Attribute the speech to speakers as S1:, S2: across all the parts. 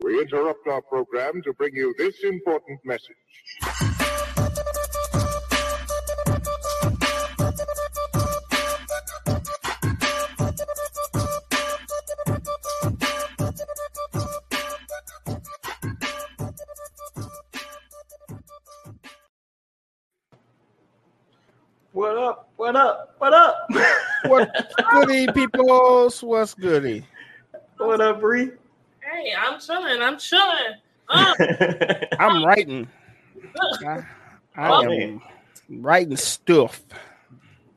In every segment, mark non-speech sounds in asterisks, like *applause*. S1: We interrupt our program to bring you this important message.
S2: What up? What up? What up? *laughs*
S3: What's goody, peoples? What's goody?
S2: what up, *laughs* Bree?
S4: Hey, I'm chilling. I'm chilling. Uh,
S3: I'm writing. I, I
S2: Oh,
S3: am writing stuff.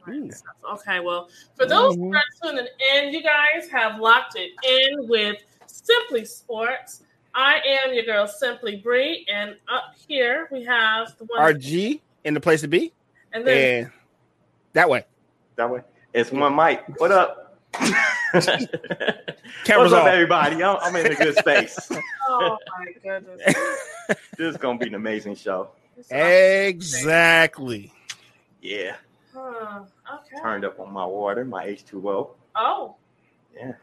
S3: Ooh.
S4: okay, well, for those
S3: Mhm.
S4: that are tuning in, you guys have locked it in with Simply Sports. I am your girl, Simply Bree, and up here we have the one,
S3: RG in the place to be,
S4: and then
S3: and that way
S2: That way. It's one mic. What *laughs* up?
S3: cameras
S2: What's up,
S3: off.
S2: everybody? I'm, I'm in a
S3: *laughs*
S2: good space.
S4: oh my goodness,
S2: this is gonna be an amazing show.
S4: It's-
S3: Exactly.
S2: Yeah.
S4: Huh, okay.
S2: Turned up on my water, my H2O.
S4: Oh,
S2: Yeah.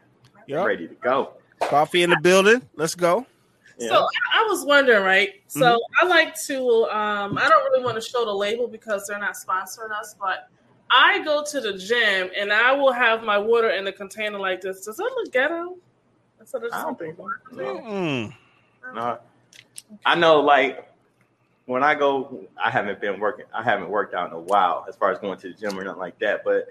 S3: Yep.
S2: Ready to go.
S3: Coffee in the building. Let's go.
S2: Yeah.
S4: So I, I was wondering, right? So
S2: Mm-hmm.
S4: I like to. Um, I don't really want to show the label because they're not sponsoring us, but I go to the gym and I will have my water in a container like this. Does that look ghetto? Instead of
S2: I
S4: just,
S2: don't think so. No.
S3: Mm.
S2: No. Uh-huh. I know, like when I go, I haven't been working. I haven't worked out in a while, as far as going to the gym or nothing like that. But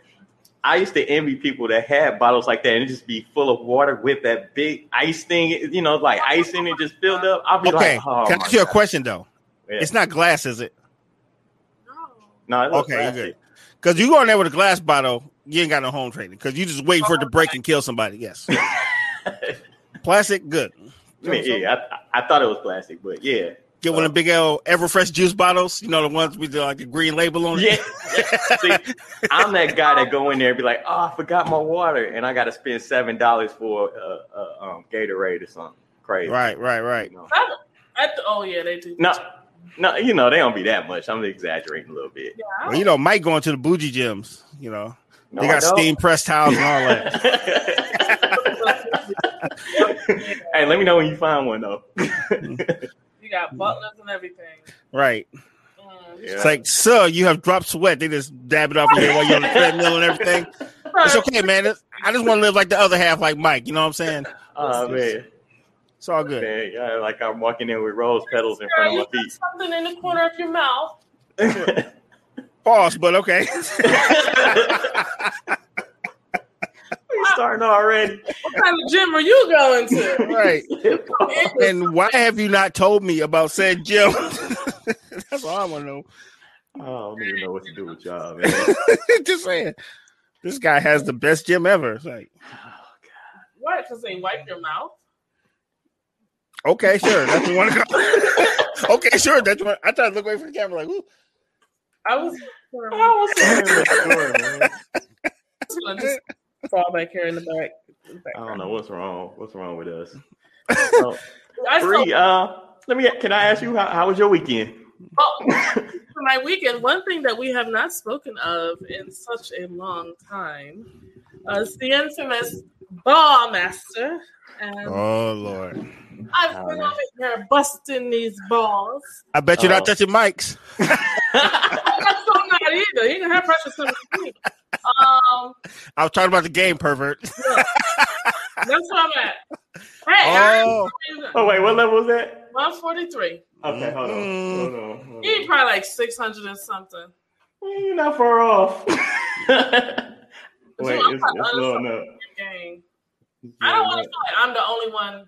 S2: I used to envy people that had bottles like that and it just be full of water with that big ice thing. You know, like ice in it just filled up. I'll be
S3: Okay.
S2: like, oh
S3: Can I
S2: my
S3: ask you a
S2: God.
S3: question though?
S2: Yeah.
S3: It's not glass, is it?
S4: no.
S2: no, it looks
S3: Okay, you're
S2: plastic.
S3: good. Because you go in there with a glass bottle, you ain't got no home training. Because you just wait for it to break and kill somebody.
S2: *laughs*
S3: Yes. Plastic, good.
S2: I mean, yeah, I, I thought it was plastic, but yeah,
S3: Get one of the big old Everfresh juice bottles. You know the ones with the, like the green label on it.
S2: yeah. See, I'm that guy that go in there and be like, oh, I forgot my water, and I got to spend seven dollars for uh, uh, um, Gatorade or something crazy.
S3: Right, right, right.
S2: You know?
S4: That- I th- oh yeah, they do.
S2: No, no, you know they don't be that much. I'm exaggerating a little bit.
S4: Yeah, I
S3: Well, you know, Mike going to the bougie gyms. You know,
S2: No,
S3: they
S2: I
S3: got
S2: don't.
S3: steam press towels and all that.
S2: *laughs* hey, let me know when you find one though.
S4: *laughs* you got butlers and everything.
S3: Right.
S4: Mm.
S2: Yeah.
S3: It's like, sir, you have dropped sweat. They just dab it off you while you're on the treadmill and everything. It's okay, man. It's- I just want to live like the other half, like Mike. You know what I'm saying?
S2: Oh man,
S3: It's all good.
S2: man yeah, like I'm walking in with rose petals in
S4: Girl,
S2: front
S4: you
S2: of my
S4: got something in the corner of your mouth.
S2: feet.
S3: Pause, but okay. *laughs*
S2: *laughs* we starting already.
S4: *laughs* What kind of gym are you
S2: *laughs*
S4: going to?
S3: right. *laughs* And why have you not told me about said gym? *laughs* That's all I want to know. *laughs*
S2: Oh, I don't even know what to do with y'all, man.
S3: just saying. This guy has the best gym ever. It's like, Oh,
S4: What? Because they wipe your mouth.
S3: okay, sure. That's the
S2: *laughs*
S3: one. *laughs* okay, sure. That's one. I tried to look away from the camera, like, ooh.
S2: *laughs*
S4: I was.
S2: Oh, God.
S4: just fall back here in the back.
S2: I don't know what's wrong. What's wrong with
S3: *laughs*
S2: us? Oh,
S4: I saw
S2: Bree, uh, let me. Can I ask you how, how was your weekend?
S4: oh, *laughs* for my weekend. One thing that we have not spoken of in such a long time uh, is the infamous ball master. And
S3: Oh, Lord.
S4: I've been
S2: Oh, man.
S4: over here busting these balls. *laughs*
S3: I bet you're
S2: Oh.
S3: not touching mics.
S4: That's so not either. You can have precious to me. Um,
S3: I was talking about the
S2: *laughs*
S3: game, pervert.
S4: that's where I'm at. Hey,
S3: Oh,
S2: Oh wait, what level was that?
S4: one forty three.
S2: Okay, hold on,
S3: Mm.
S2: hold on. hold
S4: You
S2: on.
S4: probably like six hundred and something.
S2: Mm, You're not far off.
S3: *laughs*
S2: *laughs* wait, it's, it's blowing up.
S4: Dang. I don't want to feel like I'm the only one.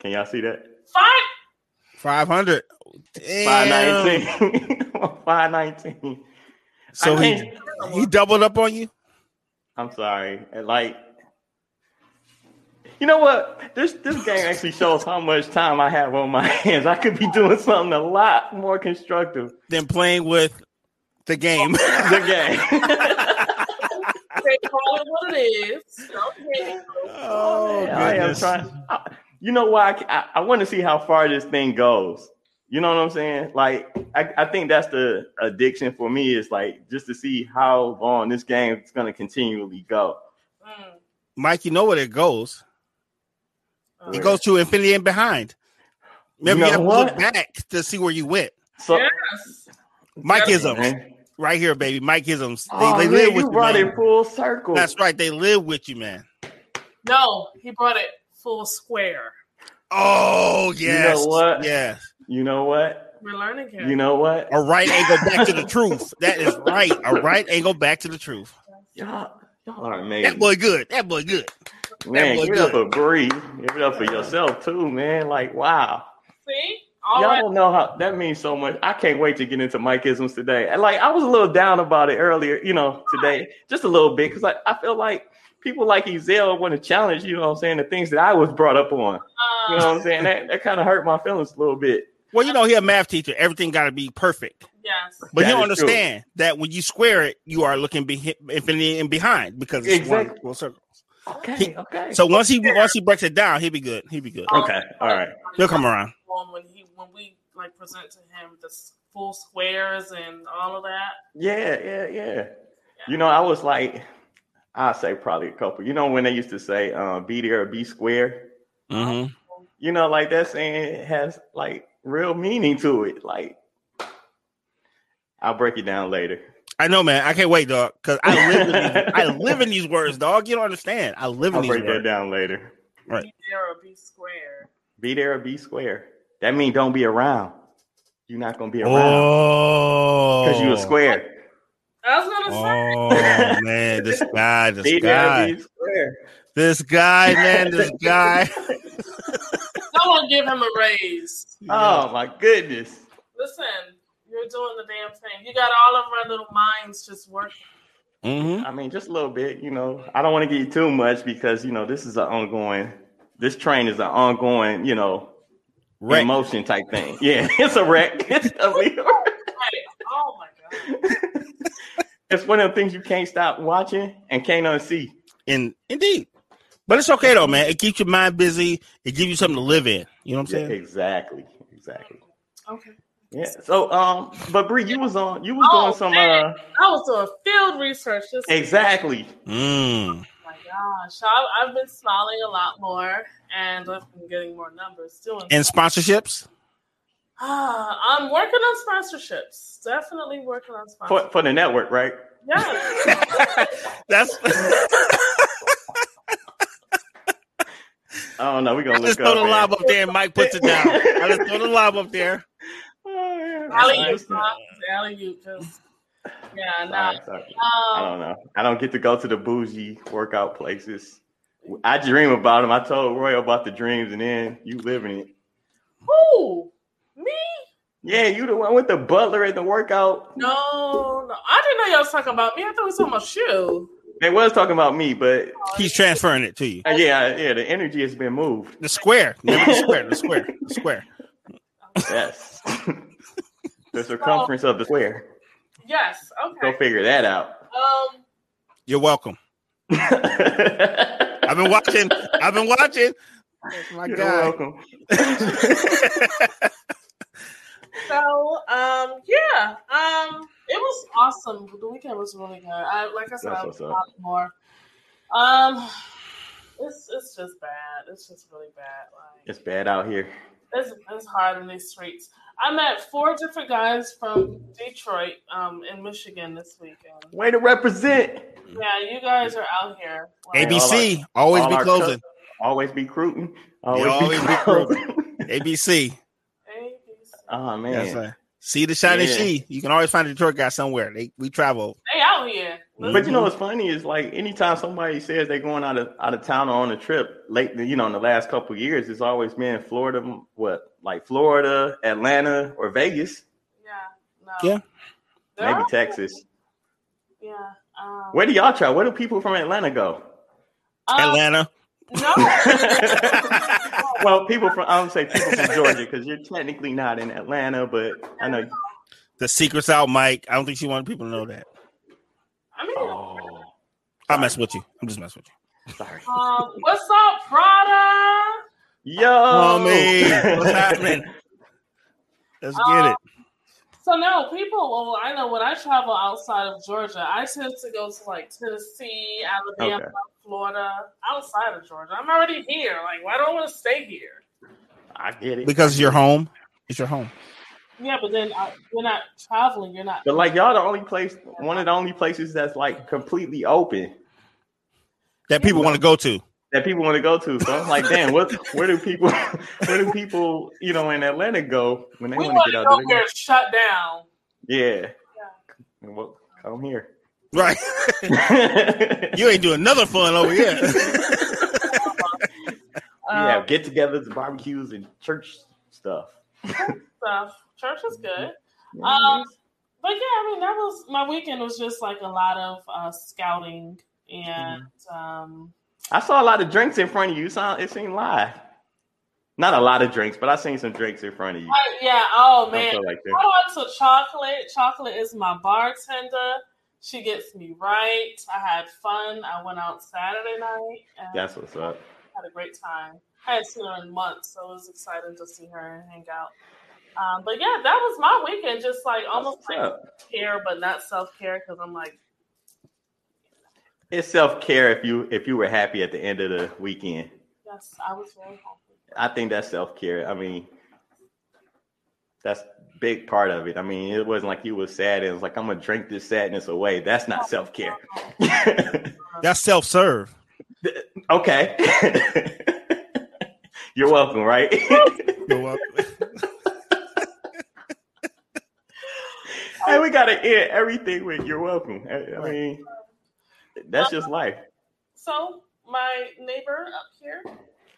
S2: Can y'all see that?
S4: Fine.
S3: 500. Damn.
S2: Five nineteen. *laughs* Five nineteen.
S3: So
S2: I
S3: he,
S2: can't.
S3: he doubled up on you?
S2: I'm sorry. And, Like, you know what? This this game actually shows how much time I have on my *laughs* hands. I could be doing something a lot more constructive.
S3: Then playing with the game.
S2: The game. *laughs*
S4: They call it what it is. Don't hate it.
S3: *laughs* oh,
S2: I am
S3: goodness.
S2: trying. I- you know why? I, ca- I, want to see how far this thing goes. You know what I'm saying? Like, I, I think that's the addiction for me is like just to see how long this game is going to continually go.
S4: Mm.
S3: Mike, you know where it goes.
S4: Uh,
S3: It goes to infinity and behind. Maybe
S2: You
S3: you,
S2: know
S3: have to
S2: what?
S3: look back to see where you went.
S2: So,
S4: yes.
S3: Mike Isms,
S2: man.
S3: right here, baby. Mike Isms. They,
S2: Oh,
S3: they
S2: man,
S3: live
S2: you
S3: with you,
S2: brought
S3: man.
S2: it full circle.
S3: That's right. They live with you, man.
S4: No, he brought it full square.
S3: Oh yes,
S2: what?
S3: yes.
S2: You know what?
S4: We're learning here.
S2: You know what?
S3: A right angle back to the truth. That is right. A right angle back to the truth.
S2: Y'all, y'all are amazing.
S3: That boy good. That boy good.
S2: man,
S3: boy
S2: give it up for
S3: good.
S2: Bree. Give it up for yourself too, man. Like, wow.
S4: See? All
S2: Y'all
S4: right.
S2: don't know how that means so much. I can't wait to get into Mikeisms today. And, Like I was a little down about it earlier, you know, today, just a little bit, because like I feel like people like Ezel want to challenge, you know what I'm saying, the things that I was brought up on. You know
S4: Uh,
S2: what I'm saying? That, that kind of hurt my feelings a little bit.
S3: Well, you know, he a math teacher. Everything got to be perfect.
S4: yes.
S3: But he
S2: That
S3: don't
S2: is true.
S3: understand that when you square it, you are looking behi- infinity and behind because it's
S2: Exactly.
S3: one full circle.
S2: Okay,
S3: He-
S2: okay.
S3: So once he once he breaks it down, he'll be good. He'll be good.
S2: okay, all right.
S3: He'll come around.
S4: on Um, when he when we like present to him the s- full squares and all of that.
S2: Yeah, yeah, yeah. You know, I was like, I'll say probably a couple. You know when they used to say uh, be there or be square?
S3: hmm
S2: You know, like that saying has like real meaning to it. Like I'll break it down later.
S3: I know, man. I can't wait, dog. Because I live in these, I live in these words, dog. You don't understand. I live in
S2: I'll
S3: these
S2: break that
S3: words.
S2: down later.
S3: Right.
S4: Be there or be square.
S2: Be there or be square. That means don't be around. You're not gonna be around
S3: Oh,
S2: because you a square.
S4: I was gonna say
S3: Oh man, this guy,
S2: Be
S3: this
S2: there or
S3: guy,
S2: be square.
S3: this guy, man, this
S2: *laughs*
S3: guy.
S4: someone give him a raise.
S2: Oh my goodness.
S4: Listen, you're doing the damn thing. You got all of our little minds just working.
S3: Mhm.
S2: I mean, just a little bit, you know. I don't want to give you too much because you know this is an ongoing. This train is an ongoing, you know,
S3: Right.
S2: emotion type thing. *laughs* Yeah, it's a
S3: *laughs*
S2: wreck. It's, a real-
S4: Right. Oh my god.
S2: it's one of the things you can't stop watching and can't unsee.
S3: And indeed. But it's okay though, man. It keeps your mind busy. It gives you something to live in. You know what I'm
S2: Yeah,
S3: saying?
S2: exactly, exactly.
S4: Okay.
S2: Yeah. So, um, but Bree, you was on. You was
S4: Oh,
S2: doing some.
S4: man.
S2: uh
S4: I was doing field research. This
S2: Exactly.
S3: Mm.
S4: oh my gosh. I, I've been smiling a lot more and I've been getting more numbers doing
S2: *laughs*
S3: And sponsorships.
S4: Ah, *sighs* I'm working on sponsorships. Definitely working on
S2: For,
S4: sponsorships.
S2: for the network, right?
S4: Yeah.
S2: *laughs*
S3: That's *laughs*
S2: Oh no, we
S3: I
S2: gonna
S3: just
S2: look
S3: throw
S2: up.
S3: the
S2: man.
S3: lob up there and Mike puts it down. I just throw the lob up there.
S2: Oh, yeah.
S4: Alley
S2: Sorry,
S4: oop,
S2: sorry,
S4: alley oop, just yeah,
S2: sorry,
S4: no.
S2: sorry. I
S4: Um,
S2: don't know. I don't get to go to the bougie workout places. I dream about them. I told Roy about the dreams, and then you living it.
S4: who? Me?
S2: Yeah, you the one with the butler at the workout.
S4: No, no. I didn't know y'all was talking about me. I thought we was talking about you.
S2: They was talking about me, but
S3: He's transferring it to you.
S2: uh, yeah, I- yeah, the energy has been moved.
S3: The square. Never the square. The square. The square.
S2: Yes, *laughs* the circumference of the square.
S4: Yes.
S2: Go
S4: Okay.
S2: figure that *laughs* out.
S4: Um.
S3: You're welcome.
S2: Oh
S3: I've been watching. I've been watching. my
S2: You're
S3: God.
S2: welcome.
S4: So, um, yeah. Um, it was awesome. The weekend was really good. I like I said,
S2: That's
S4: I was
S2: what's
S4: a
S2: up.
S4: lot more. Um, it's it's just bad. It's just really bad. Like.
S2: *laughs* It's bad out here.
S4: it's, it's hard in these streets. I met four different guys from Detroit um, in Michigan this weekend.
S2: Way to represent.
S4: Yeah, you guys are out here. Like,
S3: ABC. Always
S2: all
S3: be
S2: our
S3: closing.
S2: Always be recruiting.
S3: Yeah,
S2: Always, be
S3: always be
S2: recruiting.
S3: ABC.
S4: ABC.
S2: *laughs* oh man.
S3: That's right. See the shining
S2: Yeah.
S3: she. You can always find a Detroit guy somewhere. They we travel.
S4: They out here.
S2: But you know what's funny is like anytime somebody says they're going out of out of town or on a trip late, you know, in the last couple of years, it's always been Florida, what like Florida, Atlanta, or Vegas,
S4: Yeah. No.
S3: Yeah.
S4: They're
S2: maybe
S4: out here.
S2: Texas.
S4: Yeah. Um,
S2: Where do y'all travel? Where do people from Atlanta go?
S4: um,
S3: Atlanta. *laughs*
S4: No.
S2: well, people from I don't say people from Georgia because you're technically not in Atlanta, but I know.
S3: The secret's out, Mike. I don't think she wanted people to know that.
S4: I mean,
S2: *laughs* Oh,
S3: I mess with you. I'm just messing with you.
S2: sorry.
S4: um, what's up, Prada?
S2: Yo,
S3: Mommy,
S2: *laughs*
S3: what's happening? Let's get it.
S4: So no, people. Well, I know when I travel outside of Georgia, I tend to go to like Tennessee, Alabama,
S2: Okay.
S4: Florida, outside of Georgia. I'm already here. Like, why do I want to stay here?
S2: I get it.
S3: because you're home. It's your home.
S4: Yeah, but then uh, you're not traveling. You're not.
S2: But like y'all, the only place, one of the only places that's like completely open
S3: That people want to go to.
S2: that people want to go to. So I'm
S4: *laughs*
S2: like, damn, what? Where do people? Where do people? You know, in Atlanta go when they
S4: we
S2: want to get
S4: want to
S2: out
S4: go
S2: of
S4: where
S2: there?
S4: it's shut down.
S2: Yeah. And Well, come
S4: *laughs*
S2: here. *laughs*
S3: Right. *laughs* you ain't doing another fun over here.
S4: Um,
S2: yeah, get-togethers, barbecues, and church stuff.
S4: stuff. Church is
S2: Mm-hmm.
S4: good. Um, but yeah, I mean that was my weekend was just like a lot of uh, scouting
S2: Mm-hmm.
S4: and um,
S2: I saw a lot of drinks in front of you. It Sound it seemed live. Not a lot of drinks, but I seen some drinks in front of you.
S4: I- yeah. Oh
S2: I
S4: man,
S2: feel like that.
S4: shout out to Chocolate. Chocolate is my bartender. She gets me right. I had fun. I went out Saturday night and
S2: That's what's up.
S4: had a great time. I hadn't seen her in months, so it was exciting to see her and hang out. Um, but yeah, that was my weekend. Just like
S2: That's
S4: almost
S2: what's
S4: like
S2: up.
S4: care, but not self care because I'm like,
S2: It's self care if you if you were happy at the end of the weekend.
S4: yes, I was very hungry.
S2: I think that's self care. I mean, that's big part of it. I mean, it wasn't like you was sad and it was like I'm gonna drink this sadness away. That's not self care.
S3: That's self serve.
S2: *laughs* okay. *laughs* You're welcome, right? *laughs* hey, we gotta end everything with you're welcome. I, I mean, that's just life.
S4: So my neighbor up here,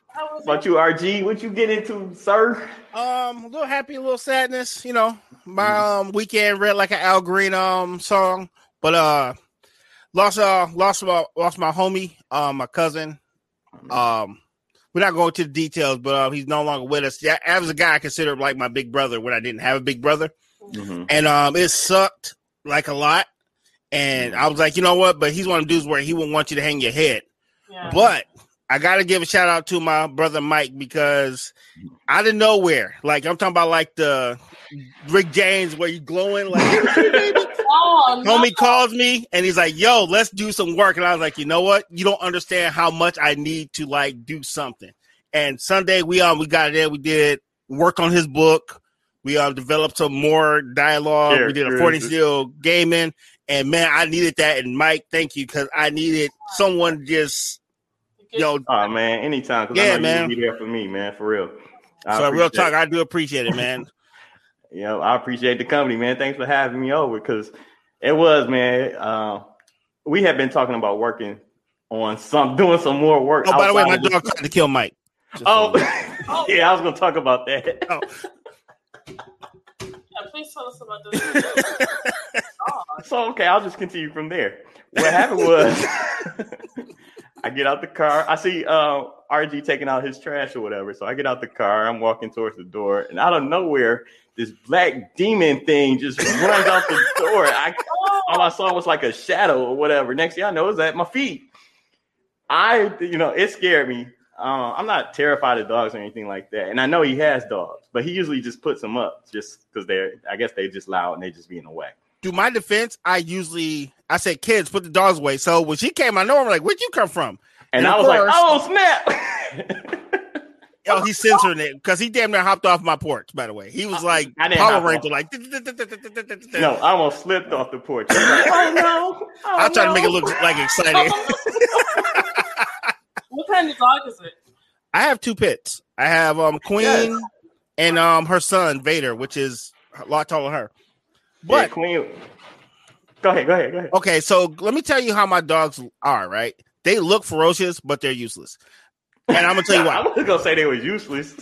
S4: how was
S2: What about you, RG? What you get into, sir?
S3: Um, a little happy, a little sadness. You know, my um weekend read like an Al Green um song, but uh, lost uh lost my lost my homie, uh, my cousin. Um, we're not going to the details, but uh, he's no longer with us. Yeah, I was a guy I considered like my big brother when I didn't have a big brother, *laughs*
S2: Mhm.
S3: and um, it sucked like a lot. And I was like, you know what? But he's one of the dudes where he wouldn't want you to hang your head.
S4: Yeah.
S3: But I gotta give a shout out to my brother Mike because out of nowhere, like I'm talking about like the Rick James where you
S2: *laughs*
S3: glowing, like
S4: Oh, no.
S3: homie calls me and he's like, Yo, let's do some work. And I was like, you know what? You don't understand how much I need to like do something. And Sunday we um we got it in, we did work on his book. We um developed some more dialogue. we did a
S2: Characters.
S3: 40 seal gaming. And man, I needed that. And Mike, thank you, because I needed someone to just you know
S2: Oh man, anytime. 'cause I
S3: Yeah,
S2: know you
S3: man.
S2: Be there for me, man, for real. I
S3: So real
S2: appreciate
S3: talk, I do appreciate it,
S2: *laughs*
S3: man.
S2: you know, I appreciate the company, man. Thanks for having me over because it was, man. Uh, we have been talking about working on some, doing some more work.
S3: Oh, by the way, my
S2: outside of
S3: dog tried to kill Mike.
S2: this- Oh, *laughs* yeah, I was gonna talk about that.
S4: Yeah, please tell us about this. God.
S2: So okay, I'll just continue from there. What happened was, *laughs* I get out the car. I see uh, RG taking out his trash or whatever. So I get out the car. I'm walking towards the door, and out of nowhere, this black demon thing just runs out the door. I all I saw was like a shadow or whatever. Next thing I know, it's at my feet. I, you know, it scared me. Uh, I'm not terrified of dogs or anything like that. And I know he has dogs, but he usually just puts them up just because they're, I guess they just loud and they just being away.
S3: To my defense, I usually I said, "Kids, put the dogs away." So when she came, I know I'm like, "Where'd you come from?"
S2: And,
S3: And
S2: I
S3: of
S2: was like,
S3: course-
S2: oh,
S3: *laughs*
S2: snap.
S3: Oh, he's censoring it because he damn near hopped off my porch. By the way, he was like
S2: Uh, I didn't
S3: Power
S2: hop
S3: Ranger,
S2: off.
S3: like.
S2: no, I almost slipped off the porch. I was like, oh,
S4: *laughs*
S2: no. Oh,
S3: I tried to make it
S2: no."
S3: look like exciting.
S4: what kind of dog is it?
S3: I have two pits. I have um Queen
S2: Yes.
S3: and um her son Vader, which is a lot taller than her.
S2: Yeah,
S3: But
S2: Queen. Go ahead, go ahead, go ahead.
S3: *laughs* Okay, so let me tell you how my dogs are, right? They look ferocious, but they're useless. And I'm gonna tell you
S2: I
S3: why.
S2: was going to say they were useless.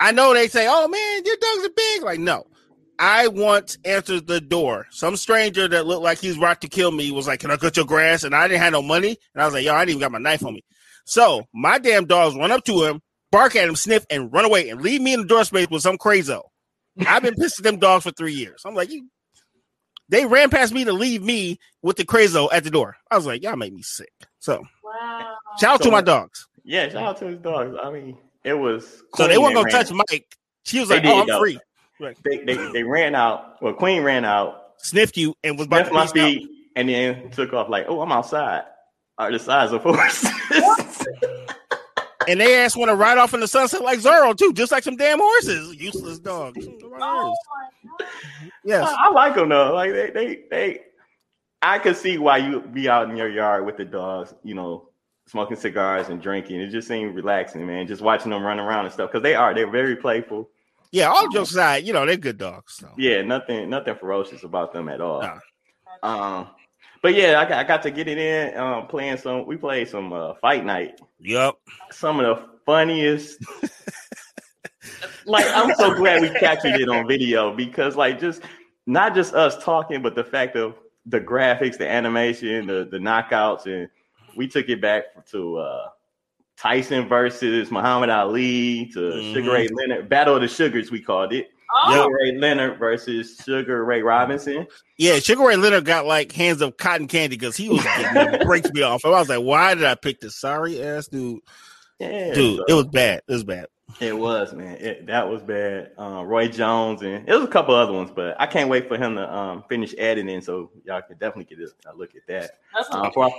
S3: I know they say, Oh man, your dogs are big. Like, no. I once answered the door. Some stranger that looked like he was about to kill me was like, Can I cut your grass? And I didn't have no money. And I was like, Yo, I didn't even got my knife on me. So my damn dogs run up to him, bark at him, sniff, and run away and leave me in the door space with some crazo. I've been pissing them dogs for three years. I'm like, you they ran past me to leave me with the crazo at the door. I was like, Y'all make me sick. So
S4: Wow.
S3: shout out to
S2: So-
S3: my dogs.
S2: Yeah, shout out to his dogs. I mean, it was.
S3: So they
S2: Queen
S3: weren't
S2: that
S3: gonna
S2: ran-
S3: touch Mike. She was
S2: They
S3: like,
S2: did,
S3: Oh, I'm
S2: though.
S3: free.
S2: They, they they ran out. Well, Queen ran out,
S3: sniffed you and was
S2: left
S3: about
S2: my
S3: to peace out.
S2: feet, and *laughs* then took off. Like, oh, I'm outside. Are the size of horses?
S3: and they ass want to ride off in the sunset like Zorro too, just like some damn horses.
S2: *laughs*
S3: Useless dogs.
S4: Oh
S3: Yes.
S2: I, I like them though. Like they, they, they. I could see why you be out in your yard with the dogs, you know, smoking cigars and drinking. It just seemed relaxing, man. Just watching them run around and stuff because they are they're very playful.
S3: Yeah. All jokes aside, you know they're good dogs. So.
S2: Yeah, nothing, nothing ferocious about them at all.
S3: Nah.
S2: Um, but yeah, I got, I got to get it in. Um, playing some, we played some uh, fight night.
S3: Yep.
S2: Some of the funniest. like I'm so glad we captured it on video because like just not just us talking, but the fact of the graphics, the animation, the the knockouts, and we took it back to uh, Tyson versus Muhammad Ali to Sugar Ray Leonard, Battle of the Sugars, we called it.
S4: Oh.
S2: Sugar Ray Leonard versus Sugar Ray Robinson.
S3: Yeah. Sugar Ray Leonard got like hands of cotton candy because he was getting
S2: *laughs*
S3: the breaks me off. I was like, why did I pick this sorry ass dude?
S2: Yeah,
S3: Dude,
S2: so-
S3: it was bad. It was bad.
S2: It was, man. It, that was bad. Uh, Roy Jones and it was a couple other ones, but I can't wait for him to um, finish adding in so y'all can definitely get a, a look at that.
S4: that's
S2: Uh,
S4: what
S2: before, I,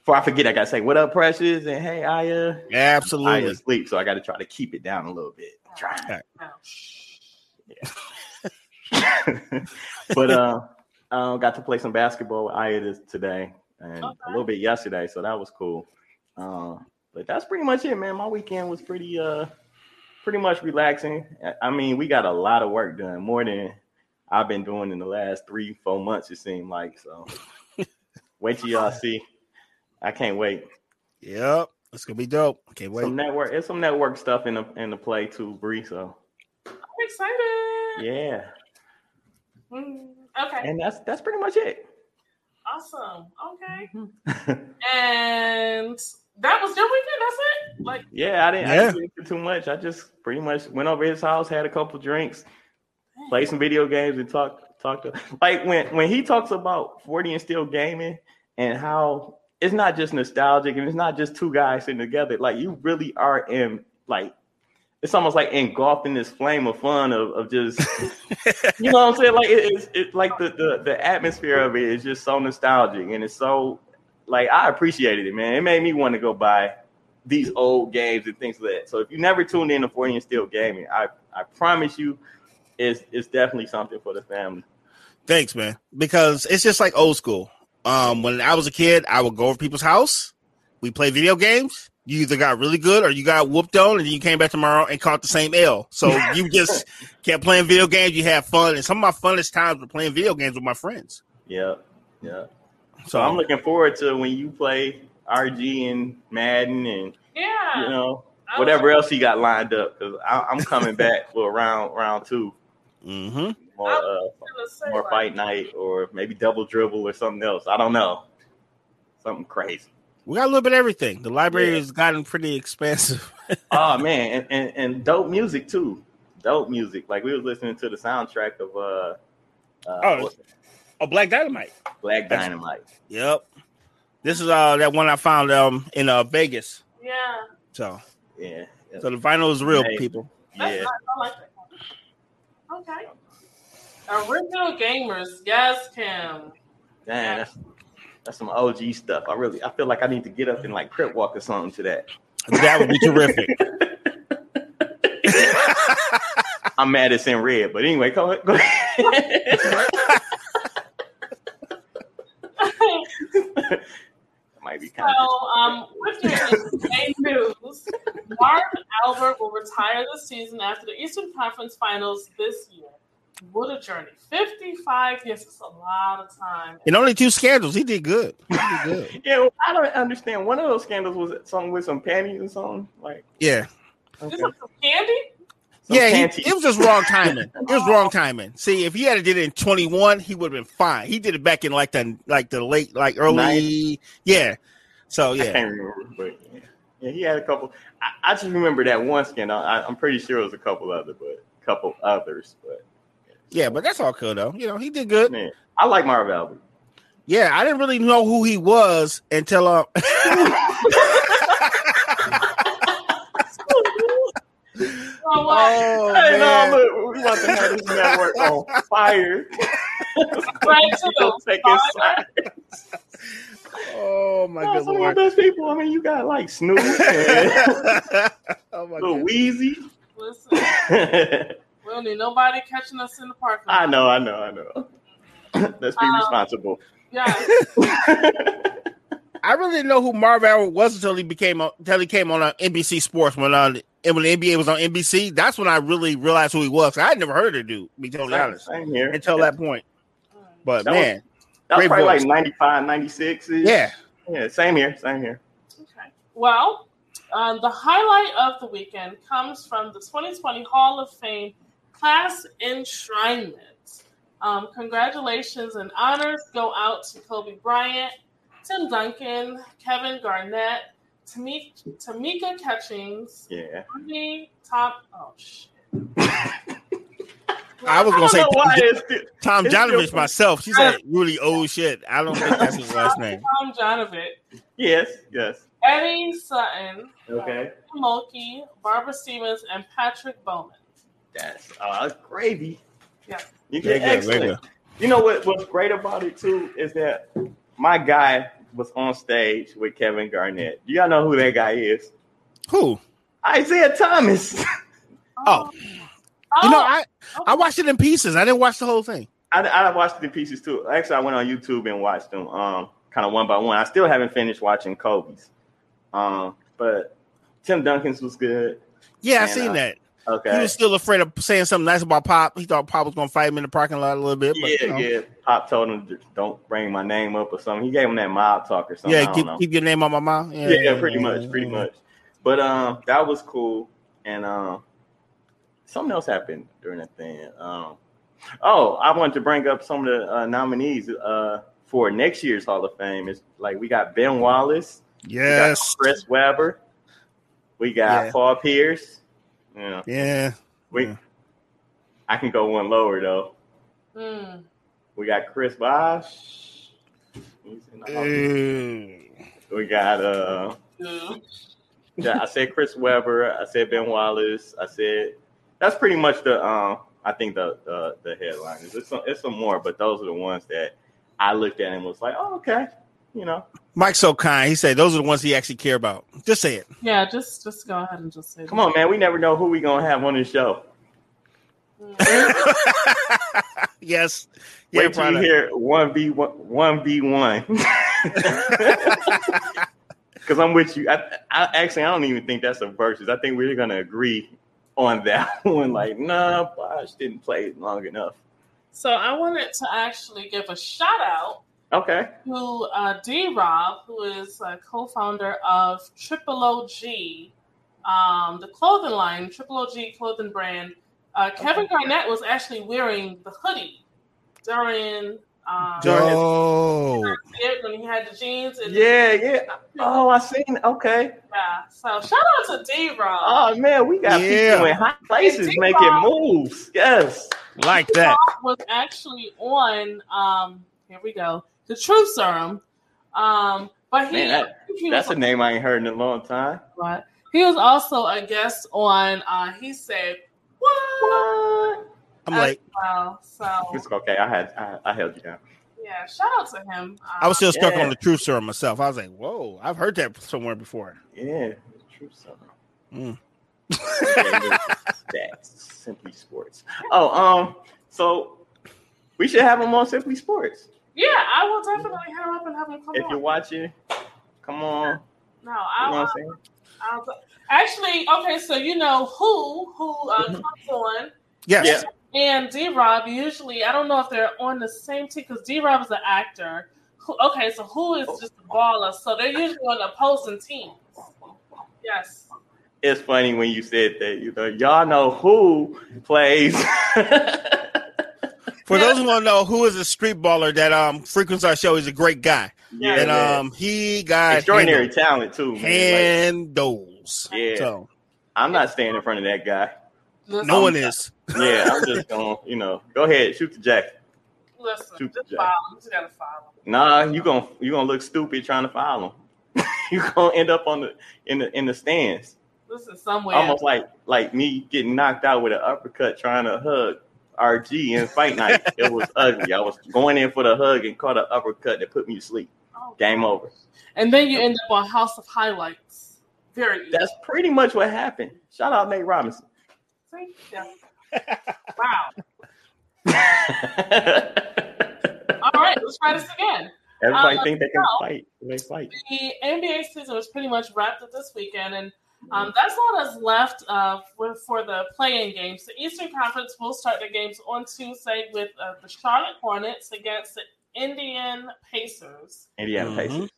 S2: before I forget, I gotta say what up, Precious, and hey, Aya.
S3: Absolutely.
S2: Aya asleep, so I gotta try to keep it down a little bit. Try. *laughs* but uh, um, got to play some basketball with Aya this, today and
S4: Okay.
S2: a little bit yesterday, so that was cool. Uh, but that's pretty much it, man. My weekend was pretty uh pretty much relaxing. I- I mean, we got a lot of work done, more than I've been doing in the last three, four months. It seemed like so. wait till y'all see. I can't wait.
S3: Yep. It's gonna be dope. Okay,
S2: Some
S3: wait.
S2: network, there's some network stuff in the in the play too, Bree. So
S4: I'm excited.
S2: yeah,
S4: Mm, okay.
S2: and that's that's pretty much it.
S4: Awesome. Okay.
S2: Mm-hmm. *laughs*
S4: And that was your weekend. That's it. Like
S2: Yeah, I didn't, I didn't get into too much. I just pretty much went over his house, had a couple drinks, played some video games, and talked talked to like when when he talks about forty and still gaming and how it's not just nostalgic and it's not just two guys sitting together. Like you really are in like it's almost like engulfed in this flame of fun of, of just you know what I'm saying? Like it- it's it, like the, the the atmosphere of it is just so nostalgic and it's so like I appreciated it, man. It made me want to go buy these old games and things like that. So if you never tuned in to 40 and still gaming, I I promise you, it's it's definitely something for the family.
S3: Thanks, man. Because it's just like old school. Um, when I was a kid, I would go over people's house. We play video games. You either got really good or you got whooped on, and you came back tomorrow and caught the same L. *laughs* So you just kept playing video games. You had fun, and some of my funnest times were playing video games with my friends.
S2: Yeah, yeah.
S3: So
S2: So I'm looking forward to when you play RG and Madden and
S4: yeah.
S2: you know
S4: I was-
S2: whatever else you got lined up because I'm coming back for round round two
S3: hmm
S2: more
S4: I
S2: uh,
S4: gonna say,
S2: more
S4: like,
S2: fight night or maybe double dribble or something else. I don't know, something crazy.
S3: We got a little bit of everything. The library
S2: Yeah.
S3: has gotten pretty expansive. *laughs*
S2: oh man, and, and and dope music too. Dope music. Like we was listening to the soundtrack of uh, uh
S3: Oh.
S2: what's it?
S3: Oh, Black Dynamite.
S2: Black Dynamite.
S3: Yep. This is uh that one I found um in uh Vegas.
S4: Yeah.
S3: So
S2: Yeah.
S3: so the vinyl is real,
S2: Amazing.
S3: people.
S4: That's
S2: Yeah.
S4: nice. I like that. one. Okay. Original gamers. Yes, Kim. *laughs*
S2: Damn, that's that's some OG stuff. I really I feel like I need to get up and like crip walk or something to that.
S3: That would be terrific.
S2: I'm mad it's in red, but anyway, go ahead. *laughs* Go ahead. Might be
S4: So,
S2: kind of
S4: um, with your NBA news, Marv Albert will retire this season after the Eastern Conference Finals this year. What a journey! Fifty-five years is a lot of time.
S3: In only two scandals, he did good. *laughs* He did good.
S2: yeah, well, I don't understand. One of those scandals was something with some panties and something like
S3: Yeah,
S2: okay.
S4: This is some candy.
S2: Some
S3: yeah. He,
S2: panties.
S3: it was just wrong *laughs* timing. It was wrong timing. See, if he had did it in twenty one, he would have been fine. He did it back in like the like the late like early yeah. So
S2: I
S3: yeah,
S2: can't remember, but yeah, yeah he had a couple. I, I just remember that one skin. I, I- I'm pretty sure it was a couple other, but couple others. But
S3: yeah. But that's all cool though. You know, he did good.
S2: man, I like Marv Albert.
S3: Yeah, I didn't really know who he was until *laughs* uh,
S4: Oh, wow.
S3: oh
S2: Hey, no,
S3: man.
S2: look, we about to have this network
S3: *laughs*
S2: on fire. Oh.
S4: Right, too.
S2: Go take his side.
S3: Oh my
S2: No,
S3: good
S2: some of my
S3: lord.
S2: best people. I mean, you got like Snoop,
S3: *laughs*
S2: and
S3: oh my
S2: Lil
S3: god.
S2: Weezy. *laughs*
S4: Listen,
S2: I
S4: we don't need nobody catching us in the parking lot.
S2: know, I know, I know. *coughs* Let's be
S4: Um,
S2: responsible.
S4: Yeah.
S2: *laughs*
S3: I really didn't know who Marv Albert was until he became on- until he came on uh, NBC Sports when uh, and when the NBA was on NBC. That's when I really realized who he was. I had never heard of the dude. to Be totally honest
S2: Same here.
S3: until that point. But
S2: That was-
S3: man,
S2: That was
S3: Great
S2: probably
S3: voice.
S2: like 95, 96.
S3: yeah,
S2: Yeah, same here, same here.
S4: Okay. Well, um, the highlight of the weekend comes from the 2020 Hall of Fame class enshrinement. Um, congratulations and honors go out to Kobe Bryant, Tim Duncan, Kevin Garnett, Tamika, Tamika Catchings,
S2: Yeah.
S4: Courtney Top. Oh, shit.
S3: I was gonna say
S2: don't know why it's still-
S3: Tom
S2: It's
S3: Janovich
S2: different.
S3: myself. She said really old shit. I don't think that's his
S2: *laughs*
S3: last name.
S4: Tom Janovic,
S2: yes, yes.
S4: Eddie Sutton,
S2: Okay.
S4: Mulkey, Barbara Stevens, and Patrick Bowman.
S2: That's uh, gravy.
S4: Yeah.
S2: You
S3: Very
S2: did
S3: good, very
S2: excellent.
S3: good.
S2: You know what? What's great about it too is that my guy was on stage with Kevin Garnett. Do y'all know who that guy is?
S3: Who?
S2: Isaiah Thomas. *laughs*
S3: Oh. You
S2: Oh,
S3: know, I I watched it in pieces. I didn't watch the whole thing.
S2: I, I watched the pieces too. Actually, I went on YouTube and watched them, um, kind of one by one. I still haven't finished watching Kobe's, um, but Tim Duncan's was good.
S3: Yeah, I
S2: Man,
S3: seen
S2: uh,
S3: that.
S2: Okay,
S3: He was still afraid of saying something nice about Pop. He thought Pop was gonna fight him in the parking lot a little bit. But, um,
S2: yeah,
S3: you know.
S2: yeah. Pop told him don't bring my name up or something. He gave him that mob talk or something. I
S3: Yeah,
S2: don't
S3: keep,
S2: know.
S3: keep your name on my mouth.
S2: yeah, yeah, pretty much, pretty much. But um, that was cool, and um, something else happened during the thing. Um, oh, I wanted to bring up some of the uh, nominees uh for next year's Hall of Fame. It's like we got Ben Wallace, we got
S3: Yes.
S2: Chris Webber, we got
S3: Yeah.
S2: Paul Pierce. Yeah,
S3: Yeah.
S2: we.
S3: Yeah.
S2: I can go one lower though.
S4: Mm.
S2: We got Chris Bosh. He's in the Hall of Fame.
S3: Uh,
S2: We got uh.
S4: Yeah.
S2: Yeah, I said Chris Webber. I said Ben Wallace. I said that's pretty much the um. I think the the, the headliners. It's some, it's some more, but those are the ones that I looked at and was like, oh okay, you know.
S3: Mike's so kind. He said those are the ones he actually care about. Just say it.
S4: Yeah, just just go ahead and just say.
S2: Come on, man. We never know who we gonna have on this show.
S4: that. Mm.
S3: yes.
S2: Wait till
S3: Yeah,
S2: you
S3: product.
S2: hear one v one v one. Because I'm with you. I, I actually I don't even think that's a versus. I think we're gonna agree on that *laughs* one. Like, nah, Bosh didn't play long enough.
S4: so I wanted to actually give a shout out
S2: Okay.
S4: to uh, D Rob, who is a co-founder of Triple OG, um, the clothing line, Triple OG clothing brand. Uh, Kevin Garnett was actually wearing the hoodie during um,
S2: During-
S3: Dope.
S4: it when he had the jeans. And
S2: Yeah, yeah. Oh, I seen. Okay.
S4: yeah. So shout out to D Rob.
S2: Oh man, we got
S3: Yeah.
S2: people in high places
S4: Big
S2: making
S4: time.
S2: moves. Yes.
S3: Like that.
S4: was actually on um here we go the truth serum um but he,
S2: Man, that-
S4: he
S2: That's a
S4: was,
S2: name I ain't heard in a long time.
S4: what? he was also a guest on uh he said what
S3: I'm
S4: as
S3: like,
S4: well so
S2: It's okay. I had I, I held you down.
S4: yeah shout out to him um,
S3: I was still stuck
S2: Yeah.
S3: on the truth serum myself. I was like, whoa, I've heard that somewhere before.
S2: Yeah. True summer.
S3: Mm.
S2: *laughs* That's simply sports. Oh, um, so we should have him on Simply Sports.
S4: yeah i will definitely hit him up and have him come
S2: If you're
S4: on
S2: watching, come on.
S4: no
S2: You know
S4: i'll,
S2: what I'm
S4: I'll,
S2: saying?
S4: I'll- actually okay so you know who who uh,
S2: Mm-hmm.
S4: comes on
S3: Yes.
S2: Yeah.
S4: And D Rob usually, I don't know if they're on the same team because D Rob is an actor. Who, okay, so who is just a baller? So they're usually on opposing teams. Yes.
S2: It's funny when you said that. You know, y'all know who plays. *laughs*
S3: For
S4: Yeah.
S3: those who want to know who is a street baller that um frequents our show, he's a great guy.
S2: Yeah,
S3: and
S2: man.
S3: um he got
S2: extraordinary talent too. Man. Like,
S3: handles.
S2: Yeah.
S3: So
S2: I'm not standing in front of that guy.
S4: Listen,
S3: no one is.
S2: Yeah, I'm just going. You know, go ahead, shoot the jacket.
S4: Listen,
S2: Shoot,
S4: just
S2: Jack.
S4: file him. Just gotta file him.
S2: Nah, you gonna you gonna look stupid trying to foul him. *laughs* you gonna end up on the in the in the stands,
S4: Listen, somewhere.
S2: almost like like me getting knocked out with an uppercut trying to hug RG in fight night. it was ugly. I was going in for the hug and caught an uppercut that put me to sleep.
S4: oh
S2: Game over.
S4: And then you end up on House of Highlights. Very easy.
S2: That's pretty much what happened. Shout out Nate Robinson. *laughs*
S4: See? Yeah. wow.
S2: Everybody
S4: All right, let's try this again.
S2: think they can
S4: Uh, no.
S2: fight. They fight.
S4: The NBA season was pretty much wrapped up this weekend, and um, that's all that's left uh, for, for the playing games. The Eastern Conference will start the games on Tuesday with uh, the Charlotte Hornets against the Indian Pacers.
S2: Indiana
S3: Mm-hmm.
S2: Pacers.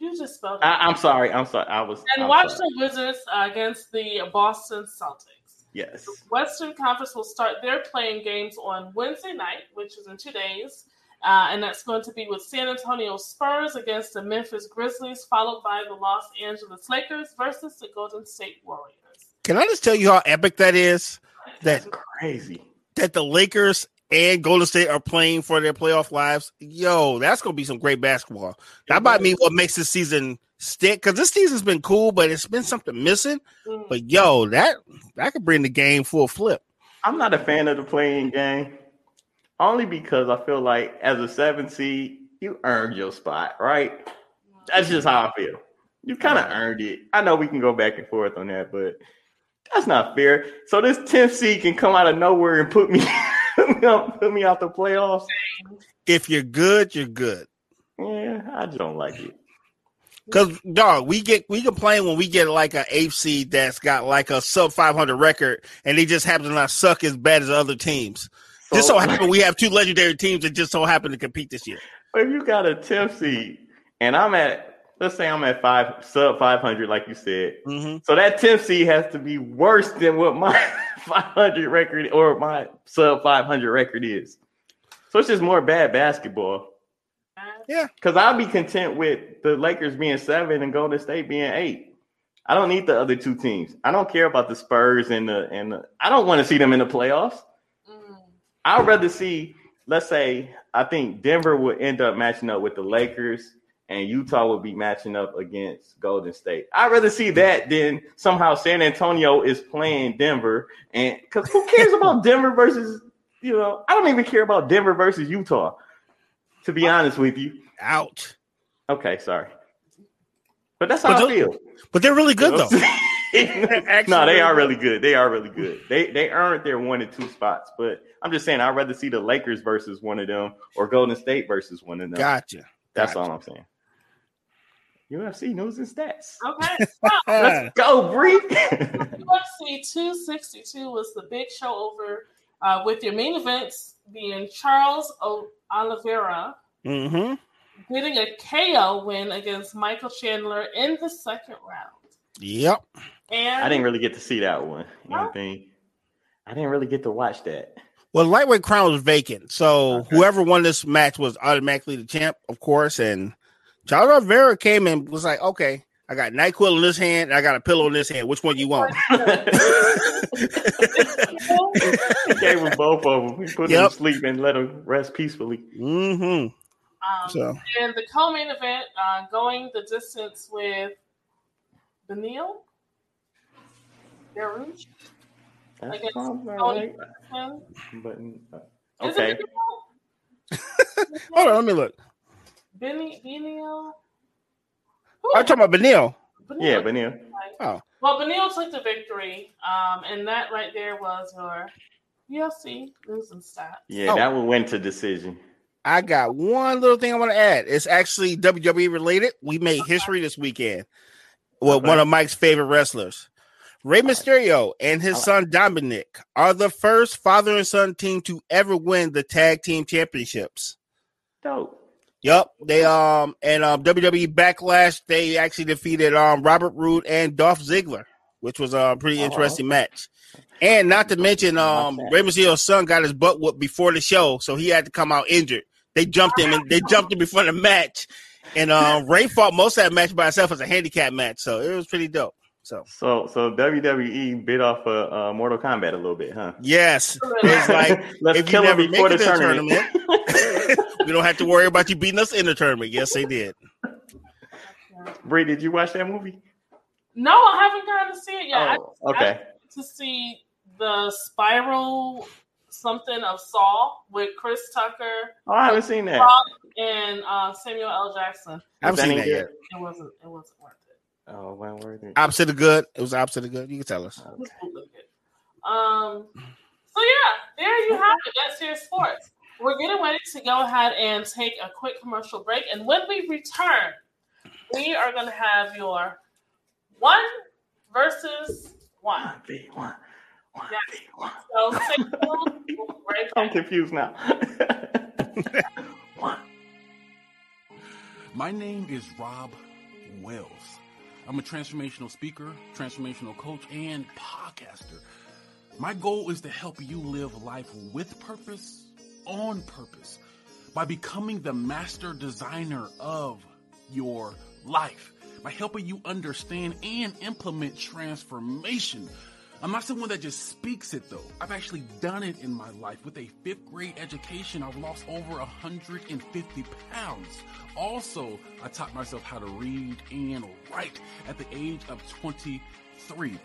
S4: You just spelled it.
S2: I, I'm sorry. I'm sorry. I was.
S4: and
S2: I'm
S4: watch
S2: sorry.
S4: the Wizards uh, against the Boston Celtics.
S2: Yes.
S4: The Western Conference will start their playing games on Wednesday night, which is in two days. Uh, and that's going to be with San Antonio Spurs against the Memphis Grizzlies, followed by the Los Angeles Lakers versus the Golden State Warriors.
S3: Can I just tell you how epic that is? That
S2: Crazy.
S3: that the Lakers and Golden State are playing for their playoff lives. Yo, that's gonna be some great basketball. That might be what makes this season stick because this season's been cool, but it's been something missing.
S4: Mm.
S3: But yo, that that could bring the game full flip.
S2: I'm not a fan of the playing game, only because I feel like as a seven seed, you earned your spot, right? That's just how I feel. You kind of earned it. I know we can go back and forth on that, but that's not fair. So this 10th seed can come out of nowhere and put me *laughs* put me out the playoffs.
S3: If you're good, you're good.
S2: Yeah, I just don't like it.
S3: Cause dog, we get we complain when we get like a eighth seed that's got like a sub five hundred record, and they just happen to not suck as bad as other teams.
S2: So,
S3: just so happen we have two legendary teams that just so happen to compete this year.
S2: if you got a 10th seed and I'm at let's say I'm at five sub 500, like you said,
S3: Mm-hmm.
S2: So that 10th seed has to be worse than what my *laughs* 500 record or my sub 500 record is. So it's just more bad basketball. Because I'll be content with the Lakers being seven and Golden State being eight. I don't need the other two teams. I don't care about the Spurs and the and the, I don't want to see them in the playoffs.
S4: Mm.
S2: I'd rather see, let's say, I think Denver would end up matching up with the Lakers and Utah would be matching up against Golden State. I'd rather see that than somehow San Antonio is playing Denver. And because who cares about Denver versus, you know, I don't even care about Denver versus Utah, to be honest with you.
S3: Out,
S2: Okay, sorry. But that's how
S3: But
S2: I feel.
S3: but they're really good
S2: *laughs*
S3: though.
S2: no, they are really good. They are really good. They they earned their one and two spots. But I'm just saying, I'd rather see the Lakers versus one of them or Golden State versus one of them.
S3: Gotcha.
S2: That's all I'm saying. UFC news and stats.
S4: Okay. *laughs*
S2: Let's go,
S3: *laughs*
S2: Bree.
S4: UFC 262 was the big show over uh, with your main events being Charles o- Oliveira
S3: mm-hmm.
S4: getting a KO win against Michael Chandler in the second round.
S3: Yep.
S4: And
S2: I didn't really get to see that one.
S4: Huh?
S2: Anything? I didn't really get to watch that. *laughs*
S3: Well, lightweight crown was vacant, so
S2: Okay.
S3: whoever won this match was automatically the champ, of course. And Charles Oliveira came and was like, "Okay, I got Nyquil in this hand, and I got a pillow in this hand. Which one you want?" *laughs*
S4: Um,
S2: he gave him both of them. He put him
S3: Yep.
S2: to sleep and let him rest peacefully.
S3: hmm
S4: um,
S3: So
S4: and the co-main event uh, going the distance with Benil Darush.
S2: That's
S4: guess-
S2: all right. But uh,
S4: Is
S2: okay.
S4: it
S3: *laughs* hold on, let me look.
S4: Benil? Benil?
S3: I'm talking about Benil.
S2: Yeah, but yeah.
S4: Well, Benil took the victory, um, and that right there was your UFC losing stat.
S2: Yeah,
S3: Oh.
S2: that one went to decision.
S3: I got one little thing I want to add. It's actually WWE related. We made history this weekend with
S2: Okay.
S3: one of Mike's favorite wrestlers. Rey
S2: like it.
S3: Mysterio and his
S2: I like
S3: son Dominic are the first father and son team to ever win the tag team championships.
S2: Dope.
S3: Yep, they um and um WWE Backlash they actually defeated um Robert Roode and Dolph Ziggler, which was a pretty
S2: Oh,
S3: interesting match. And not to mention um
S2: Watch that.
S3: Rey Mysterio's son got his butt whooped before the show, so he had to come out injured. They jumped him and they jumped him before the match,
S2: *laughs*
S3: and um Ray fought most of that match by himself as a handicap match, so it was pretty dope. So
S2: So so WWE bit off uh, uh, Mortal Kombat a little bit, huh?
S3: yes, It's *laughs* like,
S2: *laughs* let's
S3: if you
S2: kill him
S3: never make
S2: before
S3: it
S2: the
S3: to the
S2: tournament.
S3: *laughs* we don't have to worry about you beating us in the tournament. Yes, they did.
S2: Bree, did you watch that movie?
S4: *laughs* No, I haven't gotten to see it yet. I
S2: oh, okay.
S4: to see the spiral something of Saul with Chris Tucker
S2: Oh, I haven't seen that.
S4: Rock and uh, Samuel L. Jackson.
S3: I haven't
S2: Is
S3: seen
S2: any
S3: that yet.
S2: good?
S4: It wasn't. It wasn't worth it.
S2: Oh, Wentworth.
S3: Opposite of good. It was opposite of good. You can tell us.
S4: It was bootlegged. Um. So yeah, there you have it. That's your sports. We're getting ready to go ahead and take a quick commercial break, and when we return, we are going to have your one versus one.
S2: One, B, one, one, B, one.
S4: So stay tuned. We'll be right
S2: I'm
S4: back.
S2: confused now. *laughs* one.
S5: My name is Rob Wells. I'm a transformational speaker, transformational coach, and podcaster. My goal is to help you live life with purpose, on purpose, by becoming the master designer of your life, by helping you understand and implement transformation. I'm not someone that just speaks it though. I've actually done it in my life. With a fifth grade education, I've lost over 150 pounds. Also, I taught myself how to read and write at the age of 23.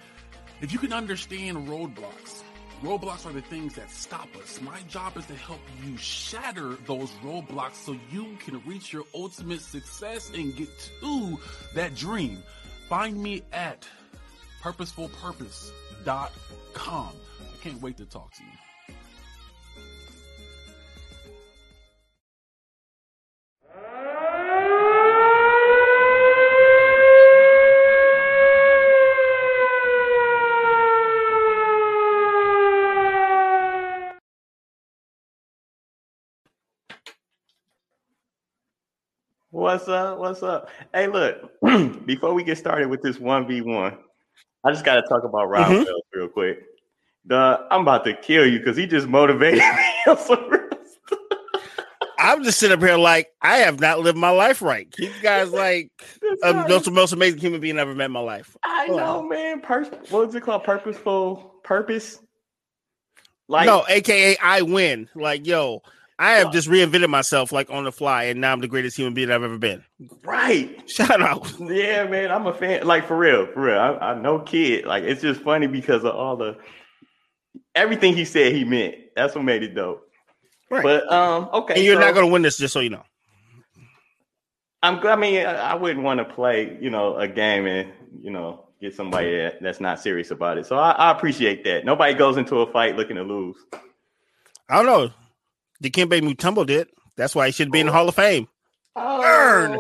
S5: If you can understand roadblocks, roadblocks are the things that stop us. My job is to help you shatter those roadblocks so you can reach your ultimate success and get to that dream. Find me at purposefulpurpose.com. I can't wait to talk to you.
S2: What's up? What's up? Hey, look, *clears throat* before we get started with this 1v1, I just got to talk about Rob
S3: Mhm.
S2: Wells real quick. Duh, I'm about to kill you because he just motivated *laughs* me. on some real stuff.
S3: I'm just sitting up here like I have not lived my life right. You
S2: *laughs*
S3: guys like
S2: That's
S3: um,
S2: how
S3: those the most amazing human being I've ever met in my life.
S2: I know, man. Pur- what is it called? Purposeful purpose? Like,
S3: no, aka I win. Like, yo, I have
S2: What?
S3: just reinvented myself like on the fly, and now I'm the greatest human being I've ever been. *laughs*
S2: right.
S3: Shout out.
S2: Yeah, man, I'm a fan. Like for real, for real. I, I'm no kid. Like it's just funny because of all the everything he said he meant. That's what made it dope.
S3: Right.
S2: But um, okay,
S3: and you're
S2: so
S3: not gonna win this, just so you know.
S2: I'm. glad- I mean, I I wouldn't want to play, you know, a game and you know get somebody that, that's not serious about it. So I, I appreciate that. Nobody goes into a fight looking to lose.
S3: I don't know. Dikembe Mutombo did. That's why he should be
S2: Oh.
S3: in the Hall of Fame.
S2: *laughs*
S3: Burn,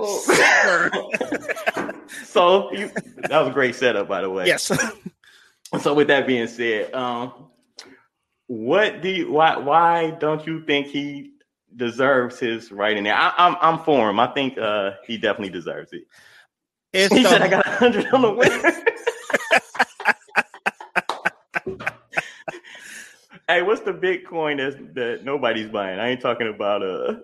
S2: so you, that was a great setup, by the way.
S3: Yes.
S2: So with that being said, um, what do you, why why don't you think he deserves his right in there? I, I'm I'm for him. I think uh, he definitely deserves it.
S3: *laughs* It's
S2: *laughs* He
S3: the-
S2: said I got hundred on the winner. *laughs* hey, what's the Bitcoin that's, that nobody's buying? I ain't talking about uh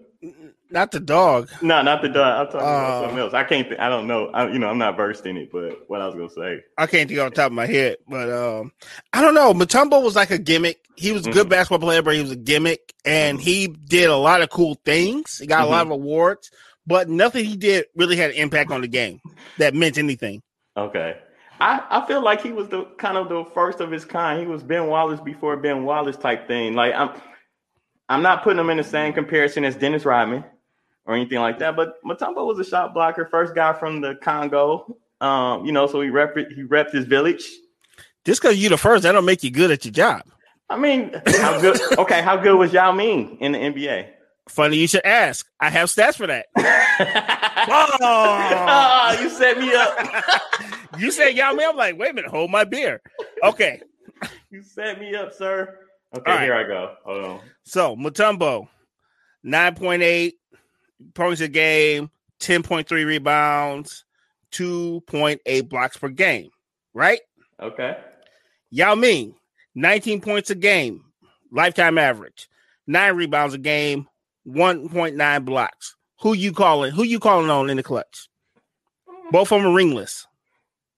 S3: not the dog.
S2: no, not the dog. I'm talking about
S3: Uh.
S2: something else. I can't. Th- I don't know. I, you know, I'm not versed in it. But what I was gonna say.
S3: I can't think off the top of my head, but um, I don't know. Matumbo was like a gimmick. He was a good
S2: Mhm.
S3: basketball player, but he was a gimmick, and he did a lot of cool things. He got a lot of awards, but nothing he did really had an impact on the game that meant anything.
S2: Okay. I, I feel like he was the kind of the first of his kind. He was Ben Wallace before Ben Wallace type thing. Like I'm I'm not putting him in the same comparison as Dennis Rodman or anything like that, but Matumbo was a shot blocker, first guy from the Congo. Um, you know, so he rep he repped his village.
S3: Just because you're the first, that don't make you good at your job.
S2: I mean, how good
S3: *laughs*
S2: okay, how good was Yao Ming in the NBA?
S3: Funny you should ask. I have stats for that. Oh,
S2: Ah, *laughs* you set me up.
S3: you said y'all me. I'm like, wait a minute, hold my beer. Okay,
S2: You set me up, sir. Okay,
S3: All right.
S2: here I go. Hold on.
S3: so Matumbo, nine point eight points a game, ten point three rebounds, two point eight blocks per game. Right?
S2: Okay.
S3: Yao Ming, nineteen points a game, lifetime average, nine rebounds a game, one point nine blocks. Who you calling? Who you calling on in the clutch? Both of them are ringless.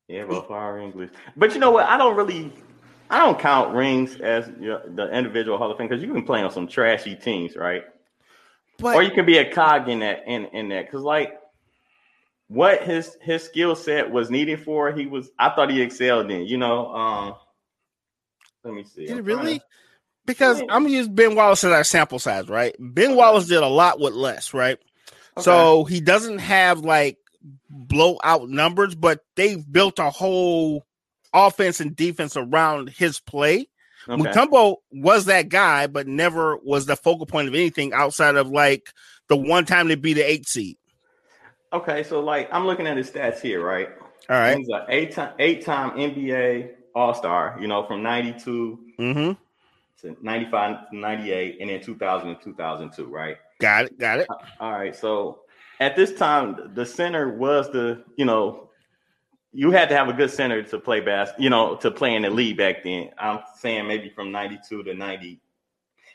S2: Yeah, but far English. But you know what? I don't really, I don't count rings as you know, the individual Hall of Fame because you can play on some trashy teams, right?
S3: But
S2: or you can be a cog in that in in that because like what his his skill set was needed for, he was. I thought he excelled in. You know, um, let me see.
S3: Did he
S2: I'm trying to-
S3: really? because I'm gonna use Ben Wallace as our sample size, right? Ben Wallace did a lot with less, right? So he doesn't have like blowout numbers, but they've built a whole offense and defense around his play.
S2: Okay.
S3: Mutombo was that guy, but never was the focal point of anything outside of like the one time to be the eight seed.
S2: okay, so like I'm looking at his stats here, right?
S3: All right.
S2: He's an eight time eight time NBA All Star, you know, from '92
S3: Mm-hmm.
S2: to '95 to '98, and then 2000 and 2002, right?
S3: Got it. Got it.
S2: All right. So at this time, the center was the you know you had to have a good center to play bas you know, to play in the league back then. I'm saying maybe from '92 to '90.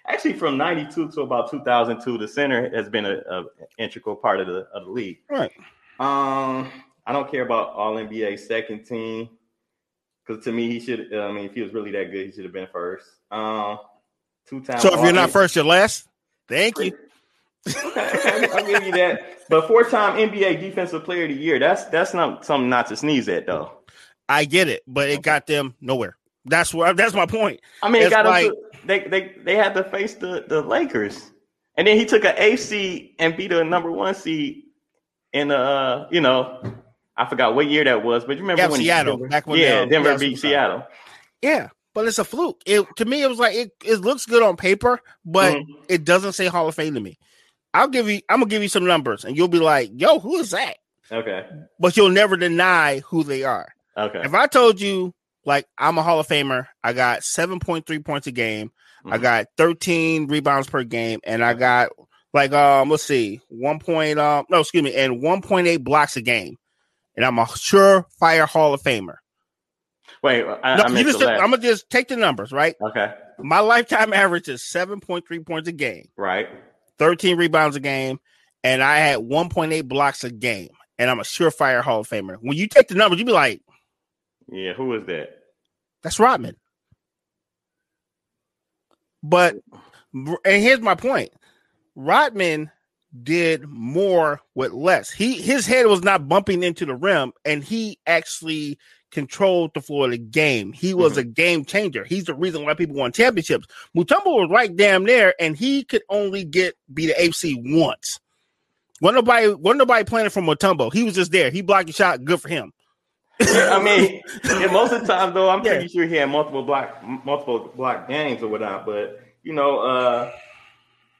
S2: Actually, from '92 to about 2002, the center has been a, a integral part of the of the league.
S3: Right.
S2: Um, I don't care about All NBA second team because to me, he should. I mean, if he was really that good, he should have been first. Um, two times.
S3: So if you're not first, you're last. Thank you.
S2: Okay, *laughs* I'll give you that. But four-time NBA Defensive Player of the Year. That's that's not something not to sneeze at, though.
S3: I get it, but it got them nowhere. That's where that's my point.
S2: I mean, it
S3: It's
S2: got
S3: like-
S2: him to, they they they had to face the the Lakers, and then he took an A seed and beat a number one seed in uh you know. I forgot what year that was, but you remember
S3: Yeah,
S2: when
S3: Seattle,
S2: Denver,
S3: back when,
S2: yeah,
S3: um,
S2: Denver
S3: yeah,
S2: beat
S3: Superstar.
S2: Seattle.
S3: Yeah, but it's a fluke. It to me, it was like it, it looks good on paper, but
S2: Mhm.
S3: it doesn't say Hall of Fame to me. I'll give you I'm gonna give you some numbers and you'll be like, yo, who is that?
S2: Okay,
S3: But you'll never deny who they are.
S2: okay.
S3: If I told you like I'm a Hall of Famer, I got 7.3 points a game, I
S2: Mhm.
S3: got 13 rebounds per game, and I got like um let's see, one point um no excuse me, and 1.8 blocks a game. And I'm a surefire Hall of Famer.
S2: Wait, I,
S3: No,
S2: I
S3: you
S2: missed
S3: just,
S2: the
S3: I'm
S2: last.
S3: gonna just take the numbers, right?
S2: okay,
S3: My lifetime *laughs* average is 7.3 points a game,
S2: right.
S3: 13 rebounds a game, and I had 1.8 blocks a game. And I'm a surefire Hall of Famer. When you take the numbers, you be like,
S2: Yeah, who is that?
S3: that's Rodman. But, and here's my point Rodman did more with less. He His head was not bumping into the rim, and he actually controlled the floor of the game. He was
S2: Mm-hmm.
S3: a game changer. He's the reason why people won championships. Mutombo was right damn there, and he could only get be the AFC once. Wasn't nobody, wasn't nobody planning for Mutombo. He was just there. He blocked a shot. Good for him.
S2: I mean, yeah, most of the time though, I'm
S3: Yeah.
S2: pretty sure he had multiple block, m- multiple block games or whatnot. But you know, uh,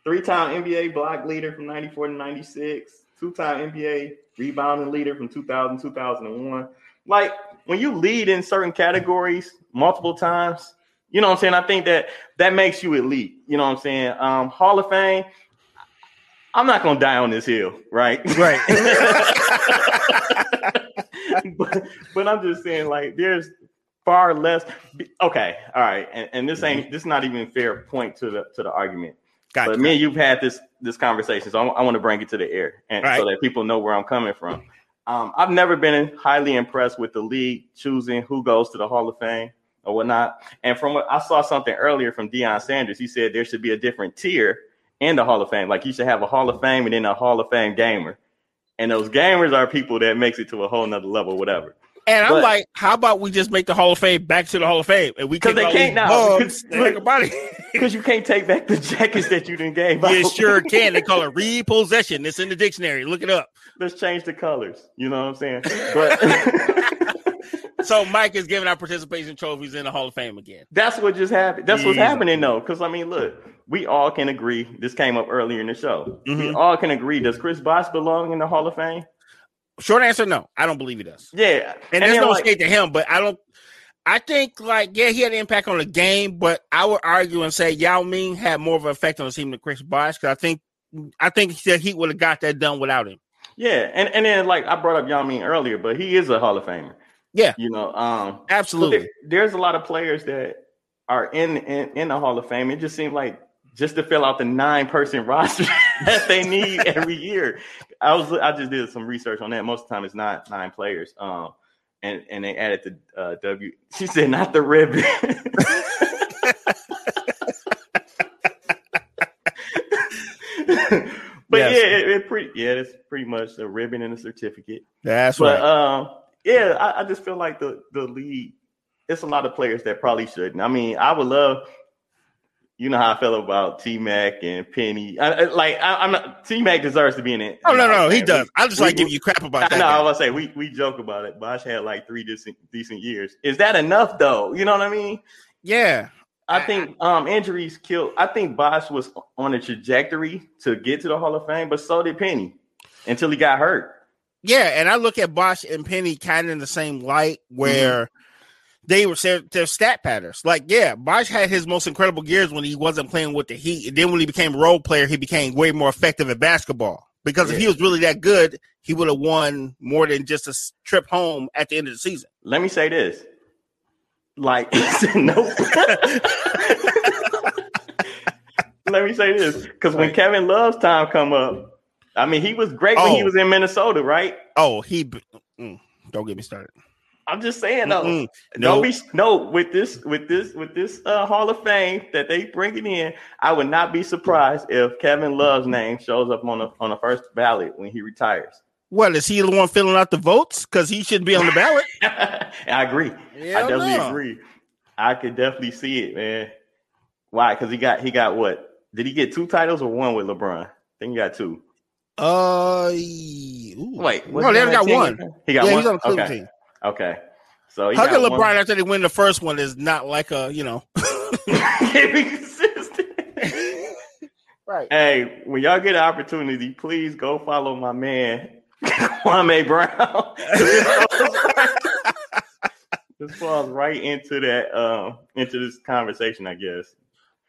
S2: three-time NBA block leader from '94 to '96, two-time NBA rebounding leader from 2000 2001. Like when you lead in certain categories multiple times, you know what I'm saying. I think that that makes you elite. You know what I'm saying. Um, Hall of Fame. I'm not gonna die on this hill, right?
S3: Right.
S2: *laughs* but, but I'm just saying, like, there's far less. Okay, all right, and, and this ain't this not even a fair point to the to the argument.
S3: *laughs* Gotcha.
S2: But me and you've had this this conversation, so I want to bring it to the air, and
S3: Right.
S2: so that people know where I'm coming from. Um, I've never been highly impressed with the league choosing who goes to the Hall of Fame or whatnot. And from what I saw something earlier from Deion Sanders, he said there should be a different tier in the Hall of Fame. Like you should have a Hall of Fame and then a Hall of Fame gamer. And those gamers are people that makes it to a whole nother level,
S3: *laughs*
S2: whatever.
S3: And I'm
S2: But-
S3: like, how about we just make the Hall of Fame back to the Hall of Fame? And we
S2: 'Cause
S3: take
S2: they
S3: all
S2: can't
S3: these
S2: *laughs* now.
S3: bums and make a body.
S2: Because you can't take back the jackets that you didn't gave out.
S3: you sure can. They *laughs* call it repossession. It's in the dictionary. Look it up.
S2: *laughs* Let's change the colors. You know what I'm saying?
S3: *laughs*
S2: But
S3: So Mike is giving out participation trophies in the Hall of Fame again.
S2: that's what just happened. That's what's
S3: Yeah.
S2: happening though. Because I mean, look, we all can agree. This came up earlier in the show. We
S3: Mhm.
S2: all can agree. Does Chris Bosh belong in the Hall of Fame?
S3: Short answer, no. I don't believe he does.
S2: Yeah.
S3: And, there's
S2: then,
S3: no
S2: like-
S3: escape to him, but I don't I think like yeah, he had an impact on the game, but I would argue and say Yao Ming had more of an effect on the team than Chris Bosh because I think I think that he would have got that done without him.
S2: Yeah, and, and then like I brought up Yao Ming earlier, but he is a Hall of Famer.
S3: Yeah.
S2: You know, um so
S3: Absolutely.
S2: there- there's a lot of players that are in, in in the Hall of Fame. It just seemed like just to fill out the nine person *laughs* roster that they need every year. I was I just did some research on that. Most of the time it's not nine players. Um and and they added the uh, W *laughs* she said not the ribbon. *laughs* but
S3: Yes.
S2: yeah, it, it pretty yeah, it's pretty much a ribbon and a certificate.
S3: That's
S2: But
S3: right.
S2: um, yeah, I, I just feel like the the league, it's a lot of players that probably shouldn't. I mean, I would love you know how I feel about T Mac and Penny. I, I- like I, I'm not T Mac deserves to be in it.
S3: Oh no, no, he
S2: We-
S3: does. I just
S2: we-
S3: like giving you crap
S2: *laughs*
S3: about
S2: I know. I
S3: that.
S2: was gonna say we we joke about it. Bosh had like three decent decent years. Is that enough though? You know what I mean?
S3: Yeah,
S2: I think um injuries killed. I think Bosh was on a trajectory to get to the Hall of Fame, but so did Penny until he got hurt.
S3: yeah. And I look at Bosch and Penny kind of in the same light where they were their, their stat patterns. Like, yeah, Bosch had his most incredible years when he wasn't playing with the Heat. And then when he became a role player, he became way more effective at basketball. Because if
S2: Yeah.
S3: he was really that good, he would have won more than just a s- trip home at the end of the season.
S2: Let me say this. Like *laughs*
S3: *laughs*
S2: nope. Let me say this because when Kevin Love's time come up, I mean he was great when he
S3: Oh.
S2: was in Minnesota, right?
S3: Oh, he b- mm, don't get me started.
S2: I'm just saying though.
S3: Mm-mm.
S2: Don't
S3: No.
S2: be no with this with this with this uh, Hall of Fame that they bringing in. I would not be surprised if Kevin Love's name shows up on the on the first ballot when he retires. *laughs*
S3: What is he the one filling out the votes? Because he shouldn't be on the ballot.
S2: I agree. *laughs* I
S3: Hell
S2: definitely
S3: no.
S2: agree. I could definitely see it, man. Why? Because he got he got what? Did he get two titles or one with LeBron? I think he got two.
S3: Uh, ooh.
S2: was he
S3: no, they
S2: on
S3: only
S2: that
S3: got
S2: team?
S3: one.
S2: He got
S3: yeah,
S2: one.
S3: he's on the Cleveland
S2: okay.
S3: team.
S2: okay. So he
S3: Hugging
S2: got
S3: LeBron
S2: one.
S3: after they win the first one is not like a you
S2: *laughs*
S3: know.
S2: Can't be consistent.
S3: Right.
S2: Hey, when y'all get an opportunity, please go follow my man *laughs* Kwame Brown. *laughs* this falls right into that um into this conversation, I guess.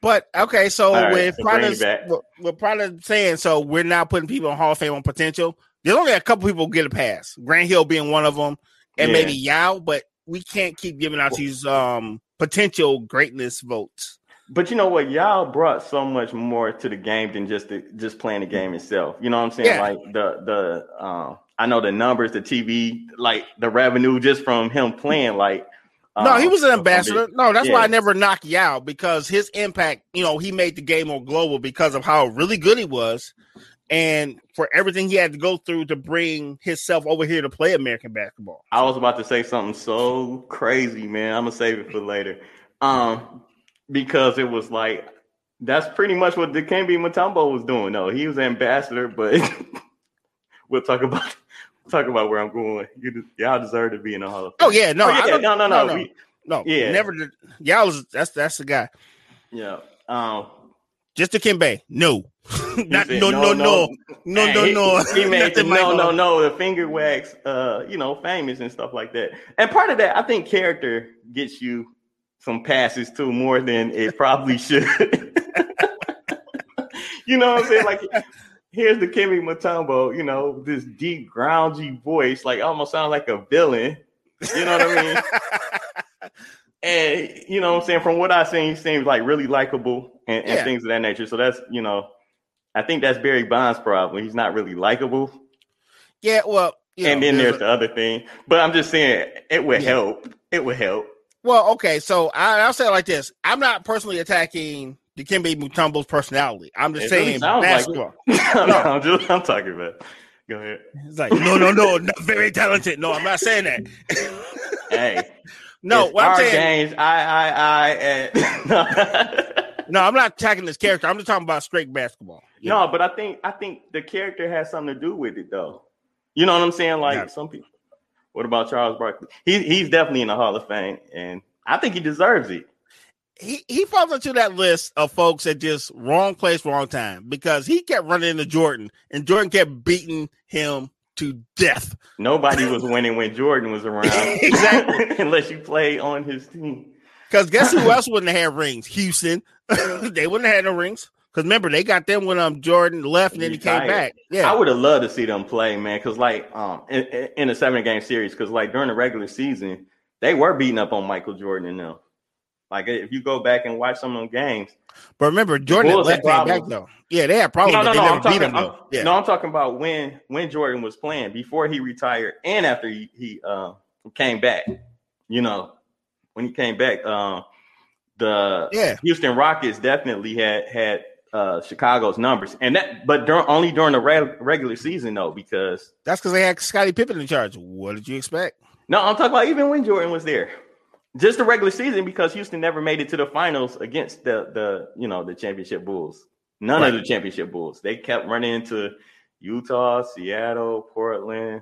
S3: But okay, so
S2: All right,
S3: with
S2: so bring
S3: Prada's
S2: it back.
S3: we're- we're Prada saying so we're not putting people in Hall of Fame on potential. There's only a couple people who get a pass. Grant Hill being one of them, and
S2: Yeah.
S3: maybe Yao. But we can't keep giving out these um potential greatness votes.
S2: But you know what? Y'all brought so much more to the game than just the, just playing the game itself. You know what I'm saying?
S3: Yeah.
S2: Like the the um, I know the numbers, the TV, like the revenue just from him playing. Like
S3: no,
S2: um,
S3: he was an ambassador. No, that's why
S2: yeah.
S3: I never knock Yao because his impact. You know, he made the game more global because of how really good he was, and for everything he had to go through to bring himself over here to play American basketball.
S2: I was about to say something so crazy, man. I'm gonna save it for later. Um, because it was like that's pretty much what Dikembe Mutombo was doing. Though he was ambassador, but *laughs* we'll talk about talk about where I'm going. You de- y'all deserve to be in the Hall of Fame.
S3: Oh yeah, no,
S2: Oh,
S3: I
S2: yeah,
S3: don't-
S2: no, no, no. we-
S3: No,
S2: Yeah.
S3: never. Did, y'all was that's that's the guy.
S2: yeah. Um,
S3: Just a Kimbe. No,
S2: he
S3: *laughs* not
S2: said,
S3: no no no no
S2: Hey,
S3: no
S2: he-
S3: no. *laughs*
S2: He made the
S3: Nothing like
S2: no,
S3: that.
S2: no, no, the finger wax, uh, you know, famous and stuff like that. And part of that, I think character gets you some passes too more than it probably *laughs* should. you know what I'm saying? Like, here's the Kimmy Matumbo, you know, this deep, grouchy voice, like almost sounds like a villain. You know what I mean?
S3: *laughs*
S2: and you know what I'm saying? From what I've seen, he seems like really likable and, and
S3: Yeah.
S2: things of that nature. So that's, you know, I think that's Barry Bonds' problem. He's not really likable.
S3: Yeah, well, you
S2: and
S3: know,
S2: then there's
S3: a-
S2: the other thing. But I'm just saying it would
S3: Yeah.
S2: help. It would help. *laughs*
S3: Well, okay, so I, I'll say it like this: I'm not personally attacking Dikembe Mutombo's personality. I'm just
S2: It really
S3: saying
S2: sounds like it.
S3: basketball.
S2: I'm, just, I'm talking about. Go
S3: *laughs*
S2: ahead.
S3: it's like no, no, no, not very talented. No, I'm not saying that.
S2: Hey.
S3: No,
S2: it's
S3: what I'm
S2: our
S3: saying.
S2: games. I I I
S3: *laughs*
S2: and *laughs*
S3: No, I'm not attacking this character. I'm just talking about straight basketball.
S2: No, but I think I think the character has something to do with it though. You know what I'm saying? Like
S3: Yeah.
S2: some people. What about Charles Barkley? He, he's definitely in the Hall of Fame, and I think he deserves it.
S3: he he falls into that list of folks that just wrong place, wrong time because he kept running into Jordan and Jordan kept beating him to death.
S2: Nobody
S3: *laughs*
S2: was winning when Jordan was around,
S3: Exactly.
S2: *laughs* unless you play on his team.
S3: Because
S2: *laughs*
S3: guess who else wouldn't have had rings? Houston. *laughs* they wouldn't have had no rings. Because remember, they got them when um Jordan left and then he came
S2: Retired.
S3: back. Yeah.
S2: I would have loved to see them play, man, because like um in, in- in a seven game series, because like during the regular season, they were beating up on Michael Jordan and them. Like if you go back and watch some of them games,
S3: but remember, Jordan had
S2: Bulls had
S3: left came back
S2: problems.
S3: though. Yeah, they had problems,
S2: no, no,
S3: but they
S2: no,
S3: never
S2: I'm talking,
S3: beat him
S2: I'm-
S3: though. Yeah.
S2: no, I'm talking about when when Jordan was playing before he retired and after he he uh, came back. You know, when he came back, um, the
S3: Yeah.
S2: Houston Rockets definitely had had uh, Chicago's numbers, and that but dur- only during the reg- regular season though, because
S3: That's because they had Scottie Pippen in charge. What did you expect?
S2: no, I'm talking about even when Jordan was there. just the regular season because Houston never made it to the finals against the the you know the championship Bulls. None of the championship Bulls. They kept running into Utah, Seattle, Portland,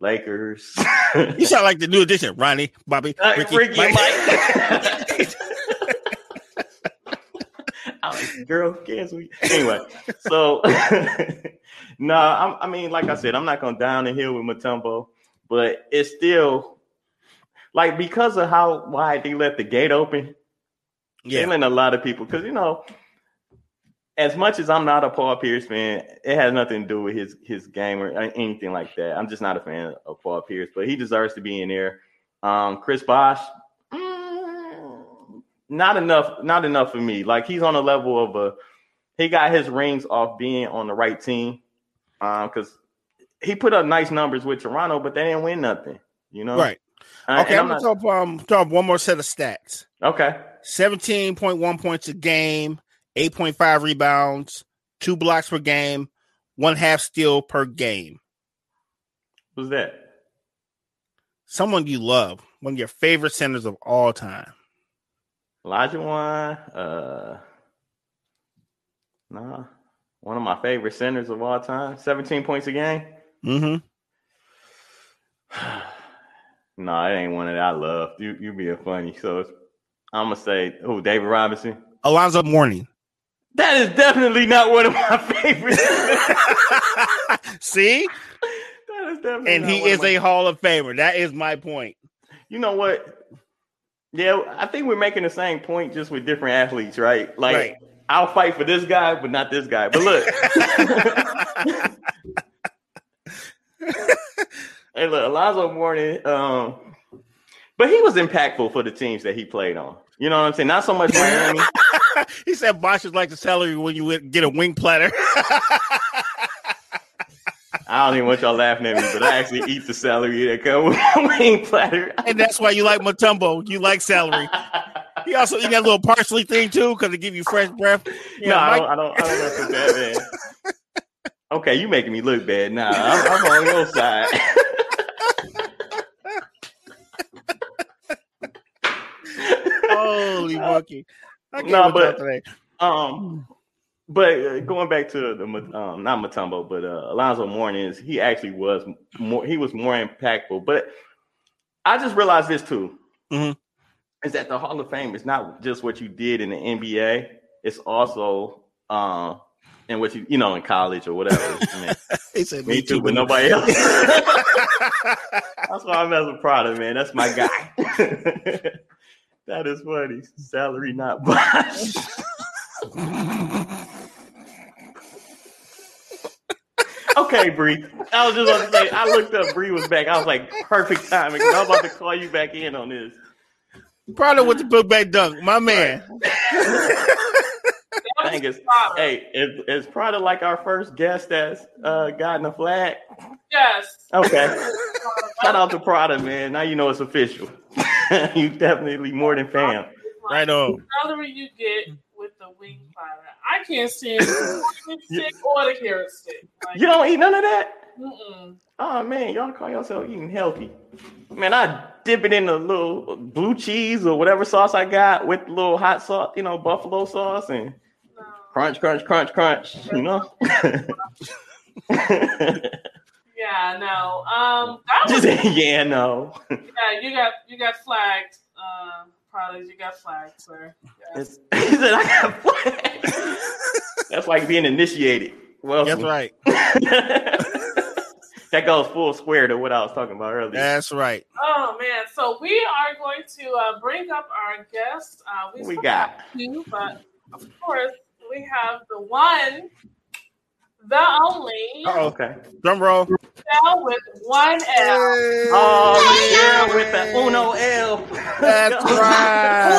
S2: Lakers.
S3: You sound like the new edition, Ronnie, Bobby,
S2: Like
S3: Ricky,
S2: Uh, Ricky
S3: Mike.
S2: Mike. I was, girl, kids. We anyway. So *laughs* no, I'm, I mean, like I said, I'm not gonna down the hill with Matumbo, but it's still like because of how wide they left the gate open,
S3: *laughs* Yeah,
S2: killing a lot of people. Because you know, as much as I'm not a Paul Pierce fan, it has nothing to do with his his game or uh, anything like that. I'm just not a fan of Paul Pierce, but he deserves to be in there. Um, Chris Bosch, mm, not enough, not enough for me. Like he's on a level of a he got his rings off being on the right team. Um, because he put up nice numbers with Toronto, but they didn't win nothing. You know,
S3: right.
S2: Uh,
S3: Okay,
S2: and
S3: I'm,
S2: I'm
S3: gonna talk, um, talk one more set of stats.
S2: not- okay.
S3: 17.1 points a game, 8.5 rebounds, two blocks per game, one half steal per game.
S2: Who's that?
S3: Someone you love, one of your favorite centers of all time.
S2: Lajuan, uh, nah, one of my favorite centers of all time. 17 points a game. *sighs*
S3: Mm-hmm.
S2: nah, it ain't one that I love. You you being funny. So it's, I'm gonna say, oh, David Robinson.
S3: Alonzo Mourning. *laughs*
S2: That is definitely not one of my *laughs* favorites.
S3: See?
S2: that is definitely
S3: And
S2: not
S3: he
S2: one of
S3: is
S2: my-
S3: a Hall of Famer. That is my point.
S2: you know what? Yeah, I think we're making the same point just with different athletes, right? Like
S3: Right.
S2: I'll fight for this guy, but not this guy. But look. hey, look, Alonzo Mourning, um, but he was impactful for the teams that he played on. You know what I'm saying? Not so much Miami.
S3: he said Bosch is like the celery when you get a wing platter. *laughs*
S2: I don't even want y'all laughing at me, but I actually eat the celery that come *laughs* with my wing platter. *laughs*
S3: and that's why you like Matumbo. You like celery. He also eat that little parsley thing too, because it give you fresh breath. Yeah,
S2: no,
S3: Mike-
S2: I don't. I don't. I don't mess with that, man. *laughs* Okay, you making me look bad. Nah, I'm, I'm on your side. *laughs* *laughs*
S3: Holy monkey. I can't
S2: Nah,
S3: with y'all
S2: but-
S3: today.
S2: Um, but uh, going back to the Ma- um, not Matumbo, but uh, Alonzo Mourning is he actually was more he was more impactful. But I just realized this too
S3: Mhm.
S2: is that the Hall of Fame is not just what you did in the NBA; it's also um and what you you know in college or whatever. I mean,
S3: He said,
S2: me too, but nobody else. That's why I'm as a product, man. That's my guy. *laughs* that is funny. Salary not boss. okay, Bree. I was just about to say. I looked up. Bree was back. I was like, perfect timing. 'cause I'm about to call you back in on this.
S3: Probably with the book bag dunk, my man.
S2: I think it's hey, is, is Prada like our first guest that's uh, gotten a flag?
S4: Yes.
S2: Okay. Shout out to Prada, man. Now you know it's official. *laughs* you definitely more than fam.
S3: Right on.
S4: salary you get with the wing platter. I can't stand the chicken stick or the carrot stick. Like,
S2: You don't eat none of that?
S4: mm-mm.
S2: Oh man, y'all call yourself eating healthy. Man, I dip it in a little blue cheese or whatever sauce I got with a little hot sauce, you know, buffalo sauce and
S4: No.
S2: crunch, crunch, crunch, crunch, you know? *laughs*
S4: Yeah, no. Um, that was
S2: Just yeah, no.
S4: yeah. You got you got flagged. Uh, probably you got flagged, sir. Yes.
S2: It's- he said, I got flagged. *laughs* That's like being initiated. Well,
S3: That's right.
S2: *laughs* that goes full square to what I was talking about earlier.
S3: That's right.
S4: Oh man. So we are going to uh, bring up our guest. Uh, we
S2: We
S4: still
S2: got-
S4: have two, but of course we have the one, the only,
S3: Uh-oh.
S2: okay.
S3: Drum roll.
S4: Michelle with one L.
S2: Oh, *laughs* yeah, with the Uno L. *laughs*
S3: That's
S6: Uno L,
S3: right.
S6: I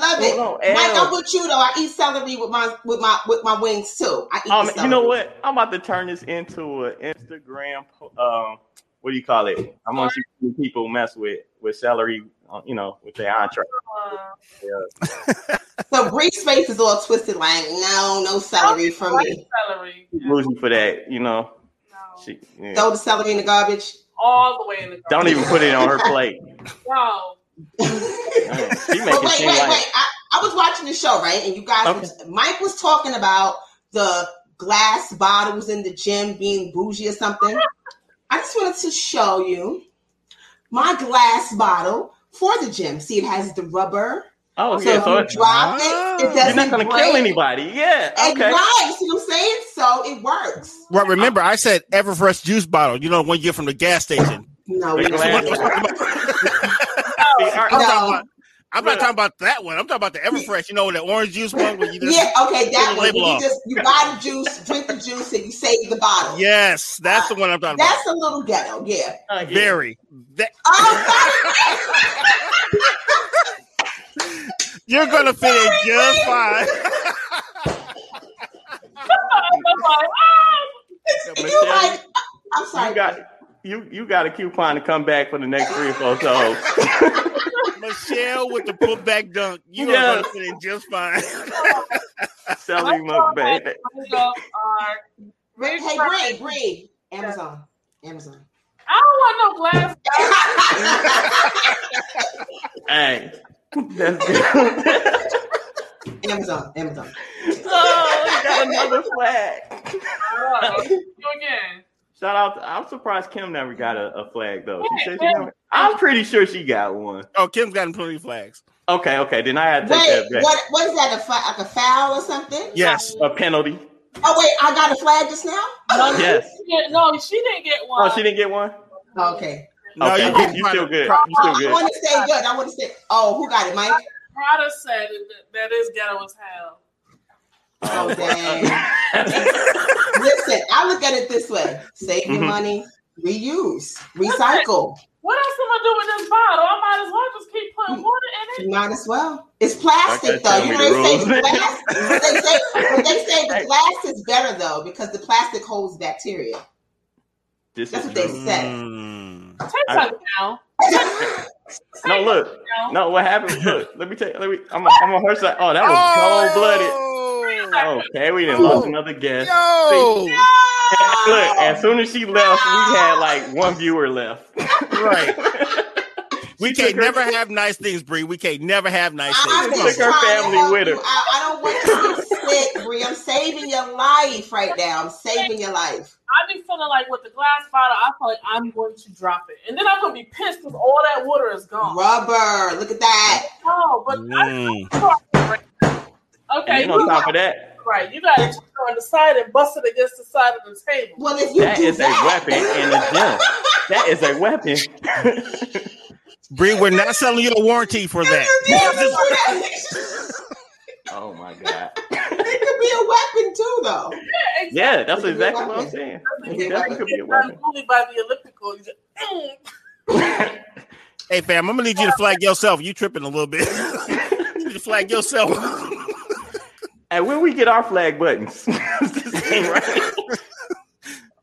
S6: love it.
S2: Uno
S6: Mike,
S2: L.
S6: I'm with you though. I eat celery with my with my with my wings too. I eat
S2: Um,
S6: the celery.
S2: you know what? I'm about to turn this into an Instagram. po- Um, what do you call it? I'm gonna see what people mess with with celery. uh, You know, with their entree.
S4: Uh,
S6: So Bree's face is all twisted, like no, no celery for me.
S4: celery.
S2: She's Losing for that, you know.
S4: No.
S2: She, yeah.
S6: Throw the celery in the garbage.
S4: all the way in the
S6: *laughs*
S2: Don't even put it on her plate.
S4: No,
S2: She making
S6: but wait,
S2: seem
S6: wait,
S2: like
S6: wait. I, I was watching the show, right? And you guys,
S2: Okay.
S6: was, Mike was talking about the glass bottles in the gym being bougie or something. I just wanted to show you my glass bottle for the gym. See, it has the rubber.
S2: oh
S6: So
S2: yeah, so
S6: if
S2: it's,
S6: you drop it, it
S2: you're
S6: doesn't
S2: not gonna
S6: break.
S2: kill anybody. Yeah,
S6: And
S2: okay.
S6: right, see what I'm saying? So it works.
S3: Well, remember, I said Everfresh juice bottle. You know, one you get from the gas station.
S6: No,
S2: The
S6: we
S2: glass
S6: don't do that.
S2: See, all right,
S3: I'm,
S6: No.
S3: talking about, I'm not
S2: Look.
S3: talking about that one. I'm talking about the Everfresh. You know, the orange juice one. Where you just,
S6: *laughs* Yeah, okay, that
S3: Put the label
S6: one. You
S3: on.
S6: just you buy the juice, drink the juice, and you save the bottle.
S3: Yes, that's the one I'm talking
S6: That's a little
S2: *laughs*
S6: ghetto, yeah.
S2: uh, yeah.
S3: about. Very. That,
S6: Oh,
S3: you're gonna fit in just fine. *laughs*
S4: I'm like, "Oh,
S2: *laughs* But
S6: you
S2: Michelle,
S6: like, I'm sorry.
S2: you got you you got a coupon to come back for the next three or four *laughs* shows.
S3: Michelle with the pullback dunk. You are
S2: Yes.
S3: gonna fit in just fine. *laughs*
S2: Selling monk babe.
S4: you know, uh,
S6: Hey, Bree, Bree, Amazon, Amazon.
S4: I don't want no
S2: *laughs*
S4: glass.
S2: Hey, that's good.
S6: Amazon, Amazon.
S2: *laughs* oh, we got another flag.
S4: Wow. You again.
S2: Shout out! To, I'm surprised Kim never got a, a flag though. She said she never, I'm pretty sure she got one.
S3: oh, Kim's gotten plenty of flags.
S2: Okay, okay. Then I had to take
S6: Wait,
S2: that back.
S6: what? What is that? A fi- like a foul or something?
S3: Yes.
S2: A penalty?
S6: Oh wait, I got a flag just now.
S2: Yes.
S4: Yeah, no, she didn't get
S2: Oh,
S4: one.
S2: she didn't get one.
S6: Okay.
S3: No,
S2: okay,
S3: you
S2: you,
S3: can
S2: you
S3: find
S2: still
S3: a-
S2: good.
S3: pro-
S2: You still
S6: I
S2: good.
S6: want to say good. I want to say. Oh, who got it, Mike?
S4: Prada said that, that is ghetto as hell.
S2: *laughs*
S6: Oh, dang. Listen, I look at it this way: save your
S2: Mhm.
S6: money, reuse, recycle.
S4: What else am I do with this bottle? I might as well just keep putting water in it.
S6: You might as well. It's plastic,
S2: Like that
S6: though.
S2: tell
S6: You
S2: me
S6: know they
S2: the
S6: say
S2: rules. *laughs*
S6: glass. but they say, but they say the glass is better though because the plastic holds bacteria.
S2: This
S6: That's
S2: is
S6: what they
S2: true.
S6: said.
S3: Mm.
S4: Take
S2: I-
S4: some
S2: *laughs*
S4: now.
S2: No, look.
S4: now.
S2: No, what happened? Look, let me tell you. Let me. I'm. I'm on her side. Oh, that was cold blooded. Okay, we didn't lost another guest.
S3: Yo.
S2: And Look, as soon as she left, we had like one viewer left.
S3: *laughs* Right. We
S2: She
S3: can't
S2: took her-
S3: never have nice things, Bree. We can't never have nice
S6: I,
S3: things.
S6: I've been
S2: Took her
S6: trying to
S2: family
S6: help
S2: with
S6: you
S2: her.
S6: out. I don't want you to be sick, Bree. I'm saving your life right now. I'm saving your life.
S4: I be feeling like with the glass bottle, I feel like I'm going to drop it, and then I'm gonna be pissed because all that water is gone.
S6: Rubber. Look at that.
S4: No, but
S3: Mm.
S4: I, okay,
S2: And on
S4: you
S2: top of that,
S4: right. You got to turn on the side and bust it against the side of the table.
S6: Well, if you
S2: that
S6: do
S2: is a
S6: that,
S2: weapon in
S6: *laughs*
S2: the gym. That is a weapon.
S3: Bree, we're not selling you a warranty for that.
S2: *laughs* oh my god.
S6: it could be a weapon too, though.
S2: Yeah, that's
S6: It could be a
S2: exactly what I'm
S6: weapon.
S2: saying. *laughs*
S6: It could be
S2: It
S6: a
S2: definitely
S6: weapon.
S2: could be a
S4: I'm
S2: weapon.
S4: only by the elliptical. You just, mm.
S3: Hey, fam, I'm gonna need you to flag yourself. You tripping a little bit. *laughs* you need to flag yourself. *laughs*
S2: And when we get our flag buttons, *laughs* this ain't right.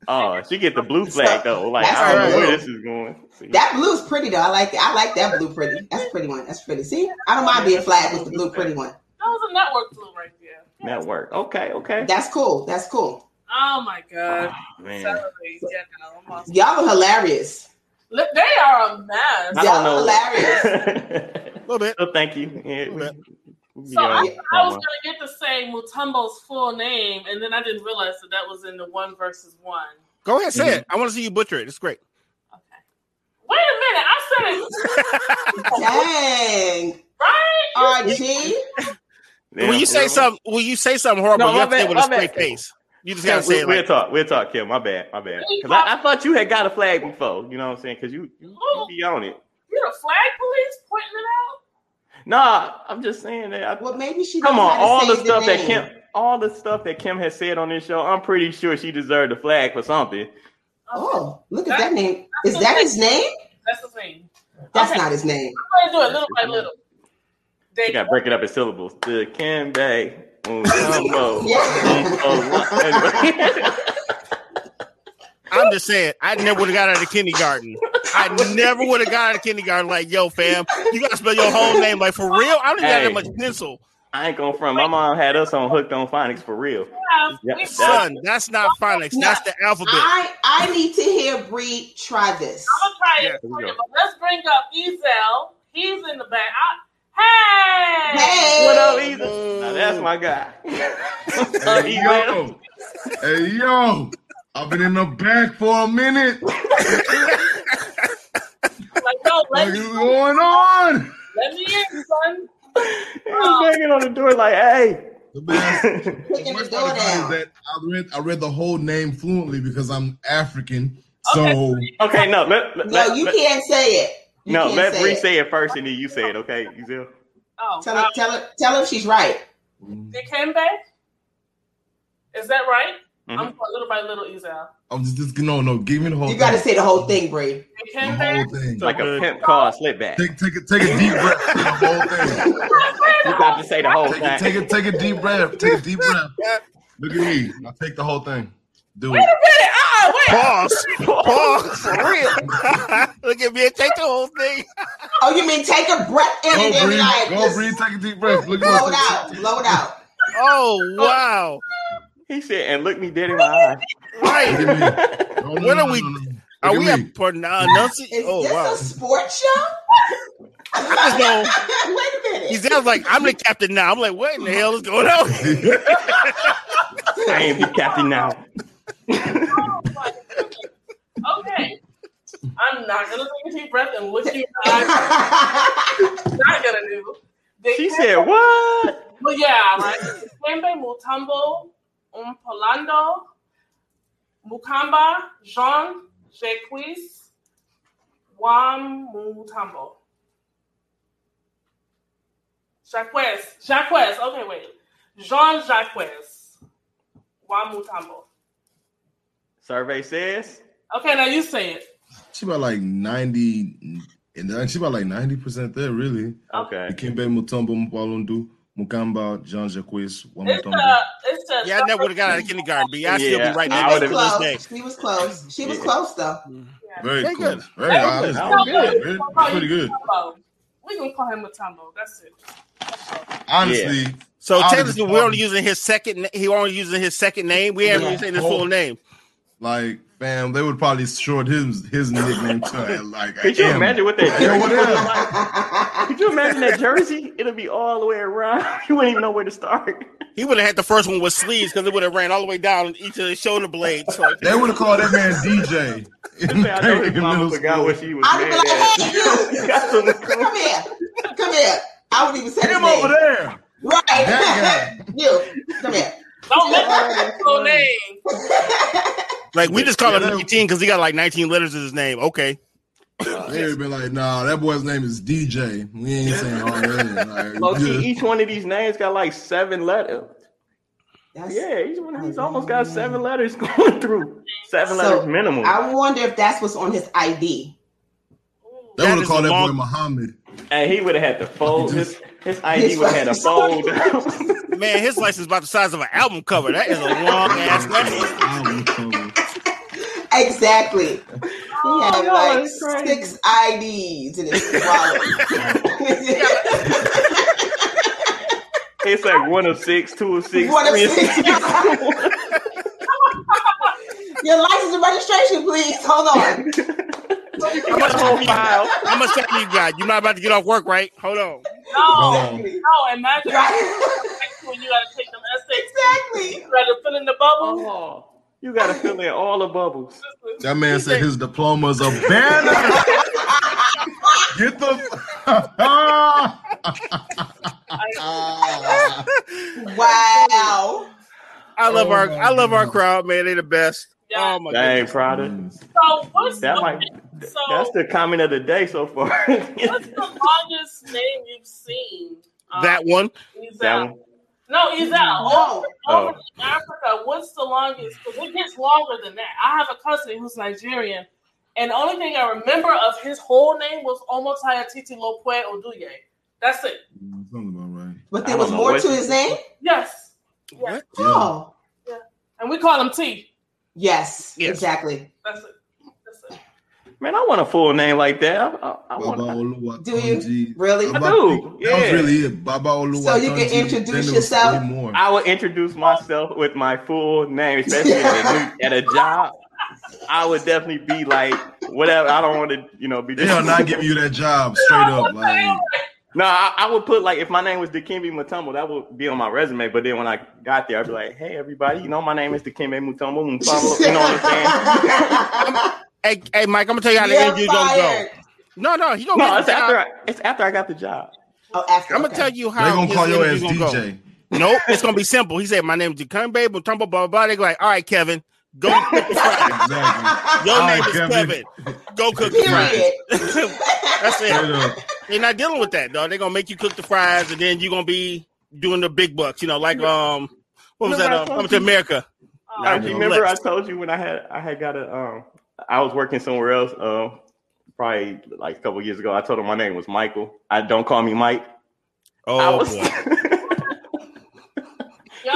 S2: Oh, she get the blue flag though. Like
S6: That's
S2: I don't know
S3: right.
S2: where this is going. See?
S6: That blue's pretty though. I like that. I like that blue pretty.
S2: *laughs*
S6: That's a pretty one. That's pretty. See, I don't mind being flagged with the blue pretty one.
S4: That was a network flu right there.
S2: Network. Okay, okay.
S6: That's cool. That's cool.
S4: Oh my god.
S2: Oh, man.
S4: Celebrities, yeah, no, I'm awesome.
S6: Y'all are hilarious.
S4: Look, They are a mess.
S2: I
S6: Y'all
S2: don't *laughs* know.
S3: a little bit.
S2: so thank you. Yeah, we- we
S4: So I,
S2: beyond-
S4: I was gonna get to say Mutombo's full name, and then I didn't realize that that was in the one versus one.
S3: Go ahead, say
S2: Mm-hmm.
S3: it. I want to see you butcher it. It's great.
S4: Okay. Wait a minute, I said it *laughs*
S6: Dang.
S4: right.
S2: Uh,
S6: RG.
S2: Yeah,
S3: when you say
S2: real-
S3: something, when you say something horrible,
S2: No,
S3: you
S2: my
S3: have to say it
S2: bad,
S3: with a
S2: my
S3: straight
S2: bad.
S3: face. You just
S2: Yeah,
S3: gotta say
S2: we,
S3: it
S2: we'll
S3: like
S2: talk. We'll talk, Kim. My bad. My bad. Because I, I thought you had got a flag before. You know what I'm saying? Because you, you,
S4: Oh.
S2: you be on it.
S4: You the flag police pointing it out?
S2: Nah, I'm just saying that. I,
S6: Well, maybe she.
S2: come
S6: knows
S2: on,
S6: how to
S2: all the
S6: say
S2: stuff that
S6: name.
S2: Kim, all the stuff that Kim has said on this show, I'm pretty sure she deserved a flag for something.
S4: Okay,
S6: Oh, look at that name. Is that his name?
S4: That's the thing.
S6: That's
S4: Okay.
S6: not his name.
S4: I'm gonna do it little by little. They
S2: You got to break it up in syllables. The Kim Bay. Mm,
S3: *laughs*
S2: Dumbo.
S6: Yeah.
S2: Oh,
S3: I'm just saying, I never would have got out of kindergarten. I never would have got out of kindergarten like, yo, fam, you gotta spell your whole name like for real. I don't even
S2: Hey.
S3: got that much pencil.
S2: *laughs* I ain't going front. My mom had us on hooked on phonics for real.
S4: have
S2: Yeah,
S4: we
S2: that-
S4: have-
S3: Son, that's not phonics. That's the alphabet.
S6: I I need to hear Bree try this.
S4: I'm gonna try
S3: Yeah,
S4: it
S2: here we
S4: for you,
S2: go.
S4: but let's bring up Ezel. He's in the back. I, hey,
S6: Hey.
S2: What up, E? either? Now that's my
S6: *laughs*
S2: guy. Uh,
S7: Hey,
S2: Ethan.
S7: yo. Hey, yo. I've been in the back for a minute.
S4: like yo,
S7: What
S4: let
S7: is
S4: me,
S7: going on?
S4: let me in, son.
S2: He was banging on the door like, hey.
S7: The best. The
S6: Kicking the
S7: worst part
S6: door
S7: about it is
S6: down.
S7: that I read, I read the whole name fluently because I'm African.
S4: Okay.
S7: So
S2: okay, no, let, let,
S6: No,
S2: let-
S6: you
S2: let-
S6: can't say it. You
S2: no,
S6: can't
S2: let
S6: say
S2: Bree
S6: it.
S2: say it first and then you say it, okay, Ezell?
S4: Oh,
S6: Tell her, tell her, tell her if she's right.
S4: Dikembe? Is that right? I'm
S2: Mhm.
S4: going little by little, Ezel.
S7: I'm just, just no, no. Give me the whole
S6: You got to
S7: thing.
S6: say the whole thing, Bree.
S7: the
S4: Dikembe?
S7: whole thing.
S2: Like a
S3: good.
S2: pimp car slip back.
S7: Take, take, a, take a deep breath. Say the whole thing.
S2: You got to say the whole
S7: Take a, take
S2: thing.
S7: a, take a deep breath. Take a deep breath. Look at me. I take the whole thing. Do
S4: Wait
S7: it.
S4: a minute. Oh, wait.
S3: Pause. Pause. For real. *laughs* Look at me and take the whole thing.
S6: Oh, you mean take a breath in
S7: Go
S6: and then
S7: breathe.
S6: like
S7: Go
S6: just
S7: breathe. Take a deep breath. Look
S6: blow it
S7: at
S6: out, blow it
S7: *laughs*
S6: out.
S3: Oh wow.
S2: He said, and look me dead in my eyes.
S3: Right.
S7: me. No, no,
S3: What
S7: no,
S3: are we-
S7: no, no, no. Look
S3: Are
S7: at
S3: we
S7: me.
S3: at pronunciation?
S6: Is
S3: Oh
S6: this
S3: wow.
S6: a sports show? *laughs*
S3: just know-
S6: Wait a minute.
S3: He's like, I'm the captain now. I'm like, what in the hell is going on?
S7: *laughs*
S2: I ain't be captain now.
S4: my goodness. Okay. I'm not going to take a deep breath and look you in the eyes.
S6: *laughs*
S4: I'm not going to do.
S2: She said, what?
S4: Well, yeah, right. Dikembe, Mutombo, Umpolando, Mukamba, Jean, Jacques, Wam Mutombo. Jacques. Jacques. Okay, wait. Jean Jacques. Wam Mutombo.
S2: Survey says.
S4: Okay, now you say it.
S7: She about like ninety, and then she about like ninety percent there. Really,
S2: Okay.
S7: Dikembe Mutombo Mpalundu Mukamba Jean Jacques
S4: It's uh, the.
S7: Wamutombo.
S4: It's the.
S3: Yeah, I never would have got out of kindergarten, but yeah, I still
S2: Yeah,
S3: be right
S2: I
S3: there
S2: would've-
S3: to this day.
S6: She was close. She was
S2: Yeah.
S6: close
S7: *laughs*
S6: though.
S7: Very
S3: Very
S7: close.
S3: good.
S7: Very honest.
S2: good.
S7: Very good. Very-
S4: Call
S7: Pretty
S4: you
S7: good.
S4: Mutombo. We gonna call him Mutombo. That's it.
S7: Honestly,
S3: So
S7: Out of
S3: technically,
S7: the
S3: we're only
S7: problem.
S3: using his second. na- He only using his second name. We haven't
S6: Yeah.
S3: even said his full name.
S7: like fam, they would probably short his his nickname to like.
S2: Could you
S7: M.
S2: imagine what that
S7: Yeah,
S2: jersey
S7: what
S2: would look
S7: else?
S2: like? Could you imagine that jersey? It'll be all the way around. *laughs* You wouldn't even know where to start.
S3: He would have had the first one with sleeves because it would have ran all the way down each of his shoulder blades. Like,
S7: They would have called that man
S2: *laughs*
S7: DJ.
S2: I know
S7: *laughs*
S2: his
S7: in
S2: mama
S7: middle
S2: forgot
S7: school.
S2: what she was
S6: *laughs* I'd be
S2: mad
S6: like,
S2: at.
S6: hey,
S2: *laughs*
S6: you,
S2: Got some
S6: come here, come here. I would even say his
S7: Him
S6: name.
S7: over there.
S6: Right.
S7: That guy.
S6: *laughs* you, come here.
S3: *laughs*
S4: Don't mention his full name.
S3: like we just call him
S7: Yeah, they-
S3: 19 because he got like 19 letters in his name. Okay,
S6: Uh,
S7: They would have been like, nah, that boy's name is DJ. We ain't saying all that.
S2: Low
S7: Like,
S2: key,
S7: just-
S2: each one of these names got like seven letters.
S6: That's- *laughs*
S2: Yeah, each one of these almost got seven letters *laughs* going through. Seven
S6: So,
S2: letters minimum.
S6: I wonder if that's what's on his ID.
S4: Ooh.
S7: They would
S3: That
S7: have
S3: is
S7: called that
S3: long-
S7: boy Muhammad.
S2: and he would have had to fold his his ID
S6: His-
S2: would have had to fold. down. *laughs*
S3: man, his license is about the size of an album cover. That is a long ass name.
S7: Album cover.
S6: Exactly. He had
S2: Oh, no,
S6: like
S2: it's crazy.
S6: six IDs in his wallet.
S2: it's like one of six, two of
S6: *laughs*
S2: six,
S6: One of
S2: three of
S6: six.
S2: six.
S6: Your license and registration, please. Hold on.
S2: I got a whole file.
S3: How much time you got? You're not about to get off work, right? Hold on.
S4: No,
S7: Um,
S4: no, imagine
S6: Right.
S4: *laughs* when you gotta take them essays,
S6: exactly.
S4: you gotta fill in the bubble.
S2: Oh, you gotta fill in all the bubbles.
S6: Oh.
S7: That man said his diploma is a banner. *laughs* Get *laughs* the.
S6: Wow.
S3: I love
S7: Oh
S3: our
S7: my
S3: I love our
S7: God.
S3: crowd, man. They the best.
S4: Yeah.
S3: Oh my god.
S2: Dang, Prada.
S4: So what's
S2: That
S4: what-
S2: might
S4: *laughs*
S2: that's the comment of the day so far. *laughs*
S4: what's the longest name you've seen? Uh,
S3: That one.
S4: Ezel.
S2: That one.
S4: No, Ezel.
S6: No.
S2: Oh.
S4: Over in Africa, what's the longest? Because it gets longer than that. I have a cousin who's Nigerian, and the only thing I remember of his whole name was Omotaya Titi Lopwe Oduye. That's it.
S7: Something about right.
S6: But
S2: I
S6: there
S2: don't
S6: was
S2: know
S6: more
S2: what-
S6: to his name?
S4: Yes.
S3: What?
S7: Yeah.
S6: Oh.
S4: And we call him T.
S6: Yes.
S3: Yes.
S6: Exactly.
S4: That's it. That's it.
S2: Man, I want a full name like that. I, I, I
S7: Baba
S2: want.
S7: Oluwatonji.
S6: Do you? Really?
S2: I do,
S7: That was
S2: yeah.
S7: really it. Baba Oluwatonji.
S6: So you can
S7: Then
S6: introduce
S7: there was
S6: yourself?
S7: way More.
S2: I would introduce myself with my full name, especially at, a new, at a job. I would definitely be like whatever. I don't want to, you know, be.
S7: They'll not give you that job straight up. Like
S2: No, I, I would put like if my name was Dikembe Mutombo, that would be on my resume. But then when I got there, I'd be like, "Hey, everybody, you know my name is Dikembe Mutombo. Mutombo. You know what I'm
S6: *laughs*
S7: *laughs*
S2: saying?
S3: Hey, hey, Mike, I'm gonna tell you how the
S6: You're
S3: interview's gonna go.
S6: fired.
S3: No, no, you don't.
S2: No,
S3: get
S2: it's
S3: the job.
S2: after I, it's after I got the job.
S6: Oh, after.
S3: I'm
S6: okay.
S3: gonna tell you
S7: they
S3: how
S7: gonna
S3: his
S7: call your ass
S3: interview's gonna
S7: DJ.
S3: Go. Nope, it's gonna be simple. He said, "My name is Dikembe Mutombo." Blah blah blah. They go like, "All right, Kevin, go cook the fries.
S7: Exactly.
S3: Your
S7: All
S3: name
S7: right,
S3: is Kevin.
S7: Kevin.
S3: Go cook the fries."
S6: *laughs* Period.
S3: *laughs*
S6: *laughs*
S3: That's
S7: Straight
S3: it.
S7: up.
S3: They're not dealing with that though. They're gonna make you cook the fries, and then you're gonna be doing the big bucks. You know, like um, what was that?
S2: Remember I
S3: Um,
S2: told
S3: coming to
S2: you-
S3: America.
S4: Um,
S2: I
S7: know.
S2: remember I
S3: Let's-
S2: told you when I had I had got a um I was working somewhere else um probably like a couple years ago. I told him my name was Michael. I don't call me Mike. I
S3: Oh
S2: was-
S3: boy.
S4: y'all-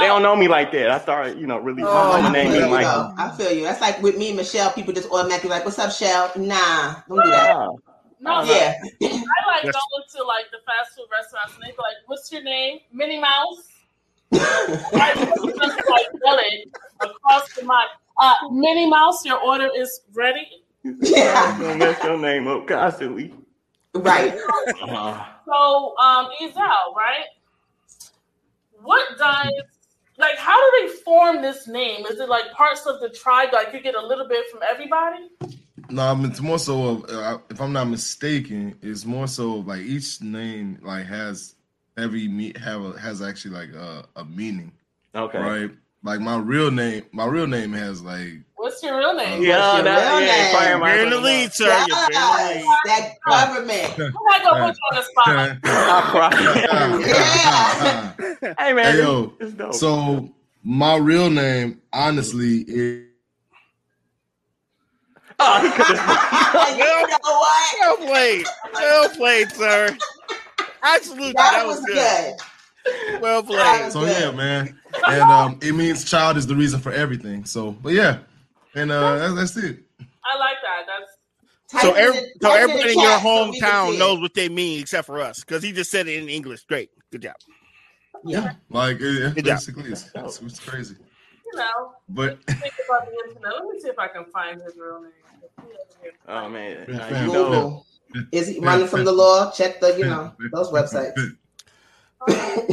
S2: *laughs* they don't know me like that. I started, you know, really
S6: Oh,
S2: my
S6: I
S2: mama named
S6: feel
S2: me
S6: you
S2: Michael.
S6: though. I feel you. That's like with me and Michelle. People just automatically like, "What's up, Shell?" Nah, don't do that.
S2: Nah.
S4: no, I
S6: Yeah,
S4: like
S3: That's-
S4: going to like the fast food restaurants and they be like, "What's your name, Minnie Mouse?" I was just like yelling across the mic. Uh, Minnie Mouse, your order is ready.
S6: yeah,
S2: I'm gonna mess your name up constantly.
S3: *laughs*
S6: right.
S3: Uh-huh.
S4: So, um, Ezel, right? What does like? How do they form this name? Is it like parts of the tribe? Like you get a little bit from everybody?
S7: No, I mean, it's more so of, uh, if I'm not mistaken, it's more so of, like each name like has every meet have a, has actually like a, a meaning,
S2: Okay.
S7: right? Like my real name, my real name has like
S6: *laughs*
S4: What's your real name?
S2: Yeah, that,
S6: real
S2: yeah,
S6: name?
S2: fire
S3: You're in the
S2: my-
S3: lead, sir.
S6: Yes,
S3: You're very lead.
S6: that government.
S4: I'm
S6: *laughs*
S4: not gonna put you on the spot.
S2: I
S3: *laughs*
S2: cried.
S6: Yeah.
S2: hey man,
S7: *laughs* Hey, yo,
S2: it's
S6: Oh,
S2: dope.
S7: so my real name, honestly, is
S2: oh, he could've-
S6: you
S3: *laughs*
S6: know what?
S3: Well played. Well played, sir. I salute you.
S6: That was good.
S3: Well played.
S7: so
S6: good.
S7: yeah, man,
S6: *laughs*
S7: and um, it means child is the reason for everything. So, but yeah, and uh, that's, that's it.
S4: I like that. That's
S6: Type
S3: So,
S6: it in-
S3: every, so
S6: type it
S3: everybody
S6: the
S3: in your
S6: chat so we can
S3: hometown
S6: see it.
S3: knows what they mean except for us because he just said it in English. Great. Good job.
S7: Yeah, like it,
S3: Good job.
S7: it basically, it's,
S6: Oh.
S7: it's, it's crazy,
S4: you know.
S7: but.
S4: Think about the internet. Let me see if I can find his real name.
S2: oh man,
S7: Yeah,
S2: now
S7: fam.
S2: you know.
S6: Google. Is he running from the law? Check the you know
S3: *laughs*
S6: those websites.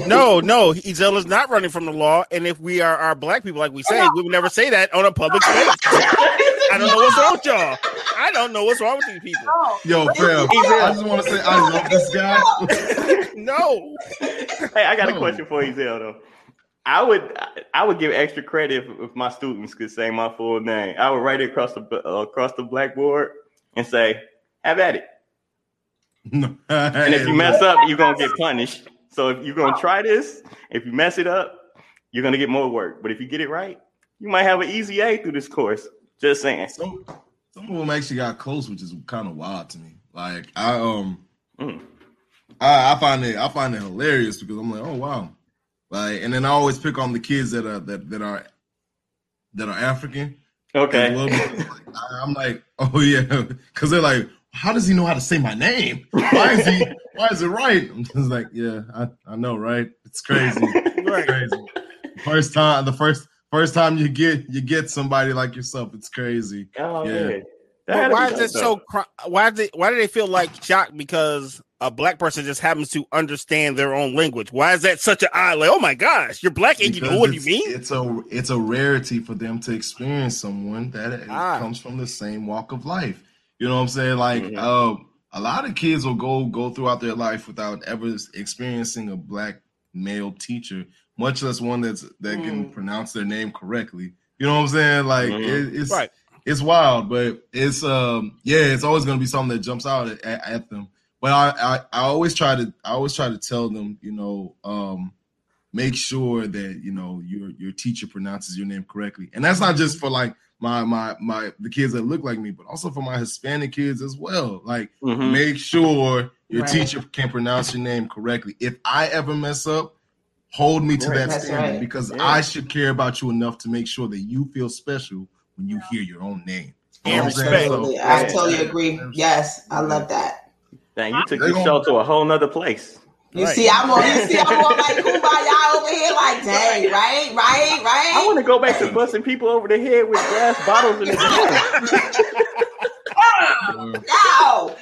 S3: No, no, Ezel is not running from the law. And if we are our black people, like
S6: Oh,
S3: we say, we would never say that on a public space. I
S6: *laughs*
S3: don't know what's wrong with y'all. I don't know what's wrong with these people.
S4: Oh,
S7: *laughs* Yo, fam, I just want to say I love
S6: *laughs*
S7: this guy. *laughs*
S3: No.
S2: Hey, I got a
S7: No.
S2: question for you, Zell, though. I would I would give extra credit if, if my students could say my full name. I would write it across the uh, across the blackboard and say, "Have at it." And if you mess up, you're gonna get punished. So if you're gonna try this, if you mess it up, you're gonna get more work. But if you get it right, you might have an easy A through this course. Just saying.
S7: some, some of them actually got close, which is kind of wild to me. Like I um,
S2: Mm.
S7: I, I find it I find it hilarious because I'm like, oh wow, like, and then I always pick on the kids that are that that are that are African.
S2: Okay.
S7: as well because, like, I- I'm like, *laughs* oh yeah, because they're like, how does he know how to say my name? Why is he? Why is it right? I'm just like, yeah, I, I know, right? It's crazy.
S3: Right.
S7: crazy. First time, the first first time you get you get somebody like yourself, it's crazy.
S2: *laughs* Oh
S7: Yeah.
S2: yeah.
S3: But
S2: That'd
S3: why
S2: be
S3: is
S2: dope,
S3: it so?
S2: though.
S3: Cr- why do why do they feel like shocked because a black person just happens to understand their own language? Why is that such an odd? Like, oh my gosh, you're black and you know
S7: Because
S3: what you
S7: it's-
S3: mean?
S7: It's a it's a rarity for them to experience someone that
S3: Ah. Mm-hmm.
S7: comes from the same walk of life. You know what I'm saying? Like
S2: Mhm.
S7: uh, a lot of kids will go go throughout their life without ever experiencing a black male teacher, much less one that's that
S3: Mm.
S7: can pronounce their name correctly. You know what I'm saying? Like
S2: Mhm.
S7: it, it's
S3: Mm-hmm. Right.
S7: it's wild, but it's um yeah, it's always gonna be something that jumps out at, at, at them. But I, I I always try to I always try to tell them, you know, um, make sure that you know your your teacher pronounces your name correctly, and that's not just for like my my my the kids that look like me, but also for my Hispanic kids as well. Like
S2: Mhm.
S7: make sure your
S6: Right.
S7: teacher can pronounce your name correctly. If I ever mess up, hold me to
S2: Right.
S7: that
S6: That's
S7: standard
S6: right.
S7: because
S2: Yeah.
S7: I should care about you enough to make sure that you feel special when you hear your own name.
S3: And
S7: what I'm
S3: respect.
S7: saying?
S6: Absolutely.
S7: So-
S6: I
S2: Yeah.
S6: totally agree. Yes, I love that.
S2: Dang, you took
S7: They
S2: this
S7: gon-
S2: show to a whole nother place.
S6: You
S3: Right.
S6: see, I'm on. You see, I'm on like kumbaya over here. Like, dang, right, right,
S2: I
S6: right.
S2: want to
S3: *laughs*
S2: go back to busting people over the head with glass bottles in the gym. *laughs*
S6: Now,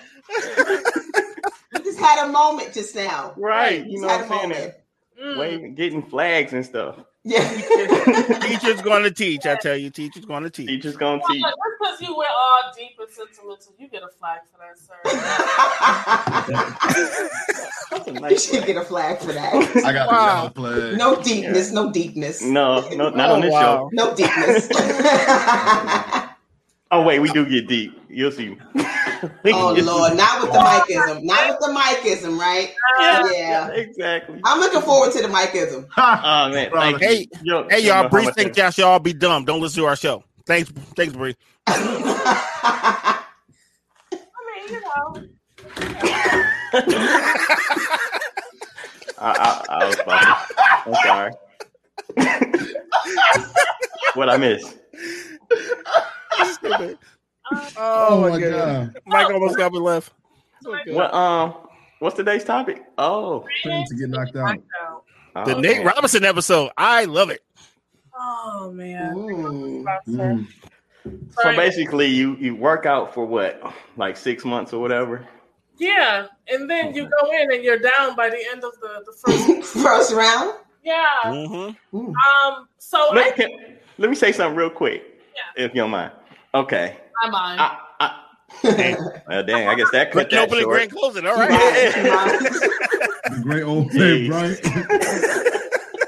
S6: we just had a moment just now.
S2: Right. You know what
S6: Just
S2: I'm
S6: had a
S2: saying?
S6: moment.
S4: Mm.
S2: Waving, getting flags and stuff. *laughs*
S6: *laughs* Yeah.
S3: Teacher's going to teach. I tell you, teacher's going to teach.
S2: Teachers gonna
S4: Well,
S2: teach.
S4: look, just because you went all deep and sentimental, you get a flag for that, sir.
S2: That's a
S6: you
S2: nice
S6: should get a flag for that.
S7: I got
S3: Wow.
S7: the yellow
S2: *laughs*
S7: flag.
S6: No deepness, no deepness.
S2: No, no, not
S3: Oh,
S2: on this
S3: wow.
S2: show.
S6: No
S2: *laughs*
S6: deepness. *laughs* oh
S2: Oh wait, we do get deep. You'll
S6: *laughs*
S2: see.
S6: Oh, Lord, not with the micism. Not with the micism, right?
S2: *laughs* Yeah,
S6: Yeah.
S2: exactly.
S6: I'm looking forward to
S2: *laughs*
S6: the micism. *laughs*
S7: Ha!
S2: Oh man, thank you.
S3: Hey,
S2: You don't-
S3: Hey,
S2: you don't know
S3: y'all,
S2: how
S3: Bree
S2: much
S3: think
S2: that-
S3: y'all should all be dumb. Don't listen to our show. Thanks, thanks, Bree.
S4: I mean, you know,
S2: I, I, I was fine. I'm sorry. *laughs* what I miss?
S3: oh,
S7: Oh,
S3: my god. Mike almost got me left.
S2: What um? What's today's topic? Oh,
S7: Praying to get knocked out.
S4: no.
S3: The
S2: oh,
S3: Nate
S2: man.
S3: Robinson episode. I love it.
S4: Oh man.
S6: Mm.
S4: About to-
S7: Mm.
S2: So
S4: Sorry.
S2: basically, you you work out for what, like six months or whatever.
S4: Yeah, and then you go in and you're down by the end of the, the
S7: *laughs*
S4: first.
S2: *laughs*
S6: First round.
S4: yeah.
S2: Mm-hmm.
S3: Mhm.
S4: Um. So
S2: Let,
S4: I
S2: can- let me say something real quick, if you don't mind. Okay.
S4: my mind.
S2: I, I, well, dang, I guess that cut
S3: Grand
S2: that
S3: opening,
S2: short.
S3: grand closing. All
S6: Wow,
S3: right.
S6: wow.
S7: The great old
S2: Jeez.
S7: thing, *laughs* right?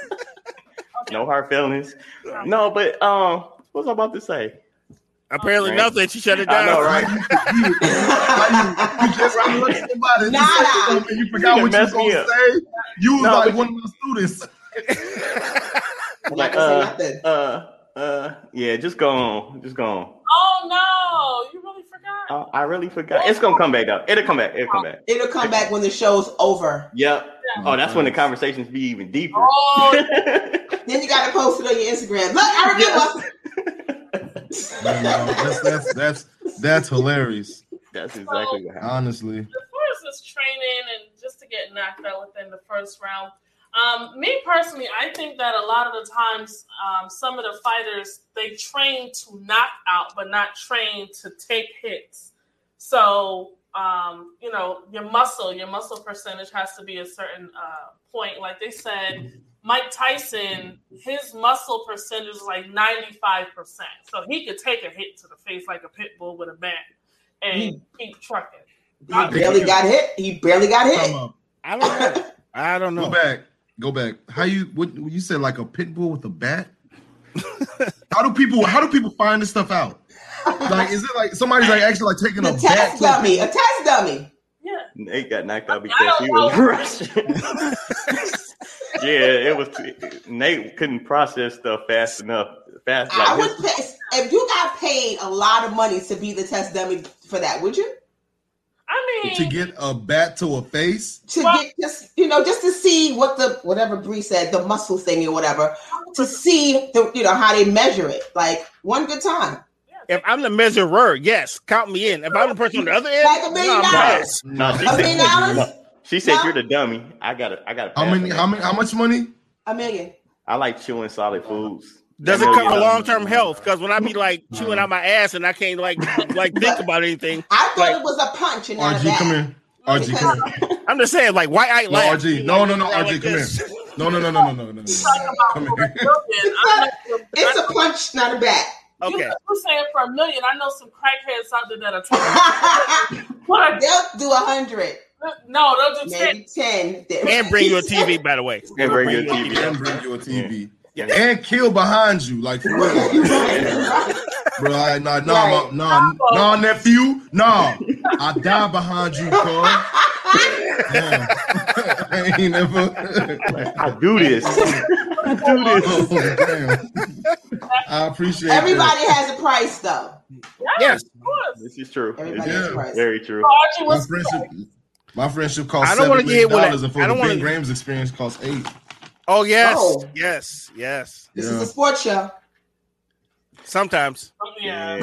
S2: No hard feelings. No, but um, what was I about to say?
S3: Apparently
S2: Right.
S3: nothing. She shut it down.
S2: I know, right?
S7: you just you looked at somebody and you said
S6: Nada.
S7: something and you forgot
S2: You
S7: what you was
S2: messed me
S7: gonna
S2: up.
S7: say. You was
S2: No,
S7: like
S2: but
S7: one of my students.
S6: I'm not
S2: Like,
S6: gonna say
S2: uh,
S6: nothing.
S2: uh, uh, yeah, just go on, just go on.
S4: oh no! You really forgot.
S2: I, I really forgot. It's gonna come back though. It'll come back. It'll come back.
S6: It'll come back when the show's over.
S2: Yep. Oh, that's when the conversations be even deeper. *laughs*
S4: Oh,
S6: Then you gotta post it on your Instagram. Look, I remember.
S7: Yeah, no, that's, that's that's that's hilarious.
S2: that's exactly what happened.
S7: Honestly,
S4: as far as this training and just to get knocked out within the first round, um, me personally, I think that a lot of the times, um, some of the fighters they train to knock out, but not train to take hits. So, um, you know, your muscle, your muscle percentage has to be a certain uh, point. Like they said, Mike Tyson, his muscle percentage was like ninety five percent, so he could take a hit to the face like a pit bull with a bat and keep trucking.
S6: He barely got hit. He barely got
S7: come
S6: hit.
S7: up.
S3: I don't *laughs* know. I don't
S7: Go
S3: know.
S7: back. Go back. How you what you said like a pit bull with a bat? how do people how do people find this stuff out? Like is it like somebody's like actually like taking
S6: The
S7: a bat
S6: test
S7: to a
S6: dummy. A test dummy.
S4: Yeah.
S2: Nate got knocked out
S4: I
S2: because
S4: don't
S2: he
S6: Oh.
S2: was Russian. *laughs* yeah, it was. Nate couldn't process stuff fast enough. Fast
S6: I
S2: like
S6: would
S2: his,
S6: pay, if you got paid a lot of money to be the test dummy for that, would you?
S4: I mean, *laughs*
S7: to get a bat to a face?
S6: To
S4: Well-
S6: get just you know just to see what the whatever Bree said the muscle thing or whatever to see the you know how they measure it like one good time
S3: If I'm the measurer, yes, count me in. If I'm the person on the other end,
S6: Like a million
S3: no, I'm
S6: dollars.
S3: biased.
S2: no, she
S6: a million
S2: said,
S6: dollars
S2: she said
S6: No.
S2: you're the dummy. I gotta, I gotta.
S7: How
S2: pass
S7: many
S2: on
S7: how
S2: that.
S7: many how much money?
S6: a million
S2: I like chewing solid foods.
S3: Does it
S2: That
S3: come
S2: million
S3: for long
S2: dollars.
S3: term health? Because when I be like
S7: Uh-huh.
S3: chewing out my ass and I can't like like
S7: *laughs*
S3: think about anything,
S6: I thought
S3: Like-
S6: it was a punch and not a
S7: RG,
S6: bat
S7: come here. RG, come here.
S3: I'm just saying like why I
S7: No,
S3: laugh.
S7: RG. No, no, no,
S3: Like
S7: RG, come
S3: this.
S7: here. No, no, no, no, no, no,
S6: *laughs*
S7: no, no, no. Come here. *laughs*
S4: I know some-
S6: it's a punch not a bat *laughs*
S3: Okay,
S4: You, you're saying for a million. I know some crackheads out there that are trying
S6: *laughs*
S4: what a,
S6: they'll do a hundred
S4: no, they'll do ten.
S6: maybe ten
S3: and bring
S6: *laughs*
S3: you a TV by the way.
S2: And bring you a
S7: And
S2: TV.
S7: bring you a TV.
S2: Yeah.
S7: And kill behind you, like for real. Bro, I, nah, nah,
S6: Right.
S7: nah, nah, nah, nephew, nah. I die behind you, cuz. Yeah. I ain't never.
S2: I do this. *laughs* I do this.
S7: oh, damn. I appreciate that.
S6: everybody has a price though
S3: Yes,
S4: Of course.
S2: This is true. This
S6: everybody
S2: is
S6: has a
S7: Yeah.
S6: price
S2: very true.
S4: Archie
S7: My
S4: was
S7: friendship, my friendship cost
S3: I
S7: I
S3: don't
S7: don't
S3: wanna
S7: seven million
S3: get with
S7: dollars,
S3: that.
S7: and
S3: I
S7: for the
S3: don't
S7: Ben
S3: wanna-
S7: Graham's experience cost eight.
S3: oh yes,
S6: Oh.
S3: yes, yes.
S6: this
S7: Yeah.
S6: is a sports show
S3: Sometimes
S4: yeah.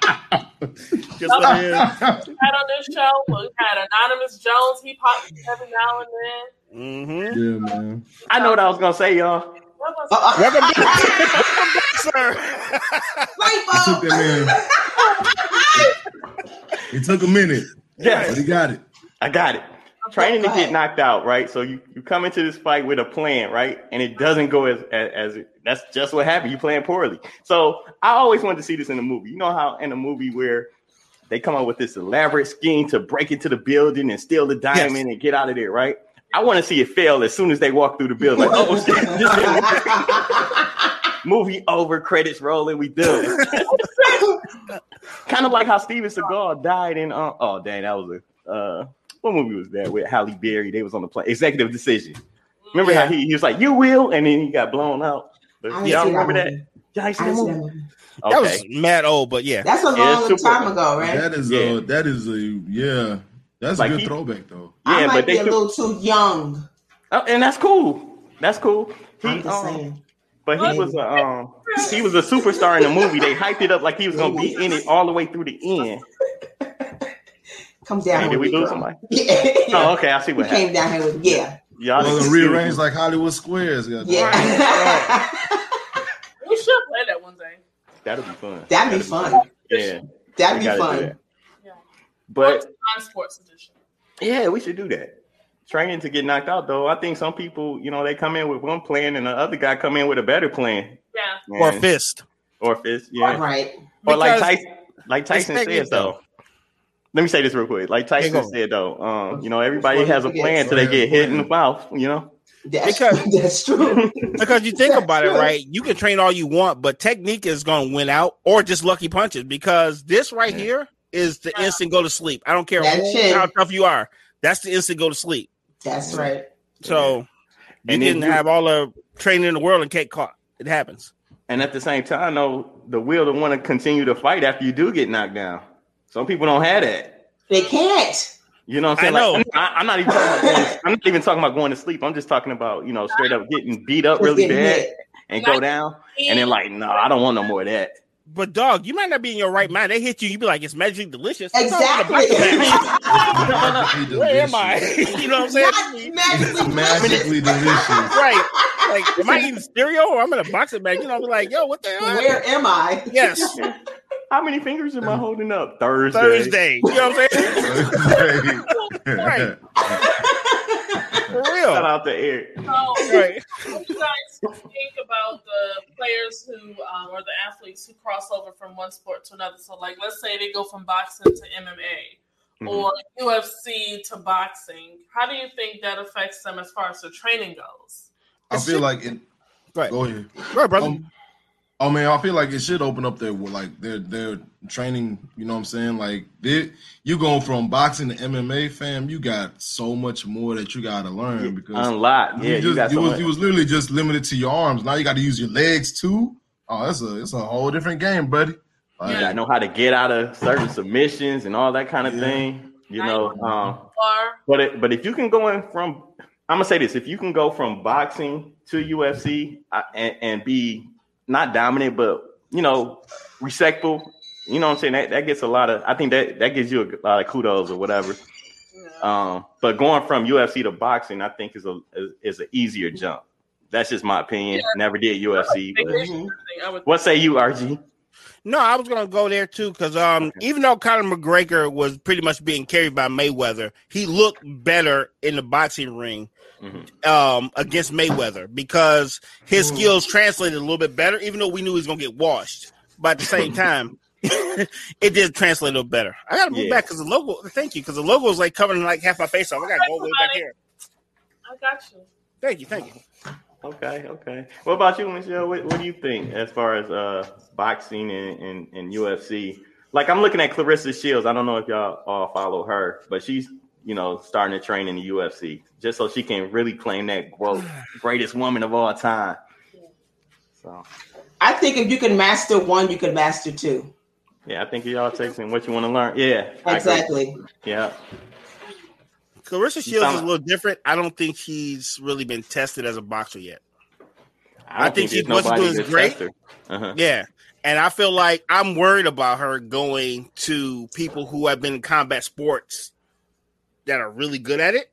S3: just what it is.
S4: Had on this show, we had Anonymous Jones. He popped in every now and then.
S3: Mm-hmm.
S7: yeah, man.
S2: I know what I was gonna say, y'all.
S4: What was
S6: Uh-uh.
S3: Welcome back. *laughs* sir.
S7: It took
S6: Lipo. *laughs*
S7: that man. it took a minute, but he
S2: Yes,
S7: got it.
S2: I got it. Training to
S6: Go
S2: get
S6: ahead.
S2: knocked out, right? So you, you come into this fight with a plan, right? And it doesn't go as as, as that's just what happened. You playing poorly. So I always wanted to see this in a movie. You know how in a movie where they come up with this elaborate scheme to break into the building and steal the diamond and get out of there, right? I want to see it fail as soon as they walk through the building. Like, oh shit, this *laughs* didn't work. movie over, credits rolling, we do.
S3: *laughs*
S2: kind of like how Steven Seagal died in uh, oh dang, that was a uh, what movie was that with Halle Berry? They was on the plane. Executive Decision. Remember how he, he was like, "You will," and then he got blown out.
S6: I
S2: But,
S6: didn't
S2: y'all
S6: see that
S2: remember that?
S6: movie.
S2: Y'all ain't seen
S6: I
S2: that
S6: didn't
S2: movie?
S6: see that movie.
S2: Okay,
S3: That was mad old, but yeah.
S6: That's a
S2: Yeah,
S6: long
S2: it's super-
S6: time ago, right?
S7: That is
S2: Yeah.
S7: a that is a yeah. That's
S2: Like
S7: a good
S2: he-
S7: throwback though.
S6: I
S2: yeah,
S6: might
S2: but
S6: be
S2: they
S6: a
S2: took,
S6: little too young.
S2: oh, and that's cool. That's cool. He,
S6: I'm just
S2: um,
S6: saying.
S2: But he was a um, he was a superstar in the movie. They hyped it up like he was gonna be in it all the way through the end.
S6: Come down
S2: Hey,
S6: here
S2: did we
S6: with me,
S2: lose
S6: girl.
S2: somebody?
S6: *laughs* Yeah.
S2: Oh, okay, I see
S6: You
S2: what happened.
S6: came down here with yeah,
S2: Y'all
S7: Well,
S2: didn't
S7: the
S2: see it.
S7: rearranged like Hollywood Squares. goddamn.
S6: yeah.
S4: We should play that one day.
S2: That'll be fun.
S6: *laughs* That'd be
S2: That'll
S6: fun.
S2: Yeah, we
S6: That'd
S2: gotta
S6: be
S2: do
S6: fun.
S2: that. But
S4: on sports edition.
S2: yeah, we should do that. Training to get knocked out though. I think some people, you know, they come in with one plan and the other guy come in with a better plan.
S4: Yeah.
S3: Or
S2: Man.
S3: fist.
S2: Or fist. Yeah.
S6: Right.
S2: Or like
S3: Because-
S2: Tyson, like Tyson
S3: Respect me,
S2: says though. Let me say this real quick. Like
S3: Yeah,
S2: Tyson
S3: go.
S2: said though, um, you know, everybody
S6: Before
S2: has
S6: we
S2: a
S6: forget,
S2: plan till
S7: sorry,
S2: they get hit in the
S7: plan.
S2: mouth. You know.
S6: That's
S3: Because-
S6: *laughs* that's true.
S3: Because you think about it,
S6: *laughs* That's true.
S3: right? You can train all you want, but technique is going to win out or just lucky punches because this right here is the instant go to sleep. I don't care
S6: That's it.
S3: how tough you are. That's the instant go to sleep.
S6: That's right.
S3: So you
S2: And then
S3: can
S2: you-
S3: have all the training in the world and get caught. It happens.
S2: And at the same time, though, the will to want to continue to fight after you do get knocked down. Some people don't have that.
S6: They can't.
S2: You know what I'm
S3: I
S2: saying? Like,
S3: know.
S2: I'm, I'm not even talking about going, I'm not even talking about going to sleep. I'm just talking about, you know, straight up getting beat up
S6: Just
S2: really
S6: getting
S2: bad
S6: hit.
S2: and go down. And then like, no, I don't want no more of that.
S3: But dog, you might not be in your right mind. They hit you, you be like, it's magically delicious. It's all about the
S6: *laughs* Exactly.
S7: Magically
S3: Where am I? *laughs*
S7: delicious.
S3: you know what I'm saying?
S6: *laughs* Not magically
S7: It's magically delicious.
S3: right. Like,
S6: *laughs*
S3: am I eating cereal or I'm in a boxing bag? You know, I'll be like, yo, what the hell?
S6: Where am I?
S3: Yes,
S2: How many fingers
S6: Mm-hmm.
S2: am I holding up? Thursday.
S3: Thursday. You know what I'm saying?
S7: right.
S3: *laughs* Right. For
S2: Shout
S3: real.
S2: out to Eric.
S3: *laughs*
S4: So,
S3: Right.
S4: what do you guys think about the players who, um, or the athletes who cross over from one sport to another? So, like, let's say they go from boxing to MMA
S2: Mhm.
S4: or UFC to boxing. How do you think that affects them as far as their training goes?
S7: I feel like it.
S3: Right.
S7: Go ahead.
S3: Right, brother.
S7: Um, oh man, I feel like it should open up their like their their training. You know what I'm saying? Like they, you going from boxing to MMA, fam. You got so much more that you got to learn because
S2: Unlocked. um, Yeah,
S7: you,
S2: you,
S7: just,
S2: got
S7: you
S2: so
S7: was
S2: much.
S7: you was literally just limited to your arms. Now you got to use your legs too. Oh, that's a it's a whole different game, buddy. Like,
S2: You gotta know how to get out of certain submissions and all that kind of
S7: Yeah.
S2: thing. You know, um,
S4: Or
S2: But it, but if you can go in from, I'm gonna say this: if you can go from boxing to UFC uh, and, and be not dominant, but you know, respectful, you know what I'm saying? That, that gets a lot of. I think that that gives you a lot of kudos or whatever. Um, but going from UFC to boxing, I think is a is, is an easier jump. That's just my opinion. Never did UFC. But
S6: Mhm.
S4: I would
S2: what say you, RG?
S3: No, I was gonna go there too, because um, even though Conor McGregor was pretty much being carried by Mayweather, he looked better in the boxing ring
S2: Mhm.
S3: um against Mayweather because his
S6: Mm.
S3: skills translated a little bit better, even though we knew he was gonna get washed. But at the
S2: *laughs*
S3: same time, *laughs* it did translate a little better. I gotta move
S2: Yeah.
S3: back because the logo. Thank you, because the logo is like covering like half my face off. I gotta go all the way back here.
S4: I got you.
S3: Thank you, thank you.
S2: Mm-hmm. Okay, okay. What about you, Michelle? What, what do you think as far as uh boxing and, and, and UFC? Like I'm looking at Clarissa Shields. I don't know if y'all all follow her, but she's you know starting to train in the UFC just so she can really claim that growth, greatest woman of all time. So
S6: I think if you can master one, you can master two.
S2: yeah, I think y'all takes in what you want to learn. Yeah, I agree.
S6: Exactly.
S2: Yeah,
S3: Clarissa Shields
S2: sound-
S3: is a little different. I don't think she's really been tested as a boxer yet.
S2: I, don't
S3: think she-
S2: there's
S3: what she
S2: nobody
S3: doing is
S2: that's
S3: great.
S2: faster. Uh-huh.
S3: Yeah. And I feel like I'm worried about her going to people who have been in combat sports that are really good at it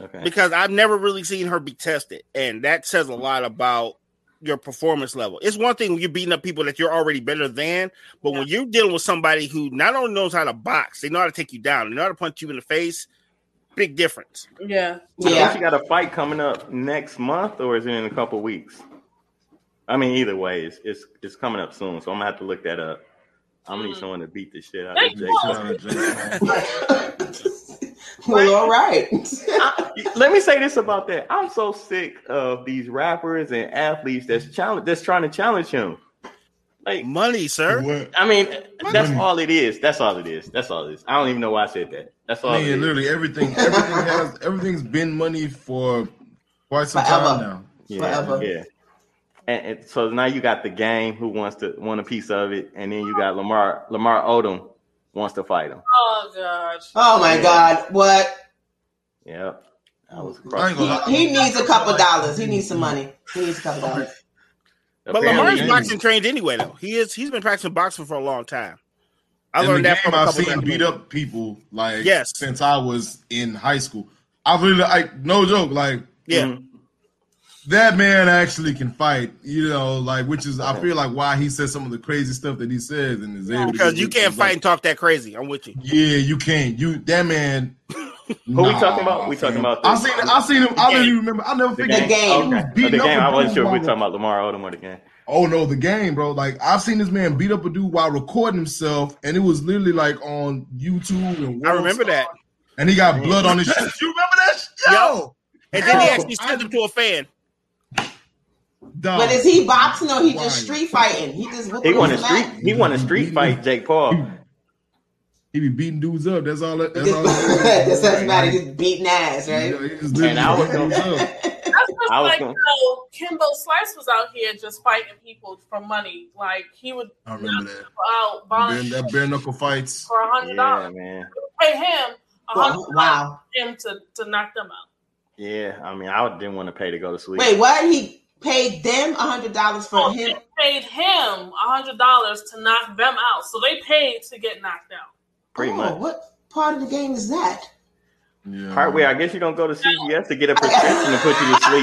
S2: Okay.
S7: Mm.
S3: because I've never really seen her be tested. And that says a lot about your performance level. It's one thing when you're beating up people that you're already better than, but when you're dealing with somebody who not only knows how to box, they know how to take you down, they know how to punch you in the face. Big difference.
S4: Yeah.
S2: Don't
S6: Yeah. *laughs*
S2: you got a fight coming up next month, or is it in a couple weeks? I mean, either way, it's it's, it's coming up soon, so I'm gonna have to look that up. I'm gonna need
S6: Mm-hmm.
S4: Mhm.
S2: someone to beat the shit out
S4: Thank
S2: of
S4: you.
S2: Jake.
S7: Shout out to Jake Paul.
S6: well, all right. *laughs*
S2: Let me say this about that. I'm so sick of these rappers and athletes that's challenge that's trying to challenge him. Like,
S3: Money, sir.
S7: What?
S2: I mean, that's
S7: Money.
S2: all it is. That's all it is. That's all it is. I don't even know why I said that. That's all. it
S7: Man,
S2: is.
S7: literally everything, everything has, everything's been money for quite some time
S6: Forever.
S7: now.
S2: yeah,
S6: forever.
S2: Yeah. And, and so now you got the game who wants to want a piece of it, and then you got Lamar Lamar Odom wants to fight him.
S4: Oh God.
S6: Oh my God. What?
S2: Yep. I was
S7: I ain't
S2: across.
S7: gonna lie.
S6: He, he needs a couple dollars. He needs some money. He needs a couple dollars.
S3: But
S2: apparently-
S3: Lamar's
S7: Apparently.
S3: boxing trained anyway, though. He is he's been practicing boxing for a long time. I
S7: in the
S3: learned that
S7: game,
S3: from a
S7: I've
S3: couple
S7: seen
S3: different
S7: beat up people like
S3: Yes.
S7: since I was in high school. I've really like no joke, like
S3: Yeah.
S2: Mhm.
S7: that man actually can fight, you know, like which is I feel like why he says some of the crazy stuff that he says and is able to
S3: Because
S7: get
S3: you
S7: with it.
S3: can't
S7: It's
S3: fight
S7: like,
S3: and talk that crazy. I'm with you.
S7: Yeah, you can't. You that man.
S2: *laughs* Who we talking about? We talking about the-
S7: I seen. I seen him. I
S3: The
S7: literally
S3: game.
S7: remember. I never
S2: The game.
S6: The
S7: forget.
S6: game.
S7: He was
S2: Okay.
S7: beating
S2: the
S7: up
S2: game.
S7: a
S2: I wasn't
S7: dude
S2: sure if we
S7: while-
S2: were talking about Lamar Odom or the game.
S7: Oh no, the game, bro. Like I've seen this man beat up a dude while recording himself, and it was literally like on YouTube and
S3: I remember that.
S7: And he got blood
S3: *laughs*
S7: on his chest. You remember that? shit? Yo,
S3: And then he
S7: Yo,
S3: actually sent him to a fan.
S7: dog.
S6: But is he boxing or he
S7: Right.
S6: just street fighting? He just
S2: Oh, He won a
S6: his
S2: street.
S6: mat.
S2: He won a street fight. Jake Paul.
S7: He be beating dudes up. That's all. That, that's
S6: *laughs*
S7: all.
S6: This doesn't matter. He's beating ass,
S7: Yeah,
S6: right?
S7: he just
S2: And I was
S7: literally beating
S2: gonna-
S3: *laughs*
S7: dudes up.
S4: That's just
S2: I was
S4: like
S2: gonna-
S4: how Kimbo Slice was out here just fighting people for money. Like he would
S7: I remember that.
S4: go out
S7: Bare,
S4: buying
S7: that bare knuckle fights.
S4: for a hundred
S2: Yeah,
S4: dollars.
S2: man.
S4: Pay him a hundred
S6: Well, wow.
S4: dollars him to, to knock them out.
S2: Yeah, I mean, I didn't want to pay to go to sleep.
S6: Wait, what? He paid them a hundred dollars for
S4: Oh, They
S6: him.
S4: paid him a hundred dollars to knock them out. So they paid to get knocked out.
S2: pretty
S6: oh,
S2: much.
S6: What part of the game is that? *laughs*
S7: Yeah.
S2: Part way, I guess you don't go to CVS to get a prescription to put you to sleep.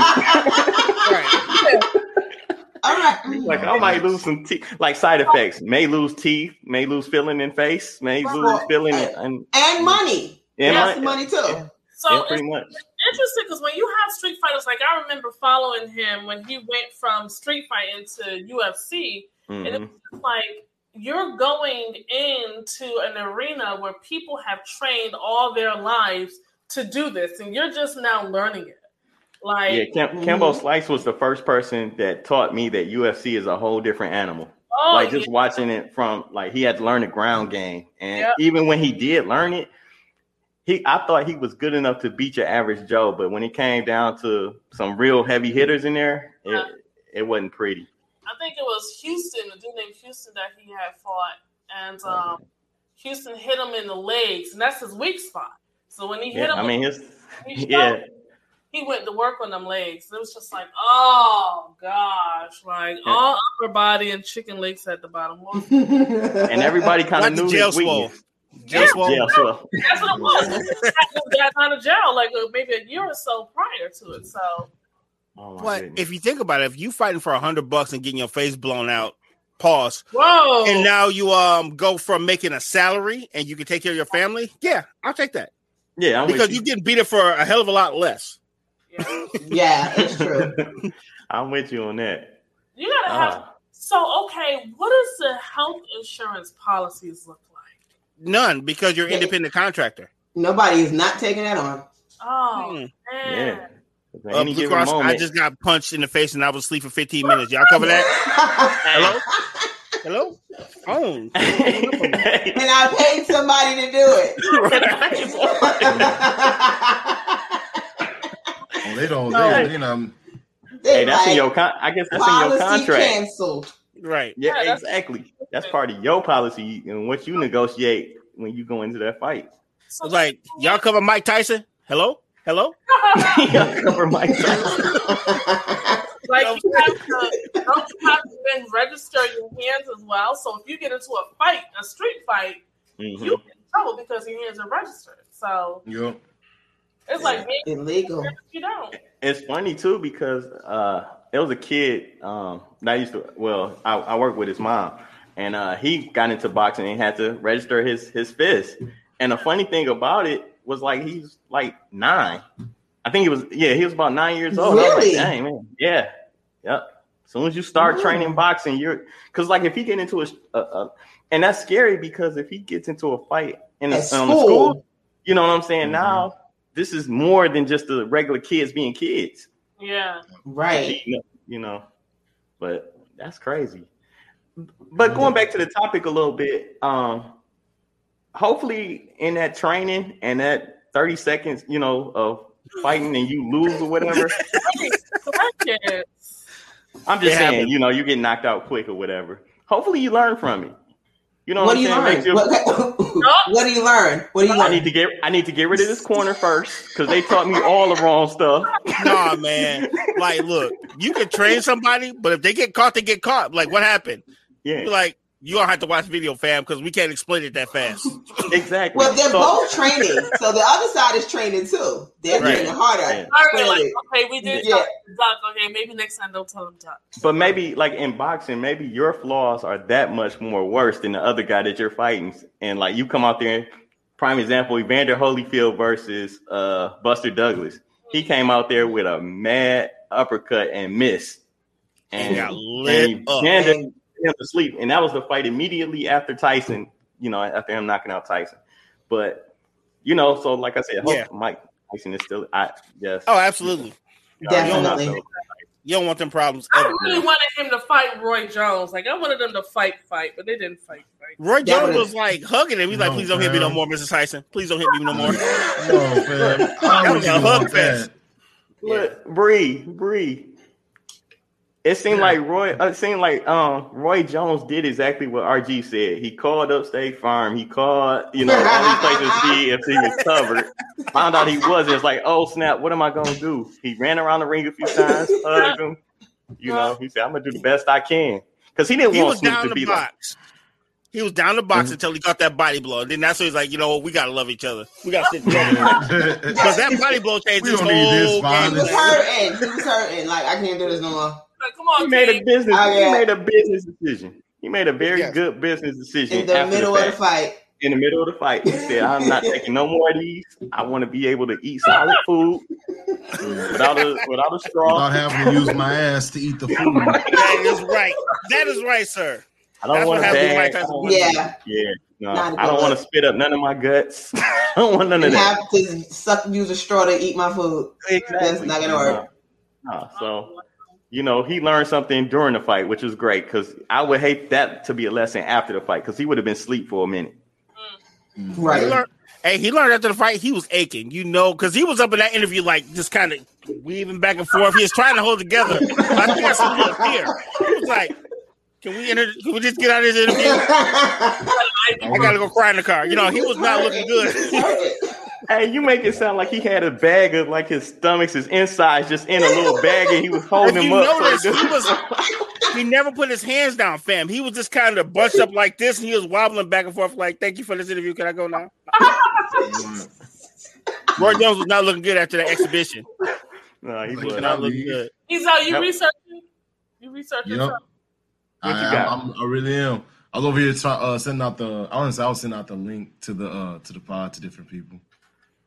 S3: Right.
S6: All right.
S2: like I might lose some teeth, like side effects. May lose teeth, may lose feeling in face, may lose feeling in, in,
S6: Mm. And money.
S2: in
S6: That's
S2: my-
S6: money too.
S4: So
S2: yeah,
S4: it's
S2: pretty much.
S4: interesting because when you have street fighters, like I remember following him when he went from street fighting to UFC, and
S2: Mhm.
S4: it's just like you're going into an arena where people have trained all their lives to do this, and you're just now learning it. Like,
S2: Yeah, Kim, Kimbo Slice was the first person that taught me that UFC is a whole different animal.
S4: oh,
S2: like just
S4: yeah.
S2: watching it from like he had to learn the ground game, and
S4: Yep.
S2: even when he did learn it, he I thought he was good enough to beat your average Joe, but when it came down to some real heavy hitters in there, it,
S4: Yeah.
S2: it wasn't pretty.
S4: I think it was Houston, a dude named Houston that he had fought, and
S2: Oh,
S4: um, Houston hit him in the legs, and that's his weak spot. So when he hit
S2: Yeah,
S4: him,
S2: I mean *laughs* his
S4: he shot
S2: yeah.
S4: he went to work on them legs. It was just like, oh gosh, like all upper body and chicken legs at the bottom. Well,
S2: and
S3: *laughs*
S2: everybody kind of
S3: Like the
S2: knew
S3: jail
S2: his weakness.
S3: Jail
S2: Yeah,
S3: swole.
S2: jail swole.
S4: that's what it was.
S2: *laughs*
S4: He got out of jail like uh, maybe a year or so prior to it. So
S2: Oh, my
S3: But
S2: goodness.
S3: if you think about it, if you fighting for a hundred bucks and getting your face blown out, pause.
S4: whoa,
S3: And now you um go from making a salary and you can take care of your family. Yeah, I'll take that
S2: yeah, I'm
S3: because
S2: with
S3: you *laughs*
S2: you.
S3: getting beat up for a hell of a lot less.
S4: Yeah.
S6: yeah, *laughs* it's true.
S2: *laughs* I'm with you on that.
S4: you gotta have.
S2: Ah,
S4: So okay, what does the health insurance policies look like?
S3: None because you're
S6: Yeah.
S3: independent contractor.
S6: Nobody is not taking that on.
S4: Oh
S3: Mm.
S4: man,
S2: Hmm. yeah. At
S3: Uh,
S2: any
S3: Blue
S2: given
S3: Cross, I
S2: moment-
S3: just got punched in the face and I was asleep for 15 minutes. Y'all cover that?
S2: *laughs*
S3: Hello? Hello? Oh.
S6: *laughs* and I paid somebody to
S4: *laughs*
S6: do it. *laughs*
S7: Oh, they don't.
S3: No.
S7: They, they not.
S2: hey, that's in your con- I guess that's in your contract.
S6: canceled.
S3: Right.
S2: Yeah,
S4: Yeah, that's-
S2: exactly. That's part of your policy and what *laughs* you negotiate when you go into that *laughs* fight.
S4: so
S3: I was like, y'all cover Mike Tyson? Hello? Hello?
S2: Cover *laughs* my time.
S4: *laughs* Like
S2: *laughs*
S4: you have to, don't you have to then register your hands as well? So if you get into a fight, a street fight,
S2: Mhm.
S4: you get in trouble because your hands are registered. So
S7: Yo,
S4: it's like man,
S6: *laughs* Illegal.
S4: you don't.
S2: It's funny too because uh, There was a kid um, that I used to. Well, I, I worked with his mom, and uh, he got into boxing and had to register his his fist. And the funny thing about it was like he's like nine. I think it was yeah, he was about nine years old. I was like,
S6: Really?
S2: Dang man, yeah, yep. As soon as you start
S6: Wow.
S2: training boxing, you're because like if he get into a, a, a and that's scary because if he gets into a fight in a,
S6: At
S2: on the
S6: um, school.
S2: school, you know what I'm saying.
S6: Mm-hmm.
S7: Mhm.
S2: Now this is more than just the regular kids being kids,
S4: Yeah.
S6: Right.
S2: you know. But that's crazy. But going back to the topic a little bit, um, hopefully in that training and that 30 seconds, you know, of fighting and you lose or
S6: *laughs*
S2: whatever.
S4: Brackets.
S2: I'm just
S3: It
S2: saying,
S3: happens.
S2: you know, you get knocked out quick or whatever. Hopefully you learn from it. You know
S6: What
S2: what,
S6: do
S2: I'm
S6: you
S2: saying? Makes
S6: learn?
S2: you-
S6: What, what *laughs* do you learn? What do you
S2: I
S6: learn?
S2: need to get I need to get rid of this corner first because they taught me all the wrong
S6: *laughs*
S2: stuff.
S3: Nah, man. Like, look, you can train somebody, but if they get caught, they get caught. Like, what happened?
S2: Yeah,
S3: You're like, you don't have to watch the video, fam, because we can't explain it that fast.
S2: exactly.
S6: Well, they're
S2: So-
S6: both training, so the other side is training too. They're
S2: Right.
S6: training harder.
S2: Yeah.
S4: Sorry, like, okay, we did
S6: Yeah.
S4: tell them duck. Okay, maybe next time don't tell them duck.
S2: But maybe like in boxing, maybe your flaws are that much more worse than the other guy that you're fighting. And like you come out there, prime example, Evander Holyfield versus uh Buster Douglas. He came out there with a mad uppercut and missed.
S3: And
S2: And,
S3: got lit
S2: and
S3: up.
S2: Evander put him to sleep. And that was the fight immediately after Tyson, you know, after him knocking out Tyson. But you know, so like I said, hope
S3: Yeah.
S2: Mike Tyson is still I yes.
S3: Oh, absolutely.
S2: You know, I don't know,
S6: definitely.
S2: so-
S3: You don't want them problems
S4: I
S3: ever.
S4: really wanted him to fight Roy Jones. Like I wanted them to fight, fight, but they didn't fight, fight.
S3: Roy
S6: That
S3: Jones
S6: would've-
S3: was like hugging him. He's like,
S7: No,
S3: please don't hit me no
S7: fam.
S3: more, Mrs. Tyson. Please don't hit me no more.
S7: No, fam. I
S3: *laughs* That
S7: wouldn't
S3: was a
S7: do
S3: hug
S7: that.
S3: fest.
S2: Look, Bree, Bree. It seemed like Roy. uh, It seemed like um Roy Jones did exactly what RG said. He called up State Farm. He called, you know, all these places to see if he was covered. Found out he wasn't. It's like, oh snap! What am I gonna do? He ran around the ring a few times, hugged him. You know, he said, "I'm gonna do the best I can," because he didn't
S3: He
S2: want
S3: was
S2: Snoop
S3: down
S2: to be
S3: the
S2: like,
S3: box. He was down the box
S2: Mhm.
S3: until he got that body blow. And then that's when he's like, you know what? We got to love each other. We got to sit together.
S7: *laughs* Yeah.
S3: Because that body blow changed
S7: We
S3: his
S7: don't need this
S3: whole game.
S6: He
S7: violence.
S6: was hurting. He was hurting. Like I can't do this no more.
S4: Like, come
S2: he
S4: on,
S2: made a
S4: team.
S2: business.
S6: Oh, yeah.
S2: He made a business decision. He made a very
S3: Yes.
S2: good business decision
S6: In the
S2: after
S6: middle
S2: the
S6: of
S2: fact.
S6: the fight.
S2: in the middle of the fight. He said, I'm not taking no more of these. I want to be able to eat solid food without a without a straw.
S7: Without having to use my ass
S3: *laughs*
S7: to eat the food.
S3: That is right. That is right, sir.
S2: I don't
S3: That's
S2: want
S3: what
S2: to
S3: happened to Mike
S2: bag. I
S3: Tyson.
S2: don't wanna-
S6: Yeah.
S2: Yeah. No,
S6: Not a
S2: I don't
S6: good
S2: want to
S6: look.
S2: spit up none of my guts. *laughs* I don't want none of
S6: And
S2: that.
S6: have to suck use a straw to eat my food. That's not gonna work.
S2: No. No, So you know, he learned something during the fight, which is great because I would hate that to be a lesson after the fight because he would have been asleep for a minute.
S3: He
S6: Right.
S3: learned, hey, he learned after the fight he was aching, you know, because he was up in that interview, like just kind of weaving back and forth. He was trying to hold together. I think that's a little fear. He was like, can we enter? Can we just get out of this interview? I gotta go cry in the car. You know, he was not looking
S6: He
S3: good.
S6: was hurting.
S3: *laughs*
S2: Hey, you make it sound like he had a bag of like his stomachs, his insides, just in a little bag, and he was
S3: if
S2: holding
S3: you
S2: him up.
S3: notice,
S2: So *laughs*
S3: he was he never put his hands down, fam. He was just kind of bunched up like this, and he was wobbling back and forth, like, "Thank you for this interview. Can I go now?" Roy Jones was not looking good after that
S7: *laughs*
S3: exhibition.
S2: no, he was.
S7: Like,
S3: Did
S7: But
S3: not
S7: I
S3: look
S7: mean-
S3: good.
S4: He's out. You
S2: Yep.
S4: researching? You researching?
S7: Yep.
S4: something?
S7: I,
S2: What you
S7: I,
S2: got?
S7: I'm, I really am. I was over here try, uh, sending out the. I honestly, I was sending out the link to the uh, to the pod to different people.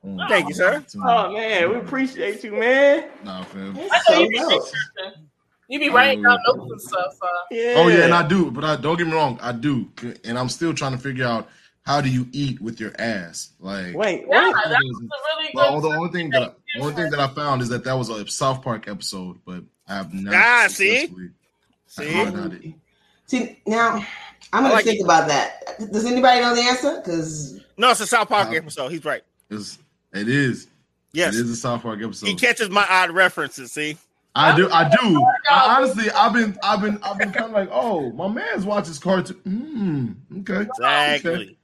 S7: Um,
S3: Thank you, sir.
S7: to-
S2: Oh man, we appreciate you, man.
S7: Nah, fam.
S6: It's so dope.
S4: You be writing down
S7: Yeah.
S4: notes and stuff. Uh,
S2: Yeah.
S7: Oh yeah, and I do, but I don't get me wrong, I do, and I'm still trying to figure out how do you eat with your ass, like.
S2: wait,
S4: yeah,
S2: what?
S4: that was a really
S7: Well,
S4: good.
S7: the only thing that I, only thing that I found is that that was a South Park episode, but I have not.
S3: Ah, see?
S7: successfully- I
S3: See?
S7: have not it.
S6: See now I'm
S3: I
S6: gonna
S3: like
S6: think
S3: it.
S6: about that. Does anybody know the answer? Because
S3: No, it's a South Park
S7: Um,
S3: episode. He's right.
S7: It's, it is.
S3: Yes,
S7: It is a South Park episode.
S3: he catches my odd references. See,
S7: I do. I do. I honestly, I've been, I've been, I've been kind of like, oh, my man's watches cartoon. Mm, okay.
S3: exactly.
S7: Okay.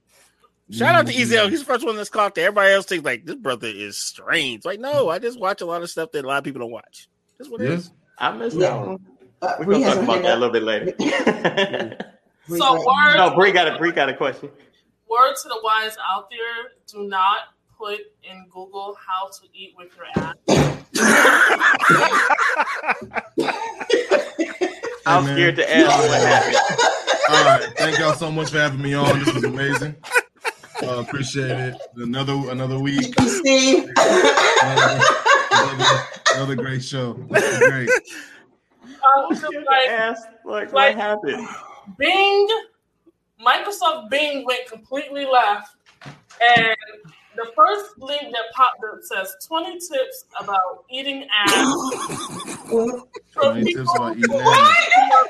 S3: Shout out to
S7: Mhm.
S3: Ezel. He's the first one that's caught there. Everybody else thinks like this brother is strange. Like, no, I just watch a lot of stuff that a lot of people don't watch. That's what it
S7: Yeah.
S3: is.
S2: I missed
S6: Yeah.
S2: that one.
S6: uh,
S2: We're
S6: Bree
S2: gonna
S6: has
S2: talk
S6: her
S2: about
S6: hand
S2: that a
S6: up.
S2: little bit later.
S6: *laughs* Bree's
S4: So word,
S6: right.
S2: no, Bree got a Bree got a question.
S4: word to the wise out there: Do not put in Google how to eat with your ass.
S2: I'm
S7: man.
S2: scared to ask what happened.
S7: All right, thank y'all so much for having me on. This was amazing. Uh, appreciate it. Another another week,
S6: You see?
S7: another, another, another great show. This was Great.
S4: Um,
S6: Oh,
S2: I'm
S4: so,
S2: scared to
S4: like,
S2: ask like what
S4: like-
S2: happened.
S4: Bing, Microsoft Bing went completely left, and the first link that popped up says 20 tips about eating
S7: *coughs*
S4: ass.
S7: So many tips about E eating ass.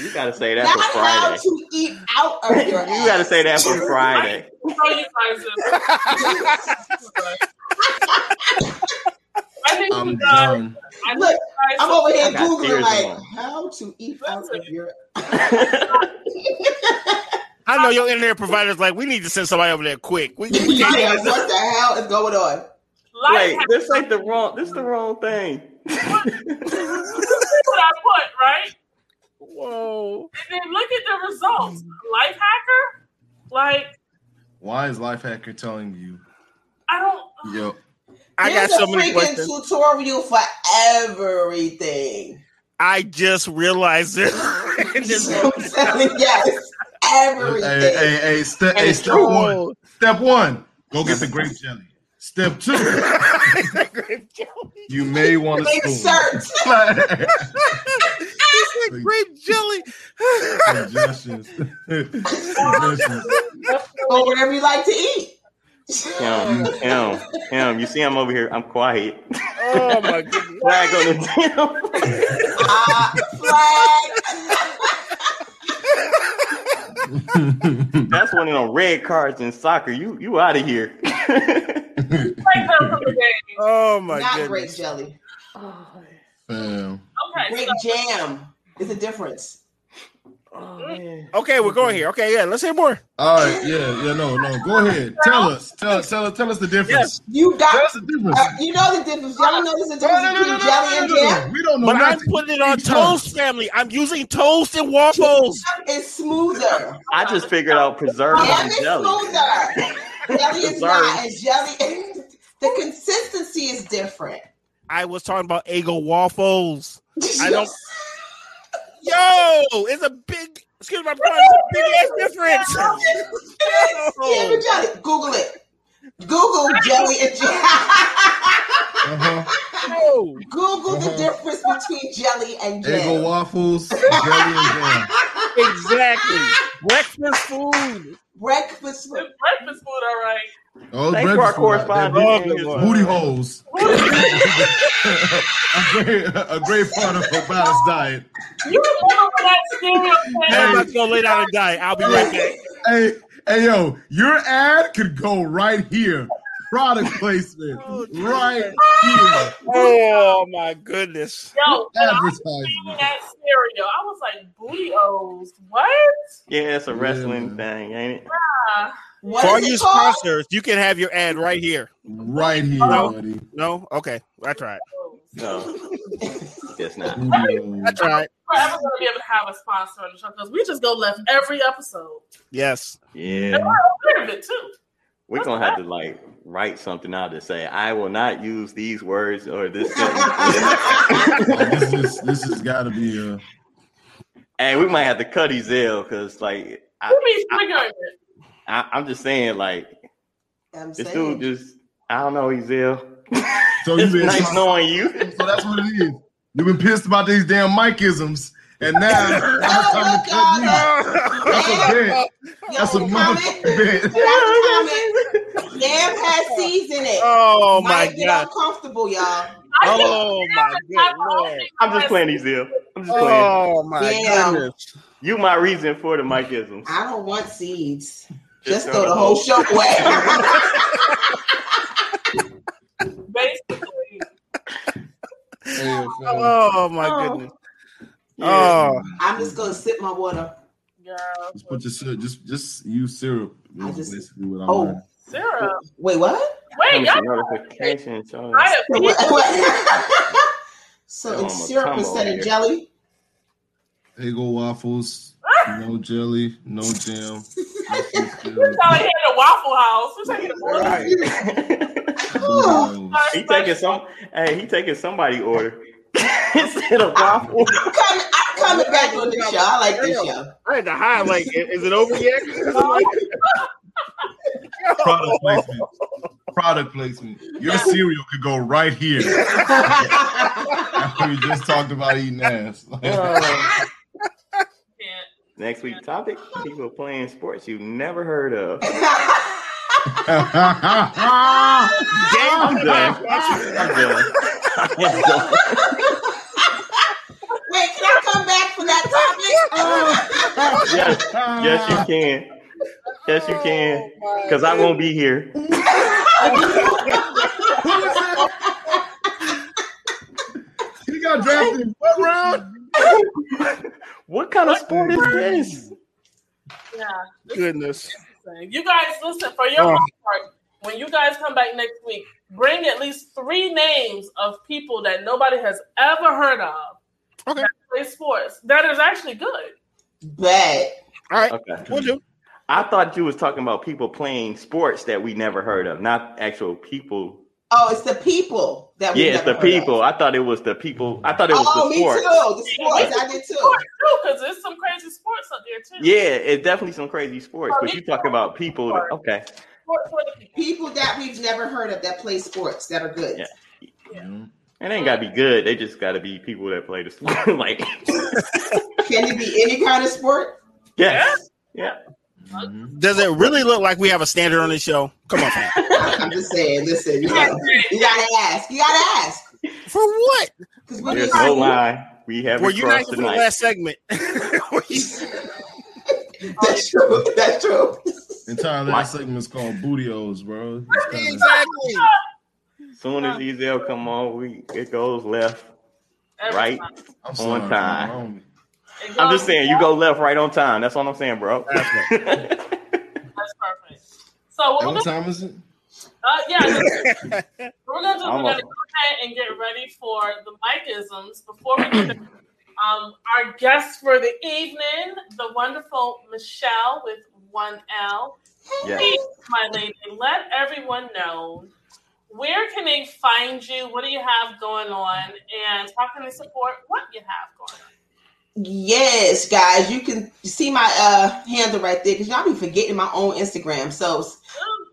S2: You gotta say that
S6: Not
S2: for
S6: how
S2: Friday.
S6: to eat out
S2: *laughs*
S6: of your ass.
S2: You gotta say that for Friday.
S4: How you guys do. I think
S7: I'm
S4: you guys,
S7: done.
S4: I
S6: Look,
S4: think you guys,
S6: I'm over here
S2: I got
S6: googling
S2: tears
S6: like
S2: in my-
S6: how to eat out of your.
S3: *laughs* I know your internet provider's like, we need to send somebody over there quick. We, we can't
S6: *laughs* Yeah, what the hell is going on?
S4: life
S2: Wait,
S4: hack-
S2: this ain't the wrong. This the wrong thing.
S4: this is what I put, right?
S3: Whoa.
S4: And then look at the results. Life hacker? Like,
S7: Why is Lifehacker telling you?
S4: I don't.
S7: Yo,
S3: I
S6: There's
S3: got
S6: a
S3: so many
S6: freaking
S3: questions.
S6: tutorial for everything.
S3: I just realized this. In *laughs*
S6: *laughs*
S3: this
S6: I'm
S3: moment.
S6: telling you, yes,
S7: hey,
S6: everything.
S7: hey, hey, ste- hey, step one. Step one, go get the grape jelly. Step two,
S3: grape jelly.
S7: you may want
S6: Make
S7: to
S6: shirts.
S7: spoon.
S3: He said grape jelly.
S7: *laughs* Suggestions. Suggestions.
S6: or whatever you like to eat.
S2: Em, em, em. You see, I'm over here. I'm quiet. *laughs*
S3: oh my goodness.
S2: Flag on the deal.
S6: Ah, flag.
S2: That's one of them red cards in soccer. You you out of here. *laughs*
S4: Take that from the game.
S3: Oh my
S6: Not grape
S3: goodness.
S6: jelly.
S7: Damn.
S4: Okay,
S6: Grape jam is a difference.
S3: Okay, we're going here. Okay, yeah, let's hear more.
S7: All right, yeah, yeah, no, no. Go ahead. Tell us. Tell tell tell us the difference.
S6: You got.
S7: Tell us the difference.
S6: uh, you know the difference. Y'all know there's a difference between jelly and jam.
S7: We don't know.
S3: But I'm
S7: nothing.
S3: putting it on
S7: Keep telling
S3: toast, family. I'm using toast and waffles.
S6: Jam is smoother.
S2: I just figured out preserve
S6: Jam
S2: and
S6: is
S2: jelly.
S6: smoother. jelly is
S2: Sorry.
S6: not. It's jelly. *laughs* The consistency is different.
S3: I was talking about Eggo waffles. I don't. Yo, it's a big. Excuse my pun. It's a big ass difference.
S6: Jam and jelly. Google it. Google jelly and jam. *laughs*
S7: Uh-huh.
S3: Yo,
S6: Google the
S7: Uh-huh.
S6: difference between jelly and
S7: Eggo
S6: jam.
S7: waffles, jelly and jam.
S3: exactly. Breakfast food.
S6: *laughs* Breakfast
S4: It's
S6: with
S4: breakfast food, all right.
S7: Oh,
S2: Thanks for our
S7: breakfast food out there.
S2: correspondent.
S3: Big
S2: Angus.
S7: Booty holes. a, great, a great part of a balanced diet.
S4: You remember when that stereotype?
S3: I'm about to go lay down and die. I'll be right back.
S7: Hey, hey, yo, your ad could go right here. Product placement,
S3: Oh, Jesus.
S7: right here.
S3: Oh my goodness.
S4: Yo, when I was seeing
S7: Advertisement.
S4: that stereo, I was like, booty O's. What?
S2: Yeah, it's a wrestling
S7: man.
S2: thing, ain't it?
S4: Ah,
S3: For all
S6: what is
S3: you
S6: it called?
S3: sponsors, you can have your ad right here.
S7: Right here,
S3: Oh.
S7: buddy.
S3: No? Okay. I tried.
S4: O's.
S2: No, it's not.
S7: Booty
S3: I
S7: holes.
S3: tried.
S4: We're never gonna be able to have a sponsor on the show because we just go left every episode.
S3: Yes. *laughs*
S2: Yeah,
S4: We're aware of it too.
S2: we're gonna have to like write something out to say I will not use these words or this.
S6: *laughs*
S2: sentence."
S7: this is this has got to be uh, a.
S2: and we might have to cut Ezel because like I,
S4: Who be triggering it?
S2: I, I'm just saying like
S6: I'm
S2: this
S6: saying.
S2: dude just I don't know Ezel.
S7: So Oh, you
S2: It's
S7: been
S2: nice knowing you.
S7: so that's what it is. You've been pissed about these damn micisms, and now it's time to cut you.
S3: Oh,
S7: That's a bet. That's a
S6: Yo, comment.
S7: motherfucking
S6: *laughs*
S7: bet.
S6: That's a comment. Damn has seeds in it.
S3: Oh my
S6: Might get
S3: god.
S6: uncomfortable, y'all.
S4: *laughs* I think
S3: Oh my good lord.
S2: I'm just playing
S4: Oh.
S2: Ezel. I'm just playing.
S3: Oh my
S6: Damn.
S3: goodness.
S2: You my reason for the micisms.
S6: I don't want seeds.
S2: Just
S6: Just throw
S2: throw
S6: the whole show away.
S4: basically.
S7: Hey, fella,
S3: Oh my goodness. Oh,
S6: *laughs* I'm just gonna sip my water.
S4: Girl,
S7: Just put your syrup. Just just use syrup.
S6: I
S7: Is
S6: just-
S7: basically what I'm.
S6: oh.
S7: learning.
S4: Sarah.
S6: Wait, what?
S4: Wait,
S2: Coming
S4: y'all
S2: to notifications, y'all.
S4: I have
S6: Wait, what- *laughs* what? so
S2: Yo,
S6: it's
S2: I'ma
S6: syrup
S2: come over
S6: instead of
S2: here.
S6: jelly.
S7: Eggo waffles,
S6: *laughs*
S7: no jelly, no jam.
S4: We're out here at the Waffle House. We're taking the water.
S7: Booty holes.
S2: he
S6: *laughs*
S2: taking some. Hey, he taking somebody order instead of waffle.
S6: I'm coming. I I'm coming back on this show. I like this show. *laughs*
S3: I had to highlight it. Is it over yet? Oh Like,
S7: Product placement. Product placement. Your cereal could go right here. After we just talked about eating ass. *laughs*
S4: Yeah.
S2: *laughs* Next
S6: Uh.
S2: week topic: people playing sports you never heard
S6: *laughs*
S2: of. *laughs* I'm done. I'm done. I'm done.
S6: Wait, can I come back for that topic?
S2: Yes, yes, you can. Yes, you can. Because I won't be here.
S7: He got drafted in what round?
S2: What kind of sport is this?
S4: Yeah.
S3: goodness.
S4: You guys listen for your
S3: Oh.
S4: homework. When you guys come back next week, bring at least three names of people that nobody has ever heard of.
S3: Okay.
S4: That play sports. That is actually good.
S6: Bet.
S3: All right.
S2: Okay.
S3: We'll do.
S2: I thought you was talking about people playing sports that we never heard of, not actual people.
S6: Oh, it's the people that we
S2: Yeah, it's the
S6: never heard of.
S2: people. I thought it was the people. I thought it was
S6: Oh,
S2: the
S6: me
S2: sport.
S6: too. The sports. I did too.
S4: Too, because there's some crazy sports up there too.
S2: Yeah, it's definitely some crazy sports.
S3: Oh,
S2: But you talking about people? That, okay.
S4: Sports for the people.
S6: People that we've never heard of that play sports that are good.
S2: Yeah. It ain't gotta be good. They just gotta be people that play the sport. *laughs* like,
S6: Can it be any kind of sport?
S2: yes, yeah.
S7: Mhm.
S3: Does it really look like we have a standard on this show? Come on, man.
S6: I'm just saying. Listen, you, know, you gotta ask. You gotta ask.
S3: *laughs* for what?
S6: Because we're
S2: There's no line. We have
S3: Were
S2: a
S3: you
S2: cross
S3: not here for the
S2: tonight.
S3: last segment? *laughs* Were *laughs* you-
S6: *laughs* That's true. That's true.
S7: Entire
S2: My-
S7: last segment is called Bootios, bro. It's kinda-
S3: exactly.
S2: Soon as Ezel come on, we it goes left,
S4: Every
S2: right.
S4: time.
S7: I'm
S2: On
S7: sorry, bro.
S2: time.
S7: I don't-
S4: It
S3: Oh,
S2: I'm
S4: goes-
S2: just saying, you go left, right on time. That's all I'm saying, bro.
S4: That's perfect. So what
S7: Hey,
S4: we're
S7: What
S4: gonna,
S7: time is it?
S4: uh,
S2: *laughs*
S4: yeah, we're gonna do.
S2: *laughs*
S4: We're
S2: I'm
S4: gonna
S2: a-
S4: go ahead and get ready for the micisms before we. Get *clears throat* um, our guest for the evening, the wonderful Michelle with one L.
S2: Yeah.
S4: Please, my lady, let everyone know where can they find you, what do you have going on, and how can they support what you have going on.
S6: Yes, guys, you can see my uh handle right there because y'all be forgetting my own Instagram. So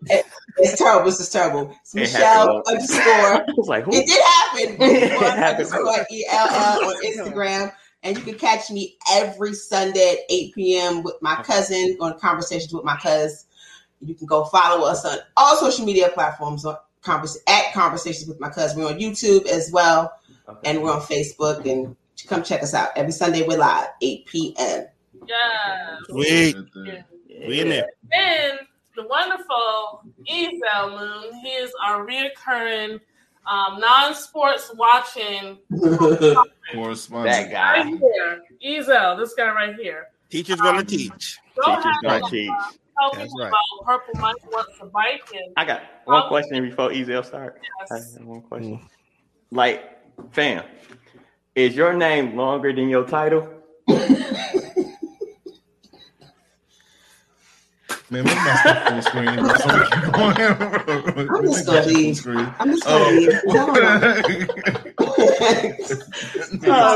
S6: it's, it's terrible. It's just terrible. It's
S2: It
S6: Michelle
S2: happened. *laughs*
S6: underscore.
S2: I was like, who?
S6: It did happen.
S2: *laughs* It happened.
S6: Underscore ELL on Instagram. And you can catch me every Sunday at 8 p.m. with my cousin on conversations with my cuz. You can go follow us on all social media platforms on convers- at conversations with my cuz. We're on YouTube as well and we're on Facebook. And come check us out every Sunday. We're live 8 p.m.
S4: Yes.
S3: Sweet.
S7: Right there.
S3: We in there.
S4: Then the wonderful Ezel Moon, he is our reoccurring um, non-sports watching
S2: That
S4: right
S7: Correspondent.
S2: guy.
S4: here. Ezel, this guy right here.
S3: Teacher's gonna teach.
S4: Go
S2: Teachers
S4: ahead
S2: don't
S4: and
S2: teach.
S4: tell
S3: That's
S4: people
S3: right.
S4: about Purple Mike wants to bike and
S2: I got one question before Ezel start. I have one question. Like, fam, is your name longer than your title?
S7: Man, we messed
S6: *laughs*
S7: up full screen. I'm *laughs*
S6: I'm just gonna leave.
S7: Screen.
S6: I'm
S2: Oh.
S6: just
S2: *laughs*
S6: gonna leave.
S7: *laughs*
S6: No.
S7: Oh.
S6: *laughs*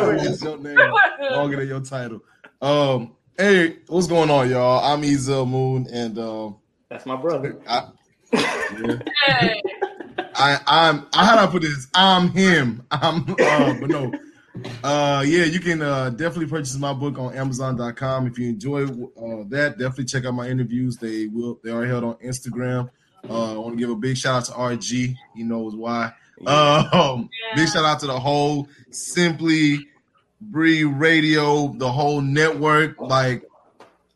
S6: Oh.
S7: It's
S4: *laughs*
S7: your name. longer than your title. Um, hey, what's going on, y'all? I'm Ezel Moon, and um,
S2: That's my brother.
S6: *laughs*
S7: I,
S4: Hey,
S7: I, I'm, I how do I put this? I'm him. I'm, *laughs* uh, but no. Uh, yeah, you can uh, definitely purchase my book on Amazon.com if you enjoy uh, that. Definitely check out my interviews. They will. They are held on Instagram. Uh, I want to give a big shout out to RG. He knows why. Um, Big shout out to the whole Simply Bree Radio, the whole network. Like,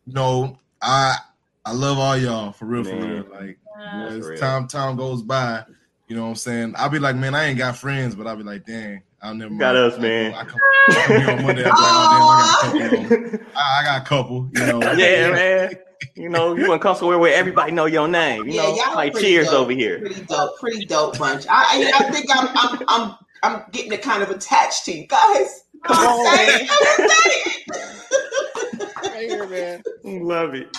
S7: you know, I I love all y'all for real,
S2: Man.
S7: for real. Like, you
S4: uh,
S7: know,
S2: For real.
S7: as time time goes by, you know what I'm saying. I'll be like, man, I ain't got friends, but I'll be like, dang, I'll never.
S2: got
S7: mind.
S2: us, man.
S7: I come, I come here on Monday. I'll be like, oh, damn, I got a couple. of them. I, I got a
S2: *laughs*
S7: couple. You know.
S2: *laughs* Yeah, man. You know, you want to come somewhere where everybody know your name. You
S6: Yeah,
S2: know,
S6: y'all
S2: like
S6: pretty
S2: cheers
S6: dope.
S2: over here.
S6: Pretty dope. Pretty dope bunch. I, I, I think I'm, I'm, I'm, I'm getting kind of attached to you guys. *laughs* I'm excited. I'm excited.
S3: Right here, man.
S2: Love it.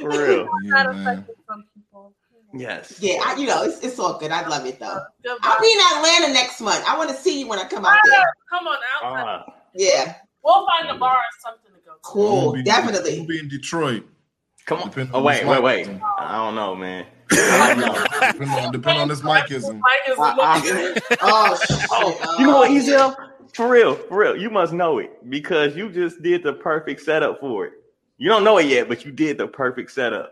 S2: For real.
S7: Yeah,
S4: that
S7: man.
S4: affected some people. Uh,
S2: Yes.
S6: Yeah, I, you know, it's, it's all good. I love it though.
S4: Goodbye.
S6: I'll be in Atlanta next month. I want to see you when I come out there.
S4: Come on out.
S2: Ah,
S6: Yeah,
S4: We'll find a bar or something to go. To.
S6: Cool,
S7: We'll be-
S6: definitely.
S7: We'll be in Detroit.
S2: Come on.
S7: Depending
S2: Oh
S7: on
S2: wait,
S7: this
S2: wait,
S7: mic
S2: wait.
S7: is.
S2: I don't know, man.
S6: *laughs*
S7: Depending on, depending on this micism.
S4: Mike is
S2: I- I-
S4: looking.
S2: *laughs*
S6: Oh, shit.
S2: You know what,
S6: Oh,
S2: Ezel? For real, for real. You must know it because you just did the perfect setup for it. You don't know it yet, but you did the perfect setup.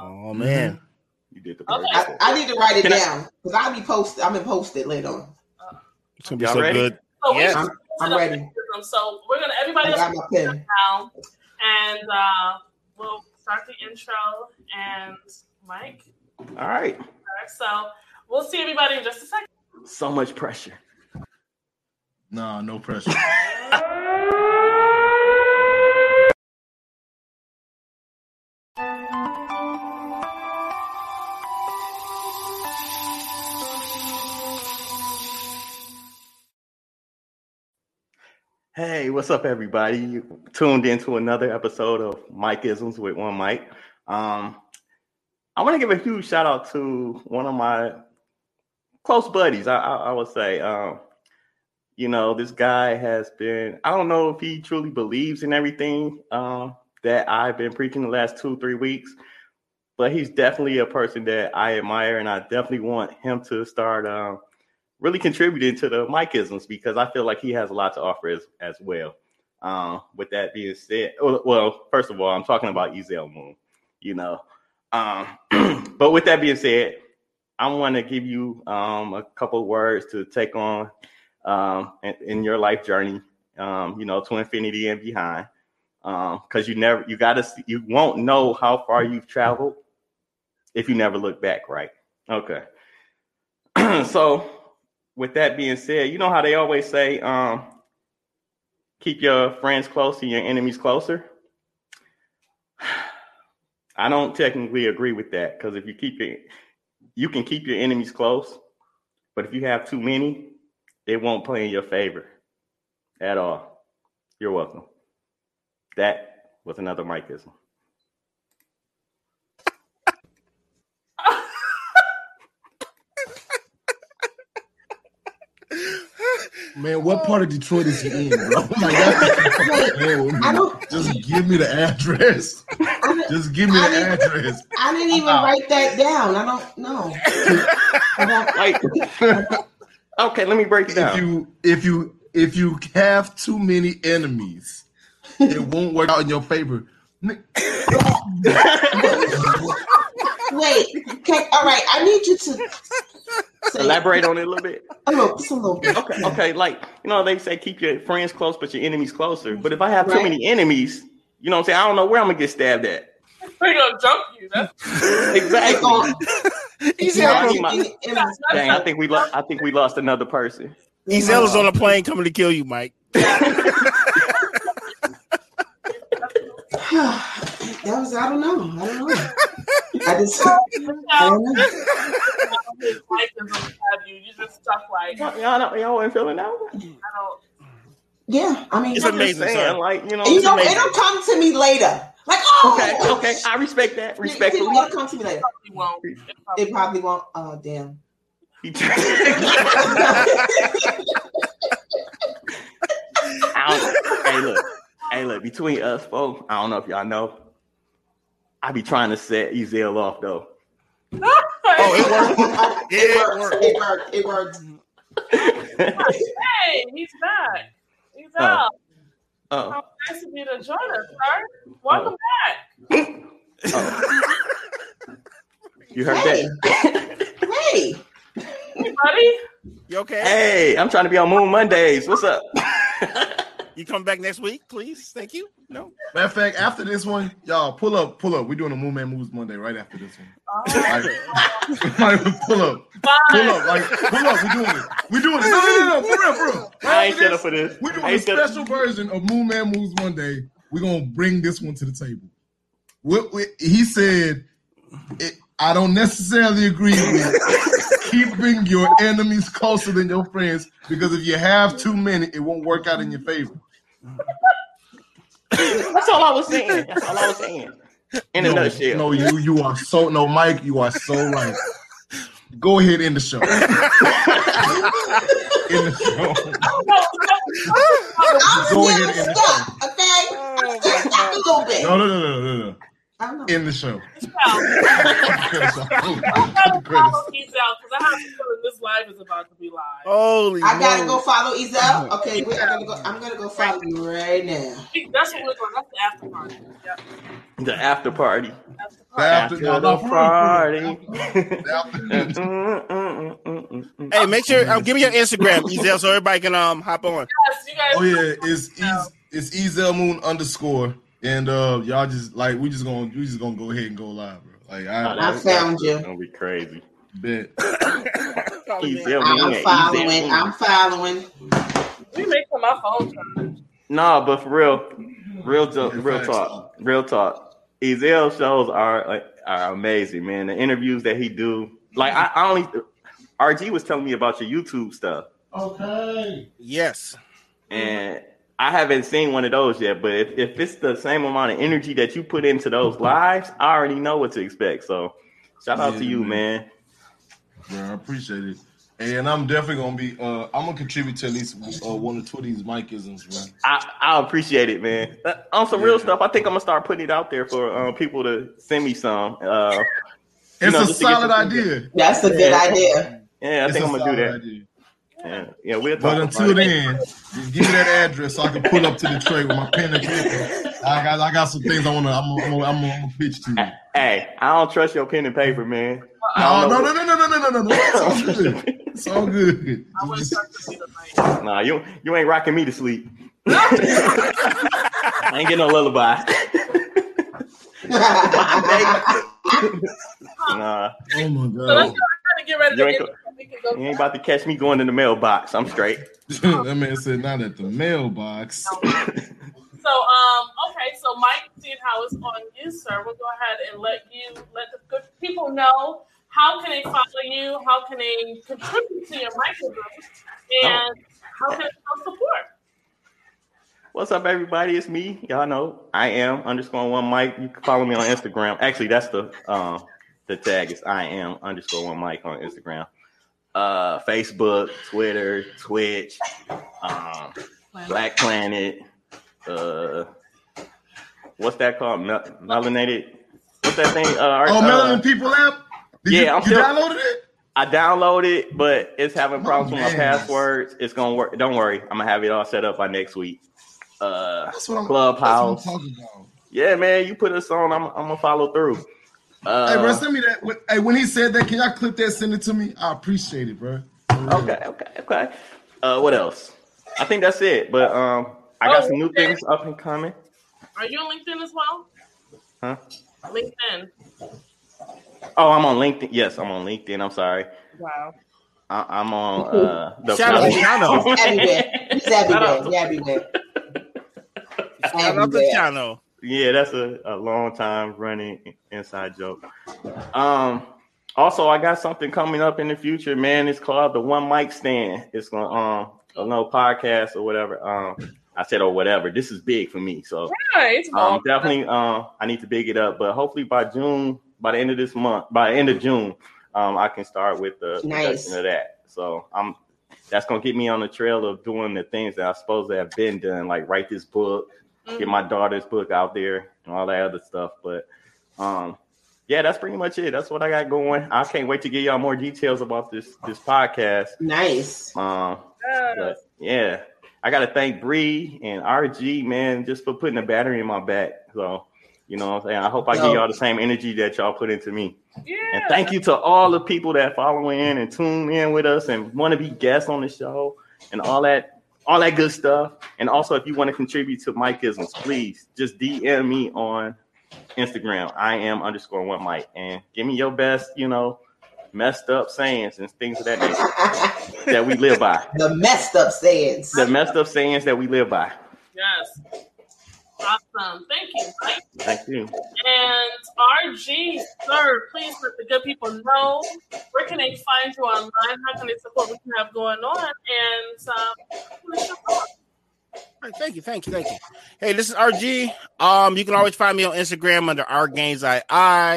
S3: Oh man.
S2: You did the
S4: Okay.
S2: perfect.
S6: I,
S2: setup.
S6: I need to write it
S2: Can I-
S6: down because I'll be posted. I'm gonna post it later on.
S3: It's gonna be
S2: Y'all
S3: so
S2: ready?
S3: good.
S4: So we
S3: Yes.
S4: should
S6: I'm-
S4: go
S6: I'm
S4: to the
S6: ready.
S4: racism. So we're gonna everybody
S6: I
S4: else
S6: got my pen.
S4: down, and uh, we'll start the intro. And Mike,
S2: All right.
S4: Eric, so we'll see everybody in just a second.
S2: So much pressure.
S7: Nah, no
S6: *laughs*
S7: pressure.
S2: Hey, what's up, everybody? You tuned in to another episode of Mike Isms with One Mike. Um, I want to give a huge shout out to one of my close buddies. I, I, I would say, um, you know, this guy has been. I don't know if he truly believes in everything um, that I've been preaching the last two, three weeks, but he's definitely a person that I admire, and I definitely want him to start. Um, really contributing to the Mikeisms because I feel like he has a lot to offer as, as well. Um, with that being said, well, well, first of all, I'm talking about Ezel Moon, you know. Um, *clears throat* but with that being said, I want to give you um, a couple words to take on um, in, in your life journey, um, you know, to infinity and behind, because you never, you gotta, see- you won't know how far you've traveled if you never look back, right? Okay. *clears throat* so with that being said, you know how they always say, um, keep your friends close and your enemies closer. *sighs* I don't technically agree with that because if you keep it, you can keep your enemies close, but if you have too many, it won't play in your favor at all. You're welcome. That was another micism.
S7: Man, what part of Detroit is he in, bro? *laughs* Like, that's- *laughs* man,
S6: I don't-
S7: just give me the address. Just give me the address.
S6: I didn't even write that down. I
S2: *laughs*
S6: don't know. I don't-
S7: *laughs*
S2: Like, okay, let me break it
S7: If
S2: down.
S7: you if you if you have too many enemies, it won't work out in your favor. Ni-
S6: Wait. Okay. All right. I need you to
S2: *laughs*
S6: say
S2: Elaborate on it a little bit.
S6: a little, just a little bit.
S2: Okay, okay, like you know, they say keep your friends close, but your enemies closer. But if I have too
S6: Right.
S2: many enemies, you know what I'm saying? I don't know where I'm gonna get stabbed at.
S4: We're gonna jump you. That's,
S6: It's
S2: Exactly. *laughs*
S6: on-
S3: Ezel
S2: Yeah, I
S6: it's
S2: need my-
S6: on- it- it-
S4: that's
S2: Dang, I think we lost. I think we lost another person.
S3: Ezel was on a plane coming to kill you, Mike.
S6: *sighs* that was I don't know. I don't know. I just I don't know.
S4: Mike is gonna have you. You just stuck like I
S2: Y'all, y'all, not- y'all ain't feeling that? one?
S4: don't.
S6: Yeah. I mean,
S3: It's
S2: I'm
S6: you
S2: just
S3: amazing,
S2: saying,
S3: sir.
S2: like you know.
S6: know,
S3: amazing.
S6: it'll come to me later. Like oh,
S2: Okay, okay, I respect that. Respectfully.
S6: It'll come to me later.
S4: You won't.
S6: It probably won't. Oh
S2: *laughs*
S6: damn.
S2: I don't- hey, look, hey, look. Between us, folks, I don't know if y'all know. I be trying to set Ezel off though.
S3: Oh, it worked.
S6: it
S3: It
S6: worked.
S3: worked.
S6: It worked. It worked.
S4: Hey, he's back. He's
S2: Oh.
S4: out.
S2: Oh,
S4: How nice of you to join us, sir. Welcome back.
S2: you heard
S6: Hey.
S2: that?
S6: Hey.
S4: buddy.
S3: You okay?
S2: Hey, I'm trying to be on Moon Mondays. What's up?
S3: You come back next week, please. Thank you. No.
S7: Matter of fact, after this one, y'all pull up, pull up. We're doing a Moon Man Moves Monday right after this one. *laughs* Like, like, pull up, pull up, like pull up. We're doing it. We're doing it. No, no, no, no, for real, for real. Right
S2: I ain't
S7: after
S2: set up
S7: this,
S2: for this.
S7: We're doing
S2: I
S7: a
S2: ain't set up-
S7: special version of Moon Man Moves Monday. We're gonna bring this one to the table. What, what he said, it, I don't necessarily agree with keeping your enemies closer than your friends because if you have too many, it won't work out in your favor.
S2: That's all I was saying. That's all I was saying. In a
S7: no,
S2: nutshell.
S7: No, you you are so no, Mike. You are so right. Go ahead, end the
S2: *laughs*
S7: show. end the show.
S4: Oh, no, no.
S6: I I'm
S7: go
S6: still
S7: ahead and-
S6: stuck, okay? I'm still stuck a little bit.
S7: *laughs* No, no, no, no, no, no.
S6: I don't know.
S7: In the *laughs* show.
S4: Now,
S7: Credits out.
S4: I gotta
S7: Credits.
S4: follow these out because I have a feeling this live is about to be live.
S3: Holy
S6: I gotta go
S3: moly.
S6: follow Ezel. Okay, we are gonna go. I'm gonna go follow you right now.
S4: That's what we're doing. That's the after party. Yep.
S2: The after party.
S4: That's the party.
S7: The after- no, no,
S2: the
S7: for
S2: party.
S7: real, for real. The after-
S2: Mm, mm, mm, mm, mm.
S3: Hey, make sure um, give me your Instagram, Ezel, so everybody can um hop on.
S4: Yes, you guys.
S7: Oh yeah, it's Ez- it's Ezel Moon underscore, and uh, y'all just like we just gonna we just gonna go ahead and go live, bro. Like
S2: Oh,
S7: I
S6: I
S2: that's-
S6: found
S2: that's
S6: you.
S2: Gonna be crazy.
S7: bet.
S2: Easy, man,
S6: I'm
S2: easy.
S6: following. I'm following.
S4: We make for my phone. call.
S2: Nah, but for real, real, jo-
S7: Yeah,
S2: real
S7: facts.
S2: talk, real talk. Ezel shows are like are amazing, man. The interviews that he do, like I, I only RG was telling me about your YouTube stuff,
S7: Okay.
S3: Yes.
S7: Mm-hmm.
S2: and I haven't seen one of those yet. But if, if it's the same amount of energy that you put into those
S7: Mm-hmm.
S2: lives, I already know what to expect. So, shout out to
S7: Yeah,
S2: you,
S7: man.
S2: man.
S7: Bro, I appreciate it. And I'm definitely gonna be. Uh, I'm gonna contribute to at least uh, one or two of these micisms, bro.
S2: I, I appreciate it, man. Uh, On some real
S7: Yeah.
S2: stuff, I think I'm gonna start putting it out there for um, people to send me some. Uh,
S7: It's
S2: know,
S7: a
S2: just to get
S7: solid
S2: some feedback.
S7: idea.
S6: That's a good
S2: Yeah.
S6: idea.
S2: yeah, I
S7: It's
S2: think
S7: a
S2: I'm gonna do
S7: solid
S2: that.
S7: idea.
S2: Yeah, yeah, we'll talk.
S7: But
S2: about
S7: until
S2: it.
S7: then, just give me that address so I can pull up to Detroit with my pen and paper. I got, I got some things I wanna. I'm, I'm, I'm, I'm a bitch to you.
S2: Hey, I don't trust your pen and paper, man.
S7: No,
S2: I
S7: no,
S2: don't
S7: no,
S2: know
S7: no, no, no, no, no, no. It's
S2: *laughs*
S7: all good. It's all good.
S4: I went to see tonight.
S2: Nah, you you ain't rocking me to
S7: *laughs*
S2: sleep. *laughs* I ain't getting no lullaby.
S7: *laughs*
S6: *laughs*
S2: *laughs* nah,
S7: Oh my
S4: So let's go ahead
S7: god,
S4: and get ready
S2: You
S4: to
S2: ain't
S4: get
S2: go-
S4: we can go.
S2: you ain't about to catch me going in the mailbox. I'm straight.
S7: *laughs* that man said not at the mailbox.
S4: So um okay, so Mike, seeing how it's on you, sir, we'll go ahead and let you let the good people know how can they follow you, how can they contribute to your
S2: Oh.
S4: microgroup, and how can they help support.
S2: What's up, everybody? It's me. Y'all know I am underscore one Mike. You can follow me on Instagram. Actually, that's the um the tag is I am underscore one Mike on Instagram, uh, Facebook, Twitter, Twitch, um, Black Planet. Uh, what's that called? Mel- melanated. What's that thing? Uh, our-
S7: Oh,
S2: uh,
S7: Melanin People app. Did
S2: yeah,
S7: you,
S2: I'm
S7: you
S2: still-
S7: downloaded it.
S2: I downloaded, it, but it's having
S3: Oh,
S2: problems with my
S7: man.
S2: passwords. It's gonna work. Don't worry, I'm gonna have it all set up by next week. Uh,
S7: That's what I'm.
S2: Clubhouse.
S7: That's what I'm talking about.
S2: Yeah, man, you put us on. I'm, I'm gonna follow through.
S7: Hey, bro,
S2: Uh,
S7: send me that. When- Hey, when he said that, can y'all clip that? Send it to me. I appreciate it, bro. For real.
S2: okay, okay, okay. Uh, what else? I think that's it. But um, I got
S4: Oh,
S2: some new
S4: okay.
S2: things up and coming.
S4: Are you on LinkedIn as well?
S2: Huh?
S4: LinkedIn.
S2: Oh, I'm on LinkedIn. Yes, I'm on LinkedIn. I'm sorry.
S4: Wow.
S2: I, I'm on uh, the
S3: Shout out, shout out.
S2: Oh,
S6: everywhere. He's everywhere. He's everywhere.
S3: Shout out to
S6: everywhere.
S3: Chano.
S2: yeah, that's a, a long time running inside joke. Um, also, I got something coming up in the future, man. It's called the One Mic Stand. It's gonna um a little podcast or whatever. Um, I said or whatever. This is big for me, so
S4: Nice.
S2: um definitely um I need to big it up. But hopefully by June, by the end of this month, by the end of June, um I can start with the
S6: Nice.
S2: production of that. So I'm that's gonna get me on the trail of doing the things that I supposed to have been done, like write this book get my daughter's book out there and all that other stuff. But um, yeah, that's pretty much it. That's what I got going. I can't wait to give y'all more details about this this podcast.
S6: Nice. *laughs*
S2: Um,
S4: Yes.
S2: but yeah, I got to thank Bree and RG man just for putting a battery in my back. So you know, what I'm saying I hope I give
S6: Yo.
S2: y'all the same energy that y'all put into me.
S4: Yeah.
S2: And thank you to all the people that follow in and tune in with us and want to be guests on the show and all that, all that good stuff. And also, if you want to contribute to Mikeisms, please just DM me on Instagram. I am underscore one Mike and give me your best, you know, messed up sayings and things of that nature
S6: the
S2: that we live by.
S6: messed up sayings.
S2: The messed up sayings that we live by.
S4: Yes. Awesome. Thank you, Mike.
S2: Thank you.
S4: And RG, sir, please let the good people know where can they find you online? How can they support what you have going on? And um,
S3: All right, thank you, thank you, thank you. Hey, this is RG. Um, you can always find me on Instagram under R Games II. Um,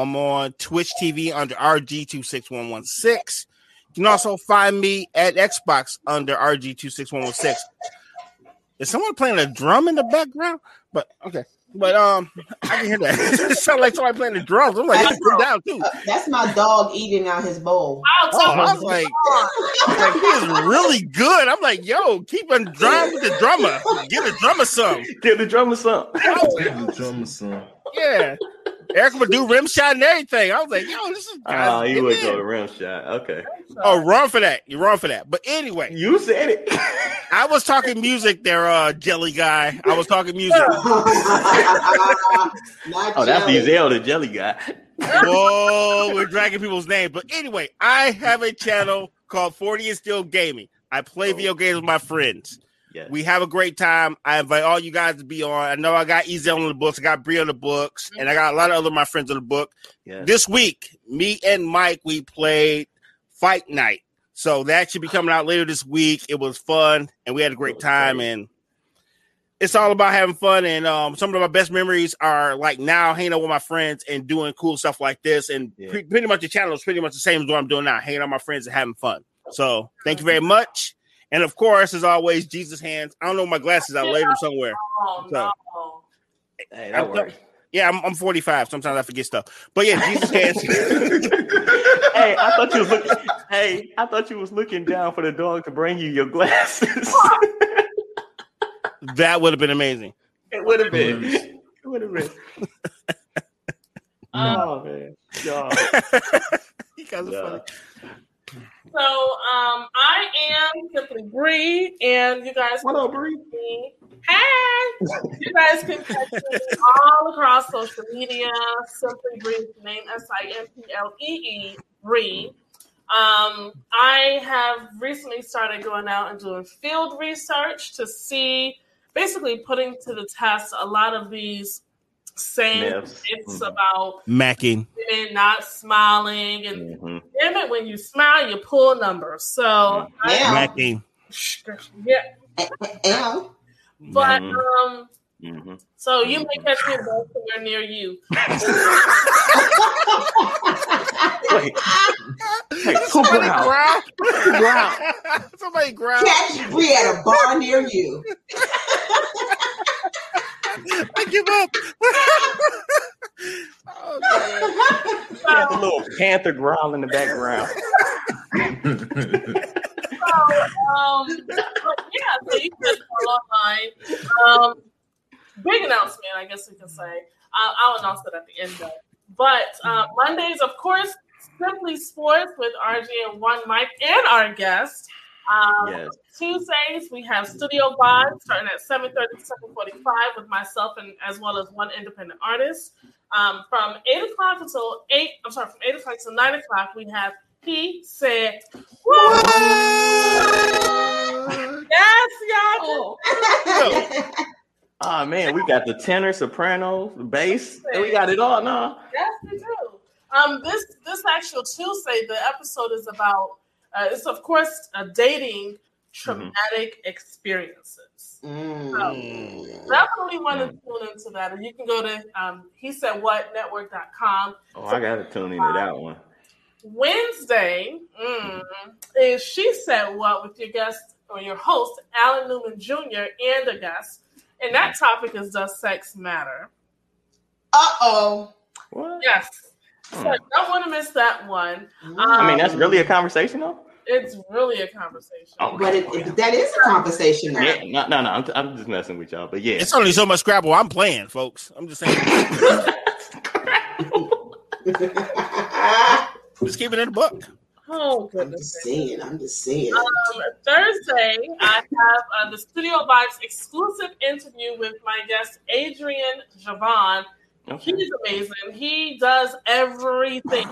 S3: I'm on Twitch TV under RG two six one one six. You can also find me at Xbox under RG two six one one six. Is someone playing a drum in the background? But okay. But um, I can hear that. *laughs* it sounds like somebody playing the drums. I'm like,
S6: That's
S3: I'm down too.
S6: *laughs* Uh, that's my dog eating out his bowl.
S4: I'll
S3: Oh,
S4: talk
S3: I was like, I was like, he
S6: *laughs*
S3: is really good. I'm like, yo, keep on drum with the drummer. Give the drummer some.
S2: Give the drummer
S3: *laughs*
S2: some.
S7: Give the drummer some.
S3: Yeah. Eric would do rim shot and everything. I was like, yo, this is
S2: Oh, you
S3: get
S2: would
S3: in.
S2: go to rim shot. Okay.
S3: Oh, wrong for that. You're wrong for that. But anyway,
S2: You said
S3: *laughs*
S2: it.
S3: I was talking music there, uh, jelly guy. I was talking music.
S6: Not
S2: Oh, that's
S6: jelly.
S2: Ezel, the jelly guy.
S3: Whoa, we're dragging people's names. But anyway, I have a channel called 40 and Still Gaming. I play video games with my friends.
S2: Yes.
S3: We have a great time. I invite all you guys to be on. I know I got Ezel on the books, I got Bree on the books, and I got a lot of other my friends on the book.
S2: yes.
S3: This week, me and Mike, we played Fight Night. So that should be coming out later this week. It was fun and we had a great time and it's all about having fun and um, some of my best memories are like now hanging out with my friends and doing cool stuff like this and
S2: Yeah.
S3: pre- pretty much the channel is pretty much the same as what I'm doing now, hanging out with my friends and having fun. So thank you very much. And of course, as always, Jesus hands. I don't know my glasses. I laid them somewhere.
S4: Oh, no.
S2: hey, that works.
S3: Yeah, I'm, I'm 45. Sometimes I forget stuff. But yeah, Jesus hands. *laughs*
S2: Hey, I thought you was looking. Hey, I thought you was looking down for the dog to bring you your glasses. *laughs*
S3: that would have been amazing.
S2: it would have been. It would have been.
S4: Um,
S2: Oh man, Y'all.
S3: *laughs* You guys are
S2: Yeah.
S3: funny.
S4: so um, I am simply Bree, and you guys.
S2: What up, Bree?
S4: me. Hey! you guys can catch me all across social media. Simply Bree, name S I M P L E E, Bree. Um, I have recently started going out and doing field research to see, basically putting to the test a lot of these same
S2: Myths.
S4: myths
S2: Mhm.
S4: about
S3: Macking.
S4: women not smiling. And
S2: Mhm.
S4: damn it, when you smile, you pull numbers. So,
S6: Yeah.
S3: Macking.
S4: yeah.
S2: eh,
S6: Yeah.
S4: But,
S2: Mhm.
S4: um,
S2: Mhm.
S4: So you may catch me ball somewhere near you.
S2: oh.
S6: *laughs*
S2: Wait, hey, who
S3: Somebody *laughs*
S2: growl?
S3: growl.
S2: Who growl?
S3: Somebody growl.
S6: Catch Bree at a bar near you.
S3: I give up. oh, God.
S2: There's a little panther growl in the background.
S4: So, um, *laughs* but yeah, so you can follow online. Um, big announcement, I guess we can say. Uh, I'll announce it at the end though. But uh, Mondays, of course, Simply Sports with RJ and One Mike and our guest. Um,
S2: Yes.
S4: Tuesdays we have Studio Vibes starting at 7:30 to 7:45 with myself and as well as one independent artist. Um, from eight o'clock until eight, I'm sorry, from eight o'clock till nine o'clock we have he said what? Yes, y'all.
S6: *laughs*
S2: Oh man, we got the tenor, soprano, the bass. We got it all now.
S4: Yes, we do. Um, this this actual Tuesday, the episode is about. Uh, it's of course uh, dating traumatic experiences.
S6: Mm.
S4: Definitely want to tune into that, and you can go to um, he said what network.com.
S2: Oh, I gotta tune into that one.
S4: Wednesday mm, is she said what with your guest or your host Alan Newman Jr. and a guest, and that topic is does sex matter?
S6: Uh oh.
S2: What?
S4: Yes, so
S2: Hmm.
S4: don't want to miss that one.
S2: I mean, that's really a conversation, though.
S4: It's really a conversation.
S2: Oh,
S6: But it, it- that is a conversation. though.
S2: Yeah, no, no, no. I'm, I'm just messing with y'all, but yeah.
S3: It's only so much Scrabble I'm playing, folks. I'm just saying. just keep it in the book.
S4: Oh
S6: *laughs* I'm
S4: goodness.
S6: just saying. I'm just saying.
S4: Um, Thursday, I have uh, the Studio Vibes exclusive interview with my guest Adrian Javon.
S2: Okay.
S4: He's amazing. He does everything,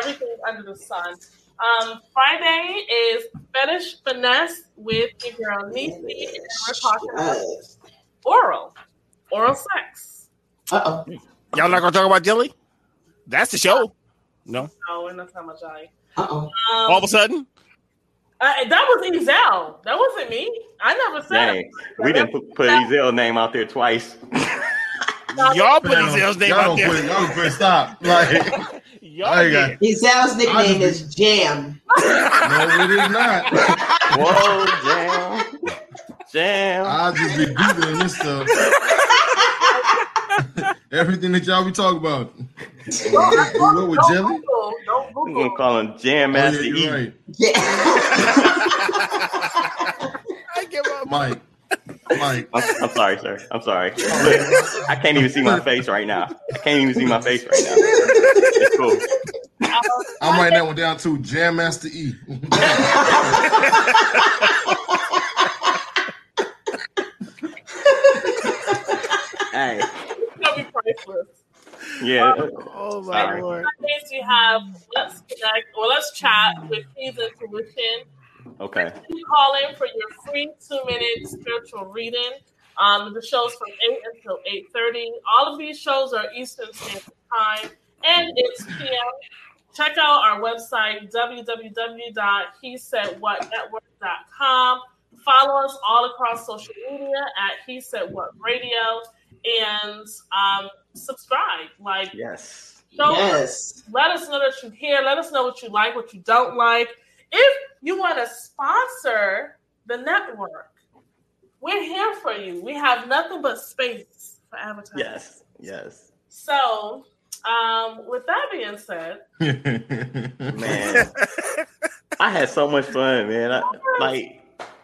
S4: everything under the sun. Um, Friday is Fetish Finesse with your girl Nisi, and we're talking about oral, oral sex.
S6: Uh oh.
S3: Y'all not gonna talk about jelly? That's the show.
S4: No, we're not talking about Johnny.
S6: Uh oh.
S4: Um,
S3: All of a sudden,
S4: uh, that was Ezel. That wasn't me. I never said it.
S2: Dang, we didn't put, put Ezel name out there twice.
S3: y'all put
S7: Man,
S3: Ezel's name
S7: y'all
S3: out
S7: don't quit.
S3: there.
S7: Y'all don't quit.
S3: *laughs*
S7: Stop. Like,
S3: Y'all
S7: I ain't got
S3: did.
S6: Giselle's
S7: I
S6: nickname
S7: just-
S6: is Jam.
S7: no, it is not.
S2: Whoa, damn. Jam.
S7: I'll just be deeper in this
S3: *laughs*
S7: stuff. Everything that y'all be talking about. Do what with jelly?
S4: Google, don't
S2: We're gonna
S4: Google.
S2: call him Jam
S7: Oh, yeah,
S2: Master
S7: you're
S2: E.
S7: right.
S3: I give up.
S7: Mike. Mike.
S2: I'm, I'm sorry, sir. I'm sorry. Look, I can't even see my face right now. I can't even see my face right now. It's cool.
S7: I'm writing that one down too. Jam Master E.
S2: Hey,
S4: That'd be priceless.
S2: yeah.
S3: Oh my
S2: Sorry.
S3: lord.
S4: Means we have let's connect or let's chat with Keys Intuition.
S2: Okay.
S4: You call in for your free two-minute spiritual reading. Um, the show's from eight until eight thirty. All of these shows are Eastern Standard Time, and it's PM. Check out our website www.hesaidwhatnetwork.com. Follow us all across social media at He Said What Radio, and um, subscribe. Like,
S2: Yes.
S4: show us
S6: *laughs* yes.
S4: let us know that you hear. Let us know what you like, what you don't like. If you want to sponsor the network, we're here for you. We have nothing but space for advertising.
S2: Yes. Yes.
S4: So, um, with that being said,
S2: Man, I had so much fun, man. I, like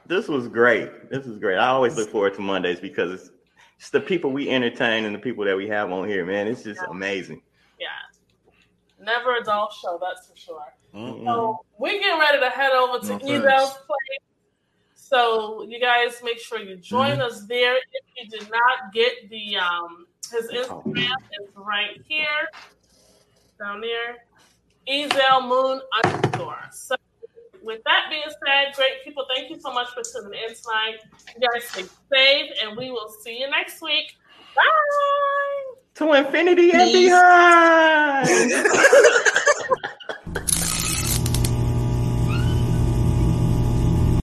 S2: this was great. This is great. I always look forward to Mondays because it's just the people we entertain and the people that we have on here, man. It's just amazing.
S4: yeah, never a dull show, that's for sure.
S2: Mm-mm.
S4: So, we're getting ready to head over to
S7: No,
S4: no,
S7: thanks.
S4: place. So, you guys make sure you join us there. If you did not get the um, his Instagram, is right here. down there. Ezel Moon underscore. So, with that being said, great people, thank you so much for tuning in tonight. You guys stay safe, and we will see you next week. Bye.
S2: To infinity and
S6: Peace.
S2: beyond.